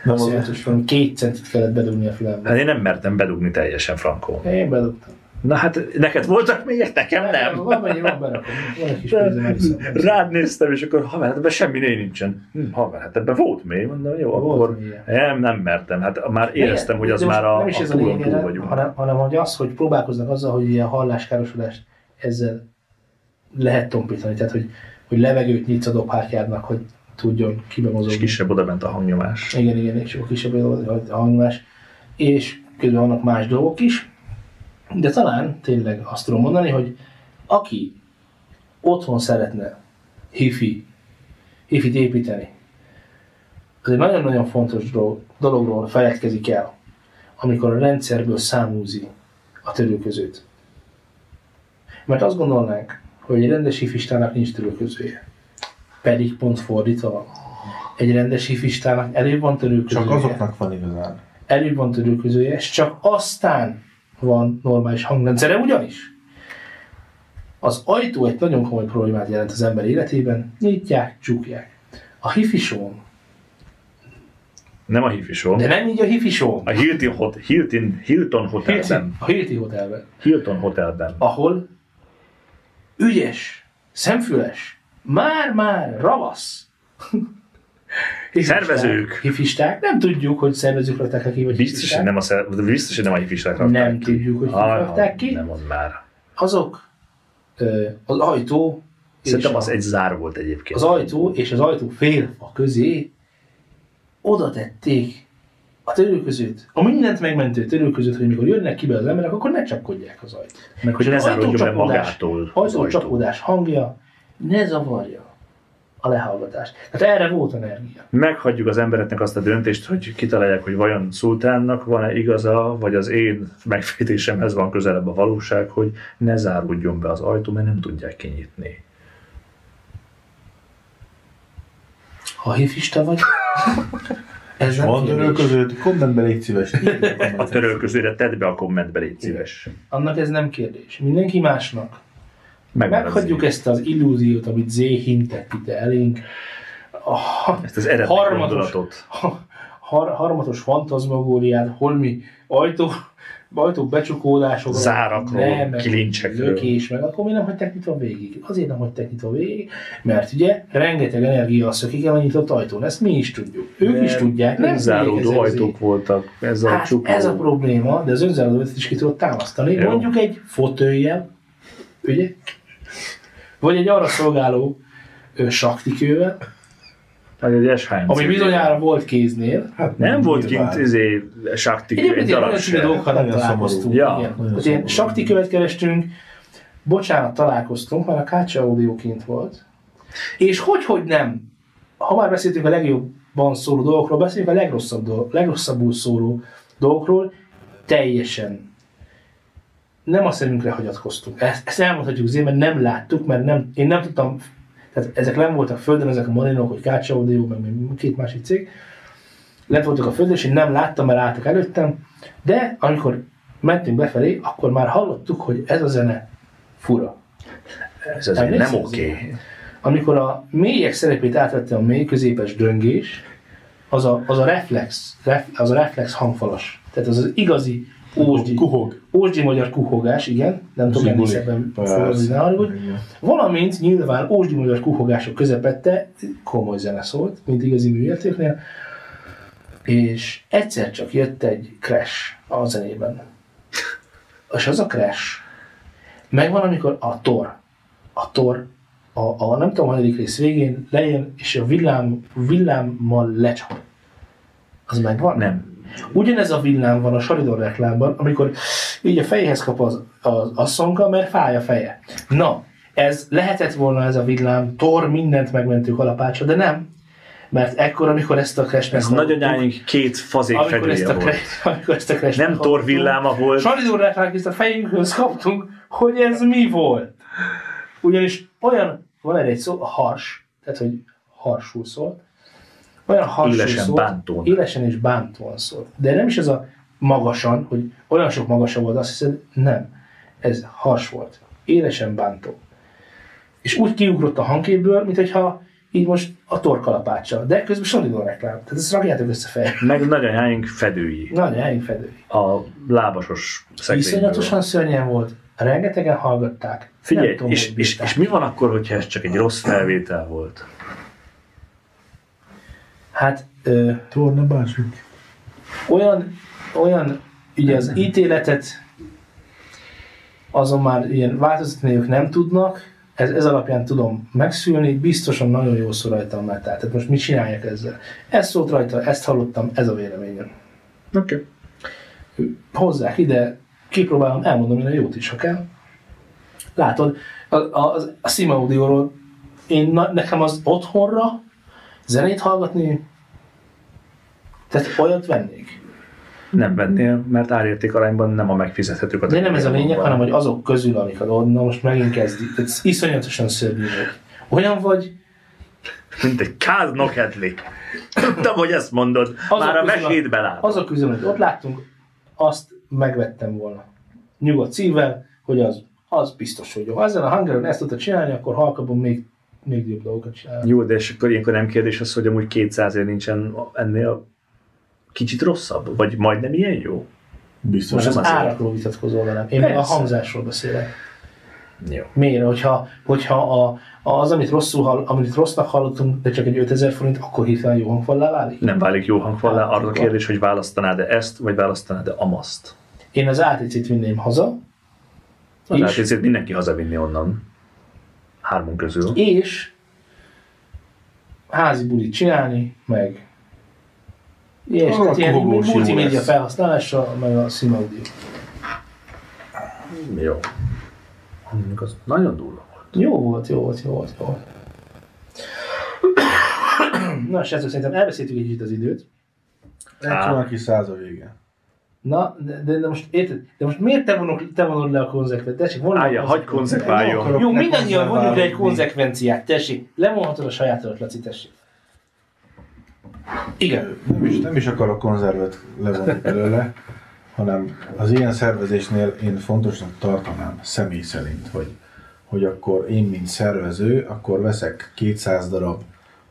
Nem az,
Szerintes valami két centit kellett bedugni a fülembe.
Hát én nem mertem bedugni teljesen frankon.
Én bedugtam.
Na hát neked voltak még, nekem nem.
Van mennyi, van berakom. Van egy kis pénzem, elhiszem.
Rád néztem, és akkor haver, hát ebben semmi nincsen. Hm, Haver, hát ebben volt még, mondom, jó,
Volt
akkor
még ilyen.
nem, nem mertem. Hát már éreztem, hogy az
De most
már a,
nem
a
is ez a
túlon túl
lényeg, hát,
vagyunk.
hanem, hanem hogy az, hogy próbálkoznak azzal, hogy ilyen halláskárosodást ezzel lehet tompítani. Tehát, hogy, hogy levegőt nyitsz a dobhártyádnak, hogy tudjon kibe
És
mozogni.
kisebb oda ment a hangnyomás.
Igen, igen, és a kisebb a hangolás, és közben vannak más dolgok is, de talán tényleg azt tudom mondani, hogy aki otthon szeretne hifi, hifit építeni, az egy nagyon-nagyon fontos dolog, dologról feledkezik el, amikor a rendszerből számúzi a törőközőt. Mert azt gondolnánk, hogy egy rendes hifistának nincs törőközője. Pedig pont fordítva van. Egy rendes hifistának előbb van törőközője
csak azoknak van igazán.
előbb van törőközője, és csak aztán van normális hangrendszere, ugyanis az ajtó egy nagyon komoly problémát jelent az ember életében, nyitják, csukják. A hifisón,
Nem a hifisó.
de nem így a hifisón,
A Hilton, Hot- Hilton, Hilton
Hilti-
Hotelben.
a Hilti Hotelben,
Hilton Hotelben.
ahol ügyes, szemfüles, már-már ravasz, hifisták-
Szervezők.
Hifisták, nem tudjuk, hogy szervezők lettek ki, vagy
Biztos, hogy
hifisták.
nem a, szer- biztos, hogy nem a hifisták rakták
Nem
ki.
tudjuk, hogy kik
Ah,
rakták ki.
Nem mond már.
Azok, ö, az ajtó, és
Szerintem
a-
az egy zár volt egyébként.
az ajtó és az ajtó félfa közé oda tették a törőközőt, a mindent megmentő törőközőt, hogy mikor jönnek ki be az emberek, akkor ne csapkodják az ajtót.
Meg hogy
És
ne
az
záródjon be
ajtócsapódás-
magától az ajtó.
Ajtócsapódás hangja ne zavarja a lehallgatást. Tehát erre volt energia.
Meghagyjuk az embereknek azt a döntést, hogy kitalálják, hogy vajon Szultánnak van-e igaza, vagy az én megfejtésemhez van közelebb a valóság, hogy ne záródjon be az ajtó, mert nem tudják kinyitni.
Ha hifista vagy, ez nem
Van
kérdés.
törölköződ, kommentbe légy szíves. írd a
A
kommentet.
török közére tedd be a kommentbe, légy szíves.
Annak ez nem kérdés. Mindenki másnak.
Megmarazzék.
Meghagyjuk ezt az illúziót, amit Zé hintett ide elénk. Ah,
ezt az eredeti
harmatos-
gondolatot.
har, harmatos fantazmagóriát, holmi ajtó, ajtók becsukódások,
Zárakról, kilincsekről.
Lökés, meg akkor mi nem hagyták nyitva végig? Azért nem hagyták nyitva végig, mert ugye rengeteg energia szökik el a nyitott ajtón, ezt mi is tudjuk. Ők
De
is tudják,
Nem záródó
védekeznek
ajtók
zé-
voltak, ez a
Hát
csukó.
ez a probléma, de az önzáródót is ki tudod támasztani,
Jó.
mondjuk egy fotőjel, Ugye? Vagy egy arra szolgáló ö, saktikővel,
Vagy egy SHMC.
ami bizonyára volt kéznél.
Hát
Nem volt kint
nyilván.
izé, saktik,
Egyébként
egy
ilyen
darab
nagyon csúnya
sem.
dolgokkal nem
Nagyon
találkoztunk.
szomorú.
Ja,
Igen.
nagyon
Hogy ilyen
szomorú.
saktikővet kerestünk, bocsánat, találkoztunk, mert a Kácsa Audio kint volt. És hogy, hogy nem, ha már beszéltünk a legjobban szóló dolgokról, beszéljünk a legrosszabb dolg, legrosszabbul szóló dolgokról, teljesen nem a szemünkre hagyatkoztunk. Ezt, ezt elmondhatjuk azért, mert nem láttuk, mert nem, én nem tudtam, tehát ezek nem voltak földön, ezek a marinok, hogy Kácsa Audio, meg még két másik cég, lent voltak a földön, és én nem láttam, mert álltak előttem, de amikor mentünk befelé, akkor már hallottuk, hogy ez a zene fura.
Ez azért nem
Emlékszel?
oké.
Amikor a mélyek szerepét átvette a mély középes döngés, az a, az a reflex, ref, az a reflex hangfalas. Tehát az az igazi ósdi,
Kuhog.
ósdi magyar kuhogás, igen, nem tudom, ennél
Zsiguli.
szebben
Persze.
fordulni, ne haragudj.
Igen.
Valamint nyilván ósdi magyar kuhogások közepette komoly zene szólt, mint igazi műértéknél, és egyszer csak jött egy crash a zenében. És az a crash, megvan, amikor a tor, a tor, a, a nem tudom, hanyadik rész végén lejön, és a villám, villámmal lecsap. Az megvan?
Nem.
Ugyanez a villám van a Saridor reklámban, amikor így a fejéhez kap az, az asszonka, mert fáj a feje. Na, ez lehetett volna ez a villám, tor mindent megmentő kalapácsa, de nem. Mert ekkor, amikor ezt a crash
Ez nagyanyáink két fazék
amikor ezt,
fedője
a
volt.
crash, amikor ezt a crash
Nem Thor villáma volt.
Saridor reklámként a fejünkhöz kaptunk, hogy ez mi volt. Ugyanis olyan, van erre egy szó, a hars, tehát hogy harsul szólt, olyan harsul
Élesen
szólt,
bántóan.
élesen és bántóan szólt. De nem is ez a magasan, hogy olyan sok magasa volt, azt hiszed, nem. Ez hars volt. Élesen bántó. És úgy kiugrott a hangképből, mint hogyha így most a torkalapácsa. De közben Sonidon reklám. Tehát ezt rakjátok össze fel.
Meg nagyanyáink fedői.
Nagyon elfedő.
A lábasos szekrényből.
Iszonyatosan szörnyen volt. Rengetegen hallgatták.
Figyelj,
Nem tudom,
és,
hogy
és,
bírták.
és, mi van akkor, hogyha ez csak egy rossz felvétel volt?
Hát ö,
Torna bácsuk.
olyan, olyan, ugye az ítéletet azon már ilyen változtatni ők nem tudnak, ez, ez alapján tudom megszülni, biztosan nagyon jól szó rajtam már. Tehát most mit csináljak ezzel? Ez szólt rajta, ezt hallottam, ez a véleményem.
Oké. Okay.
hozzák ide, kipróbálom, elmondom én a jót is, ha kell. Látod, a, a, a- a Sima Audio-ról én, na, nekem az otthonra zenét hallgatni, tehát olyat vennék.
Nem vennél, mert árérték arányban nem a megfizethető
De nem ez a lényeg,
kategóriában
hanem
van.
hogy azok közül, amik a na most megint kezdi. Tehát iszonyatosan szörnyű vagy. Olyan vagy,
Mint egy káz nokedli. Tudtam, hogy ezt mondod.
Azok
Már a
közül a-
mesétbe lát.
azok közül, amit ott láttunk, azt megvettem volna. Nyugodt szívvel, hogy az, az biztos, hogy jó. Ha Ezzel a hangeron ezt tudta csinálni, akkor halkabban még, még jobb dolgokat csinál.
Jó, de és akkor ilyenkor nem kérdés az, hogy amúgy 200 ér nincsen ennél kicsit rosszabb, vagy majdnem ilyen jó?
Biztos.
Most
Most
az
azért.
árakról vitatkozol velem. Én meg a
Persze.
hangzásról beszélek.
Jó.
Miért? Hogyha, hogyha a, az, amit, rosszul hall, amit rossznak hallottunk, de csak egy 5000 forint, akkor hirtelen jó hangfallá válik?
Nem válik jó hangfallá.
Hát,
Arra a
akkor.
kérdés, hogy választanád-e ezt, vagy választanád-e amaszt.
Én az ATC-t vinném haza,
Az
és,
hát ezért mindenki hazavinni onnan. Hármunk közül.
és házi bulit csinálni, meg és
Arra
tehát ilyen
kohogós jó
multimédia
lesz.
felhasználással, meg a Sima Audio.
Jó. Hangunk az nagyon durva volt.
Jó volt, jó volt, jó volt, jó volt. Na, srácok, szerintem elbeszéltük egy kicsit az időt.
Egy van ki száz a vége.
Na, de, de, de most érted? De most miért te vonod, te vonod le a konzekvenciát? Tessék, vonod
Állja, hagyj konzekváljon.
Jó,
Ne
mindannyian vonjuk le egy
konzerválódni.
konzekvenciát, tessék. Levonhatod a sajátodat, Laci, tessék. Igen.
Nem is, nem is akarok konzervet levonni belőle, hanem az ilyen szervezésnél én fontosnak tartanám személy szerint, hogy, hogy akkor én, mint szervező, akkor veszek 200 darab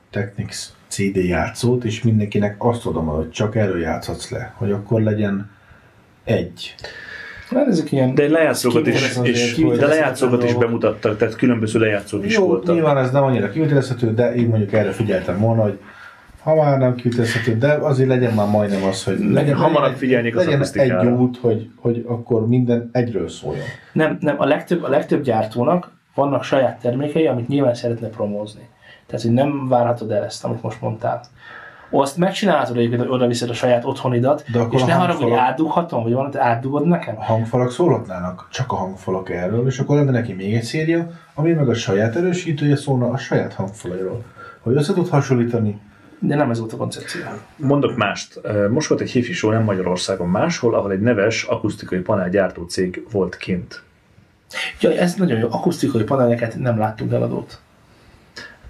Technics CD játszót, és mindenkinek azt adom, hogy csak erről játszhatsz le, hogy akkor legyen egy.
Hát ezek ilyen...
De lejátszókat is,
Kivitelezhető
és,
azért volt.
de lejátszókat is
Kivitelezhető
bemutattak, tehát különböző lejátszók is
Jó,
voltak.
nyilván ez nem annyira kivitelezhető, de én mondjuk erre figyeltem volna, hogy ha már nem kiteszhető, de azért legyen már majdnem az, hogy legyen,
hamarabb
legyen-
figyeljék a
legyen egy
statisztikára.
út, hogy, hogy akkor minden egyről szóljon.
Nem, nem, a legtöbb, a legtöbb gyártónak vannak saját termékei, amit nyilván szeretne promózni. Tehát, hogy nem várhatod el ezt, amit most mondtál. Ó, azt megcsinálhatod egyébként, hogy oda viszed a saját otthonidat,
De akkor
és
a
ne haragudj, hogy
hangfalak-
átdughatom, vagy valamit átdugod nekem?
A hangfalak szólhatnának, csak a hangfalak erről, és akkor lenne neki még egy széria, ami meg a saját erősítője szólna a saját hangfalairól. Hogy össze tud hasonlítani,
De nem ez volt a koncepció.
Mondok mást. Most volt egy hifi show, nem Magyarországon, máshol, ahol egy neves akusztikai panelgyártó cég volt kint.
Jaj, ez nagyon jó. Akusztikai paneleket nem láttunk eladót.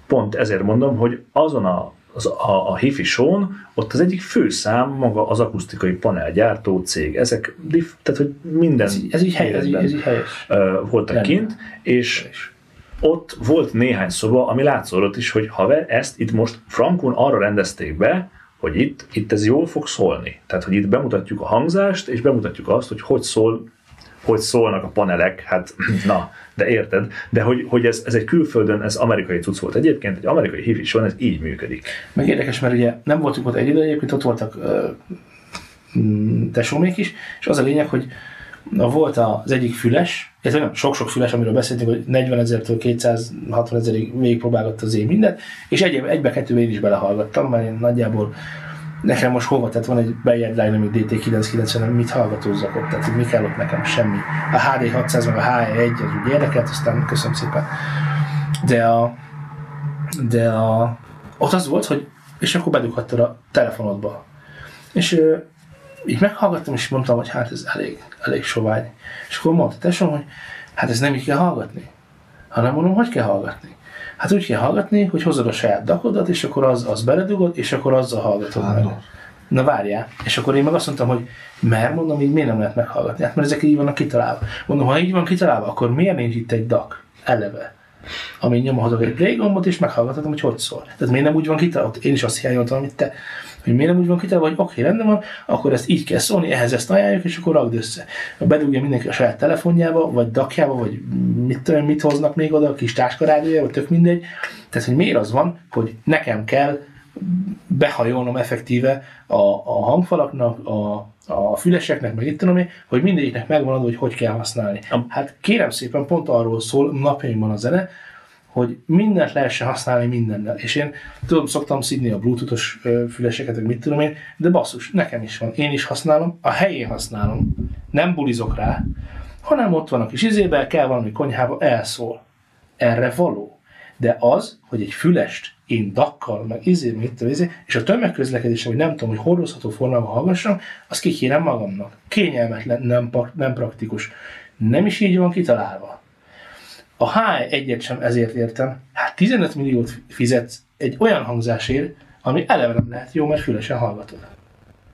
Pont ezért mondom, hogy azon a, az, a, a hifi show ott az egyik főszám maga az akusztikai panelgyártó cég. Ezek, diff, tehát hogy minden
Ez így, ez így, hely, ez így,
életben,
ez így helyes.
ö, voltak
Lenne.
kint, és ott volt néhány szoba, ami látszódott is, hogy haver, ezt itt most Frankon arra rendezték be, hogy itt, itt ez jól fog szólni. Tehát, hogy itt bemutatjuk a hangzást, és bemutatjuk azt, hogy hogy szól, hogy szólnak a panelek, hát na, de érted. De hogy, hogy ez, ez egy külföldön, ez amerikai cucc volt egyébként, egy amerikai hív is van, ez így működik.
Meg érdekes, mert ugye nem voltunk ott egy idő, egyébként ott voltak ö, mm, tesómék is, és az a lényeg, hogy na, volt az egyik füles, ez nem sok-sok füles, amiről beszéltünk, hogy 40 ezertől 260 ezerig végigpróbálgatta az én mindent, és egy, egybe kettőbe én is belehallgattam, mert én nagyjából nekem most hova, tehát van egy Beyer Dynamic DT990, nem mit hallgatózzak ott, tehát mi kell ott nekem, semmi. A HD600 meg a HE1 az úgy érdekelt, aztán köszönöm szépen. De a, de a, ott az volt, hogy és akkor bedughattad a telefonodba. És ö, így meghallgattam, és mondtam, hogy hát ez elég, elég sovány. És akkor mondta tesóm, hogy hát ez nem így kell hallgatni, hanem mondom, hogy kell hallgatni. Hát úgy kell hallgatni, hogy hozod a saját dakodat, és akkor az, az beledugod, és akkor azzal hallgatod
Hát,
meg.
no.
Na várjál. És akkor én meg azt mondtam, hogy mert mondom, így miért nem lehet meghallgatni? Hát mert ezek így vannak kitalálva. Mondom, ha így van kitalálva, akkor miért nincs itt egy DAC eleve? amin nyomhatok egy play gombot, és meghallgathatom, hogy hogy szól. Tehát miért nem úgy van kitalálva, én is azt hiányoltam, amit te, hogy miért nem úgy van kitalálva, hogy oké, rendben van, akkor ezt így kell szólni, ehhez ezt ajánljuk, és akkor rakd össze. Bedugja mindenki a saját telefonjába, vagy dakjába, vagy mit, tudom, én, mit hoznak még oda, a kis táskarádójába, tök mindegy. Tehát, hogy miért az van, hogy nekem kell behajolnom effektíve a, a hangfalaknak, a, a füleseknek, meg itt tudom én, hogy mindegyiknek megvan adva, hogy hogy kell használni.
Am-
Hát kérem szépen, pont arról szól napjaimban a zene, hogy mindent lehessen használni mindennel. És én tudom, szoktam szidni a bluetoothos ö, füleseket, vagy mit tudom én, de basszus, nekem is van. Én is használom, a helyén használom. Nem bulizok rá, hanem ott van a kis izébe, kell valami konyhába, elszól. Erre való. De az, hogy egy fülest én dakkal, meg izé, meg itt, izé, és a tömegközlekedés, hogy nem tudom, hogy hordozható formában hallgassam, azt kikérem magamnak. Kényelmetlen, nem, pak- nem praktikus. Nem is így van kitalálva. A H1-et sem ezért értem. Hát 15 milliót fizetsz egy olyan hangzásért, ami eleve nem lehet jó, mert fülesen hallgatod.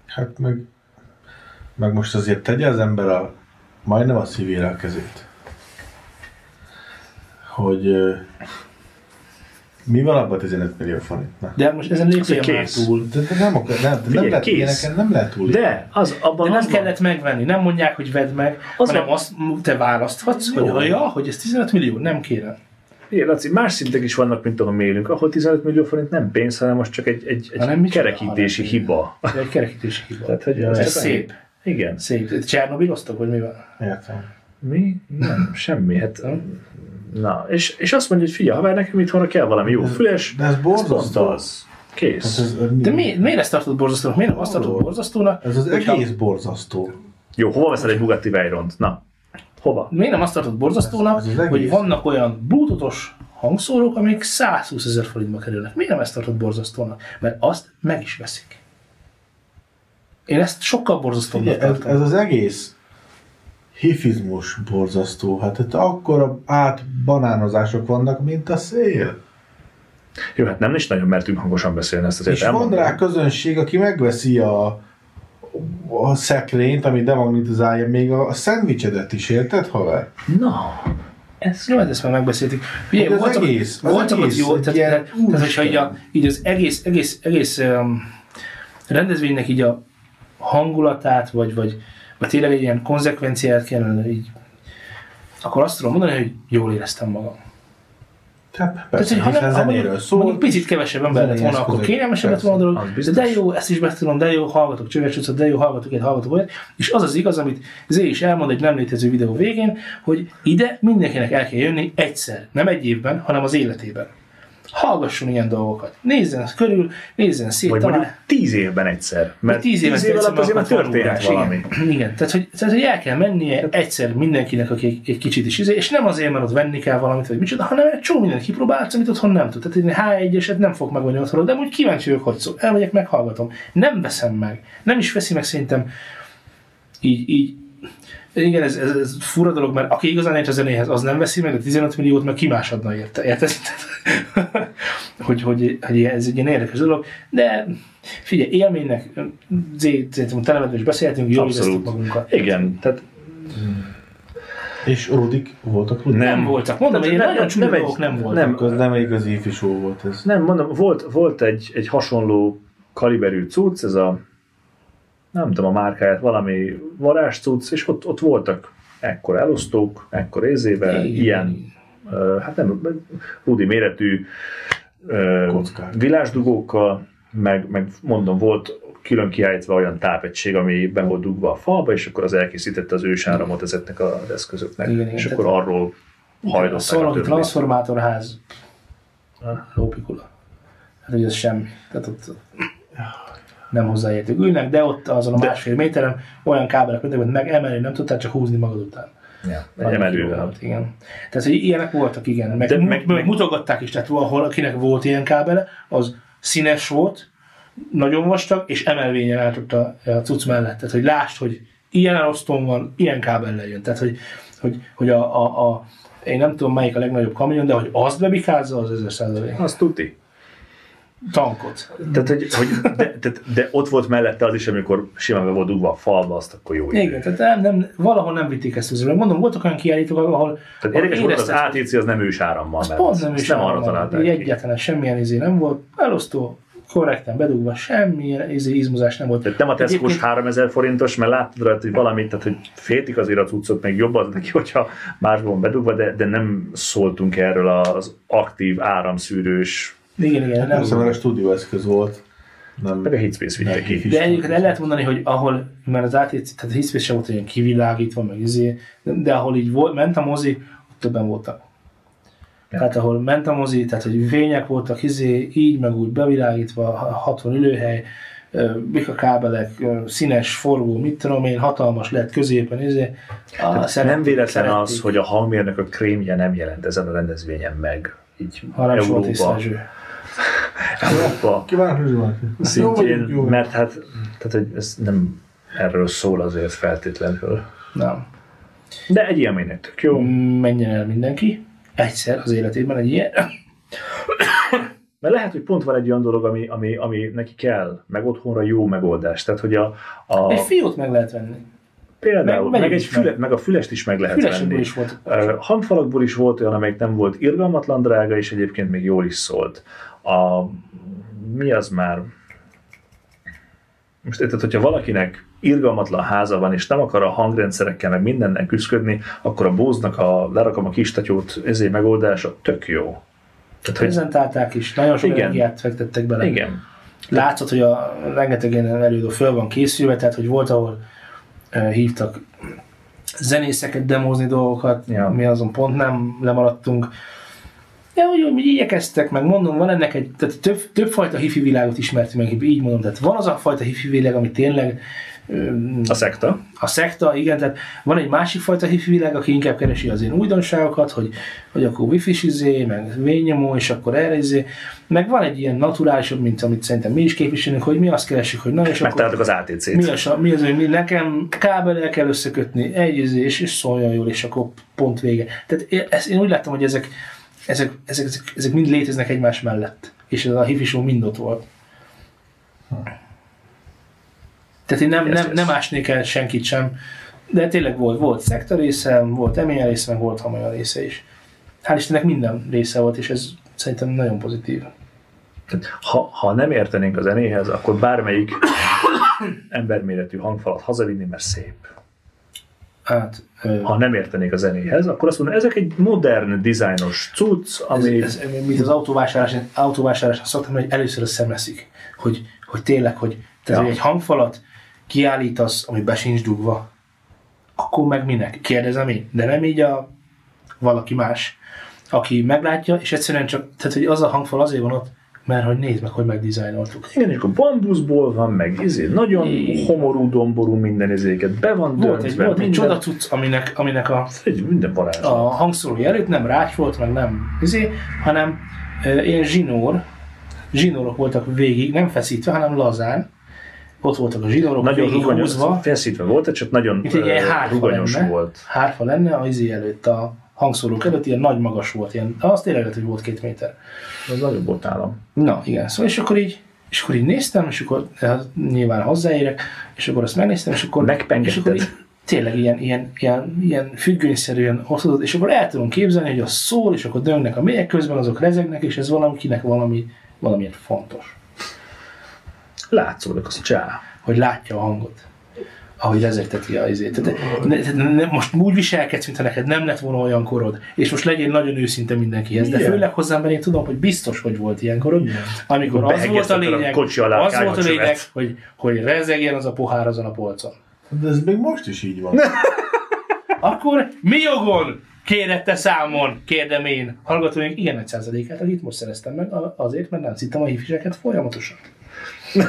Hát meg, meg most azért tegye az ember a, majdnem a szívére a kezét. Hogy ö, mi van abban a 15 millió forintnál?
De most ezen lépjél
egy
már
kész.
túl.
De, de nem, akar, nem, de nem
Figyelj,
lehet,
kész.
ilyeneken nem lehet túl.
De az abban
De nem
az van.
kellett megvenni, nem mondják, hogy vedd meg, az
Az
hanem
van.
azt te választhatsz, hogy
Jó.
ha ja, hogy ez 15 millió, nem kérem.
Igen, Laci, más szintek is vannak, mint ahol mi élünk, ahol 15 millió forint nem pénz, hanem az csak egy, egy,
Hanem
egy
micsoda,
kerekítési
hanem-
hiba.
De egy kerekítési hiba.
Tehát, hogy
Ja,
Ez
csak
szép.
annyi. Igen.
Szép. Csernobiloztok, vagy mi van?
Értem.
Mi? Nem, semmi. Hát, na, és, és azt mondja, hogy figyelj, haver, nekem itthonra kell valami jó füles.
De ez
pont
borzasztó. Hát
az. Kész.
ez, ez,
De mi, miért ezt tartod borzasztónak? Miért nem azt tartod borzasztónak?
Ez az
hogyha-
egész borzasztó.
Jó, hova veszel egy Bugatti Veyront? Na, hova?
miért nem azt tartod borzasztónak,
Ez- ez az egész.
hogy vannak olyan bluetoothos hangszórók, amik 120 ezer forintba kerülnek. Miért nem ezt tartod borzasztónak? Mert azt meg is veszik. Én ezt sokkal borzasztóbbnak
Ugye, ez,
tartom.
ez az egész hifizmus borzasztó. Hát itt akkora átbanánozások vannak, mint a szél.
Jó, hát nem is nagyon mertünk hangosan beszélni ezt azért.
És van
elmondom.
rá közönség, aki megveszi a, a szekrényt, ami demagnetizálja még a, a szendvicsedet is, érted, haver?
Na, ez
Jó, hát ezt már megbeszéltük. Ugye,
Hogy az
voltak,
egész, az
voltak ott
egész
jó,
egy
tehát,
ilyen
tehát, tehát hogyha így, a, így az egész, egész, egész um, rendezvénynek így a hangulatát, vagy, vagy, vagy tényleg egy ilyen konzekvenciát kellene így, akkor azt tudom mondani, hogy jól éreztem magam.
Tehát
Tehát,
persze,
hogy ha
hiszen
nem, ha
zenéről
mondjuk, mondjuk
szól.
picit kevesebb ember lett
zenei
volna, akkor
eszközök,
kényelmesebb lett
persze,
volna a
az
dolog. De,
biztos.
de jó, ezt is beszélem, de jó, hallgatok csöves utcát, de jó, hallgatok egy, hallgatok olyat. És az az igaz, amit Zé is elmond egy nem létező videó végén, hogy ide mindenkinek el kell jönni egyszer, nem egy évben, hanem az életében. Hallgasson ilyen dolgokat. Nézzen ezt körül, nézzen szét,
Vagy
talál-
mondjuk tíz évben egyszer. Mert
mert 10
tíz,
év,
év alatt azért már történt valami.
Igen. igen. Tehát, hogy, tehát, hogy el kell mennie egyszer mindenkinek, aki egy, egy kicsit is izé, és nem azért, mert ott venni kell valamit, vagy micsoda, hanem egy csomó mindent kipróbálsz, amit otthon nem tud. Tehát én H1-eset nem fog megvenni otthonról, de úgy kíváncsi vagyok, hogy szól. Elmegyek, meghallgatom. Nem veszem meg. Nem is veszi meg szerintem így, így igen, ez, ez, ez fura dolog, mert aki igazán ért a zenéhez, az nem veszi meg, de 15 milliót meg ki más adna érte. Érted? Tehát, hogy, hogy, hogy ez egy ilyen érdekes dolog, de figyelj, élménynek, szerintem telemetben is beszélhetünk, jól éreztük
Abszolút.
magunkat.
Igen, tehát
És Rudik voltak Rudik?
Nem voltak. Mondom, hogy
Tehát nem-
nagyon csúnya
nem egy-
dolgok nem voltak.
nem.
Nem, az nem igazi ifisó volt ez.
Nem, mondom, volt, volt egy, egy hasonló kaliberű cucc, ez a nem tudom a márkáját, valami varázs cucc, és ott, ott voltak ekkor elosztók, ekkor ézével,
Igen.
ilyen, ö, hát nem, Rudi méretű ö,
Kockák.
világdugókkal, meg, meg mondom, volt külön kiállítva olyan tápegység, ami be volt dugva a falba, és akkor az elkészítette az ősáramot ezeknek az eszközöknek,
Igen, igen,
és
tehát-
akkor arról
A
hajlották a
szalonki
többit.
transformátorház lópikula. Hát ugye ez semmi. Tehát ott nem hozzáértők ülnek, de ott azon a
De-
másfél méteren olyan kábelek mentek, hogy meg emelni nem tudtál, csak húzni magad után.
Ja, egy
Valami
emelővel.
volt, Igen. Tehát, hogy ilyenek voltak, igen. Meg,
De
de,
meg-
meg,
meg-
meg, mutogatták is, tehát ahol akinek volt ilyen kábele, az színes volt, nagyon vastag, és emelvényen állt ott a, a cucc mellett. Tehát, hogy lásd, hogy ilyen elosztón van, ilyen kábellel jön. Tehát, hogy, hogy, hogy a, a, a, én nem tudom melyik a legnagyobb kamion, de hogy azt bebikázza az 1000 százalék.
Azt tuti.
Tankot.
Tehát, hogy, hogy de, de, de, ott volt mellette az is, amikor simán be volt dugva a falba, azt akkor jó idő.
Igen, tehát nem, nem, valahol nem vitték ezt hozzá. Mondom, voltak olyan kiállítók, ahol
Tehát
ahol
érdekes volt, az
érezted,
ATC az nem ősárammal
Az
ment.
pont nem
Azt
is
nem arra
van,
találták
így
ki.
Egyáltalán semmilyen izé nem volt. Elosztó, korrekten bedugva, semmilyen izé, izmozás nem volt.
Tehát nem a Tesco-s
Egyébként-
3000 forintos, mert láttad rajta, hogy valamit, tehát hogy féltik azért a cuccot, még jobb az neki, hogyha másból bedugva, de, de nem szóltunk erről az aktív áramszűrős,
Igen, igen, nem
Persze,
volt.
mert a stúdióeszköz volt. Nem.
meg a Hitspace vitte
Meg
ki.
hifi.
De egyébként el lehet mondani, hogy ahol, mert az ATC, tehát a Hispés sem volt olyan kivilágítva, meg izé, de, de ahol így volt, ment a mozi, ott többen voltak. Tehát ahol ment a mozi, tehát hogy fények voltak, izé, így meg úgy bevilágítva, ha- 60 ülőhely, ö, bikakábelek, ö, színes, forgó, mit tudom én, hatalmas lett középen, izé. A, szeret-
nem véletlen az,
szerették.
hogy a hangmérnökök krémje nem jelent ezen a rendezvényen meg. Így
ha nem is volt
Európa,
észlezső.
Európa
Kíváncsi vagyok. Jó
szintjén,
vagyunk, jó
mert hát tehát, hogy ez nem erről szól azért feltétlenül.
Nem.
De egy élménynek tök jó.
Mm. Menjen el mindenki. Egyszer az életében egy ilyen.
Mert lehet, hogy pont van egy olyan dolog, ami, ami, ami neki kell, meg otthonra jó megoldás. Tehát, hogy a, a
Egy fiót meg lehet venni.
például, meg,
meg-
meg, egy
is meg.
füle, meg a fülest is meg lehet
Fülesekből
venni.
is volt.
Ö, Hangfalakból is volt olyan, amelyik nem volt irgalmatlan drága, és egyébként még jól is szólt. A, mi az már? Most érted, hogyha valakinek irgalmatlan háza van, és nem akar a hangrendszerekkel, meg mindennel küzdködni, akkor a bóznak a lerakom a kis tatyót, ezért megoldása tök jó. Tehát, hogy
Prezentálták is, nagyon sok
Igen.
energiát fektettek bele.
igen,
Látszott, hogy a rengeteg ilyen előadó föl van készülve, tehát hogy volt, ahol ö, hívtak zenészeket demózni dolgokat,
Ja.
ja. mi azon pont nem lemaradtunk. De úgy, úgy igyekeztek, meg mondom, van ennek egy, tehát több, több fajta hifi világot ismertünk meg, így mondom, tehát van az a fajta hifi világ, ami tényleg ö,
a szekta.
a szekta, igen, tehát van egy másik fajta hifi világ, aki inkább keresi az én újdonságokat, hogy, hogy akkor wifi izé, meg vényomó, és akkor erre izé. Meg van egy ilyen naturálisabb, mint amit szerintem mi is képviselünk, hogy mi azt keresik, hogy na és akkor
Megtaláltuk az ATC-t.
mi az, a- mi az, hogy mi nekem kábelel kell összekötni, egy izé, és, és szóljon jól, és akkor pont vége. Tehát én, ezt, én úgy láttam, hogy ezek, ezek, ezek, ezek, ezek mind léteznek egymás mellett. És ez a hifi show mind ott volt. Tehát én nem,
Yes,
nem,
yes.
nem ásnék el senkit sem. De tényleg volt, volt szektor része, volt emény része, meg volt hamaja része is. Hál' Istennek minden része volt, és ez szerintem nagyon pozitív.
Tehát ha, ha nem értenénk a zenéhez, akkor bármelyik emberméretű hangfalat hazavinni, mert szép.
át. Hát, ö,
ha nem értenék a zenéhez, akkor azt mondom, ezek egy modern dizájnos cucc,
Ez,
ami...
ez, mint az autóvásárlás, autóvásárlásra szoktam, hogy először a szemeszik, hogy, hogy tényleg, hogy te
Ja.
ja. egy hangfalat kiállítasz, ami be sincs dugva, akkor meg minek? Kérdezem én, de nem így a valaki más, aki meglátja, és egyszerűen csak, tehát hogy az a hangfal azért van ott, mert hogy nézd meg, hogy megdizájnoltuk.
Igen, és akkor bambuszból van, meg izé, nagyon
Igen.
homorú, domború minden izéket, be van
Volt egy,
döntve,
volt egy
minden,
csodacuc, aminek, aminek a,
egy, minden varázs.
a hangszóró erőt nem rács volt, meg nem izé, hanem ö, ilyen zsinór, zsinórok voltak végig, nem feszítve, hanem lazán. Ott voltak a zsinórok
Nagyon
végig
ruganyos,
húzva.
feszítve volt, csak nagyon
Itt egy ilyen
ö,
hárfa
ruganyos
lenne,
volt.
hárfa lenne a izé előtt, a hangszórók előtt, ilyen nagy magas volt, ilyen, az tényleg lehet, hogy volt két méter.
Az nagyobb volt nálam.
Na, igen, szóval és akkor így, és akkor így néztem, és akkor hát nyilván hozzáérek, és akkor azt megnéztem, és akkor...
Megpengetted.
És akkor így, tényleg ilyen, ilyen, ilyen, ilyen függönyszerűen ott tudod, és akkor el tudom képzelni, hogy az szól, és akkor döngnek a mélyek közben, azok rezegnek, és ez valamikinek valami, valamiért fontos,
Látszódik az csá.
hogy látja a hangot ahogy rezegteti a izét. Tehát, ne, tehát ne, most úgy viselkedsz, mintha neked nem lett volna olyan korod, és most legyél nagyon őszinte mindenkihez, de
Igen.
főleg hozzám, mert én tudom, hogy biztos, hogy volt ilyen korod,
Igen.
amikor az volt a
Behegezteted a
lényeg,
kocsi alá
az volt a
kányhacsövet.
lényeg, hogy, hogy rezegjen az a pohár azon a polcon.
De ez még most is így van.
Akkor mi jogon kérette számon, kérdem én. Hallgatóink igen egy százalékát, akit most szereztem meg a- azért, mert nem szittem a hívfiseket folyamatosan.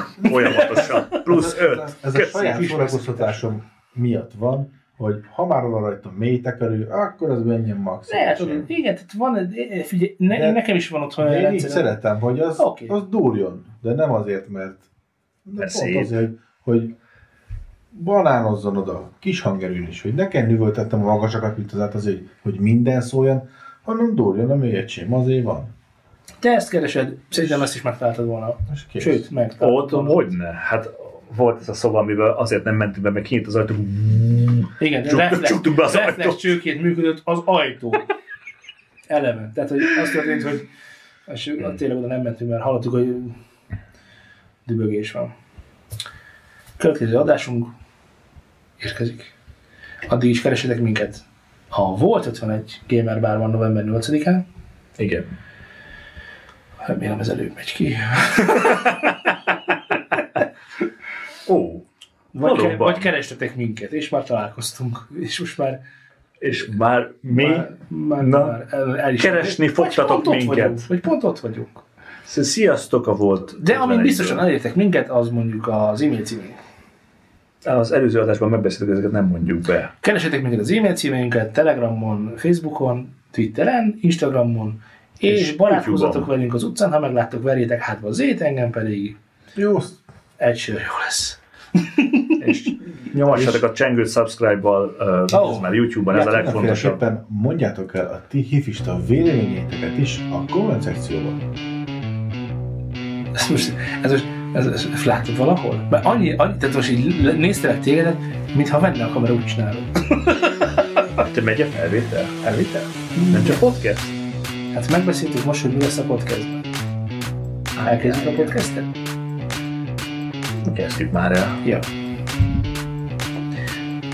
Folyamatosan. Plusz
ez,
öt.
ez, ez a
Köszi.
saját szórakoztatásom miatt van, hogy ha már van rajta mély tekerő, akkor az menjen max.
Lehet, hogy- igen, tehát van, egy- figyelj, ne,
De-
nekem is van otthon
De
olyan
én így
rendszer.
szeretem, hogy az,
Oké.
okay. az durjon, de nem azért, mert de
Mert
pont
szép.
azért, hogy banánozzon oda, kis hangerőn is, hogy ne kenüvöltettem a magasakat, mint az át azért, hogy minden szóljon, hanem durjon a mélyegység, azért van.
Te ezt keresed, szerintem ezt is megtaláltad volna.
És kész.
Sőt,
Ott,
megtaláltad. volna.
hogyne? Hát volt ez a szoba, amiben azért nem mentünk be, mert kinyit az ajtó.
Igen, de
Csuk-
reflex,
csuktuk be az
reflex
ajtót.
csőként működött az ajtó. Eleme. Tehát, hogy azt történt, hogy és
Hmm.
tényleg oda nem mentünk, mert hallottuk, hogy dübögés van. Következő adásunk érkezik. Addig is keresetek minket. Ha volt 51 Gamer Barban november 8-án,
Igen.
remélem ez előbb megy ki.
Ó,
Vagy, ke-
Valóban.
vagy kerestetek minket, és már találkoztunk, és most már
és már mi
Már, már,
Na.
már el, el is
Keresni
vagy
fogtatok
pont ott
minket.
Vagyunk, vagy pont ott vagyunk.
Sziasztok a volt.
De amin
51-ből.
biztosan elértek minket, az mondjuk az e-mail címünk.
Az előző adásban megbeszéltük, ezeket nem mondjuk be.
Keresetek minket az e-mail címünket, Telegramon, Facebookon, Twitteren, Instagramon, és,
És
és barátkozzatok
YouTube-on.
velünk az utcán, ha megláttok, verjétek hátba az ét, engem pedig
Jó,
egy sör jó lesz.
És nyomassatok a csengőt subscribe-bal, ö,
Ó.
ez már YouTube-ban, ez a legfontosabb.
mindenféleképpen mondjátok el a ti hifista véleményeiteket is a komment szekcióban.
Ez most, ez most ez, ez, ezt látod valahol? Mert annyi, annyi, tehát most így le- néztelek tégedet, mintha venne a kamera, úgy csinálod.
Hát, Te megy a felvétel? Felvétel? Nem csak podcast?
Hát megbeszéltük most, hogy mi lesz a podcastben. Elkezdjük a podcastet?
Kezdjük már el.
Ja.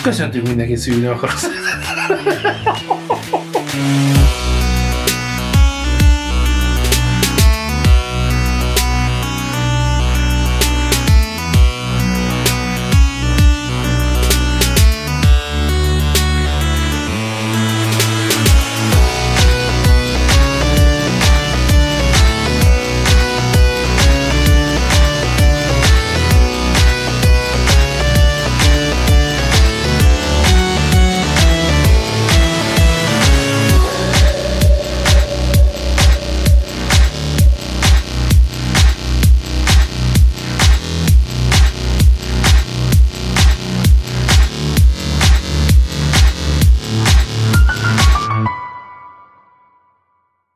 Köszöntünk mindenkit szűrni akarsz.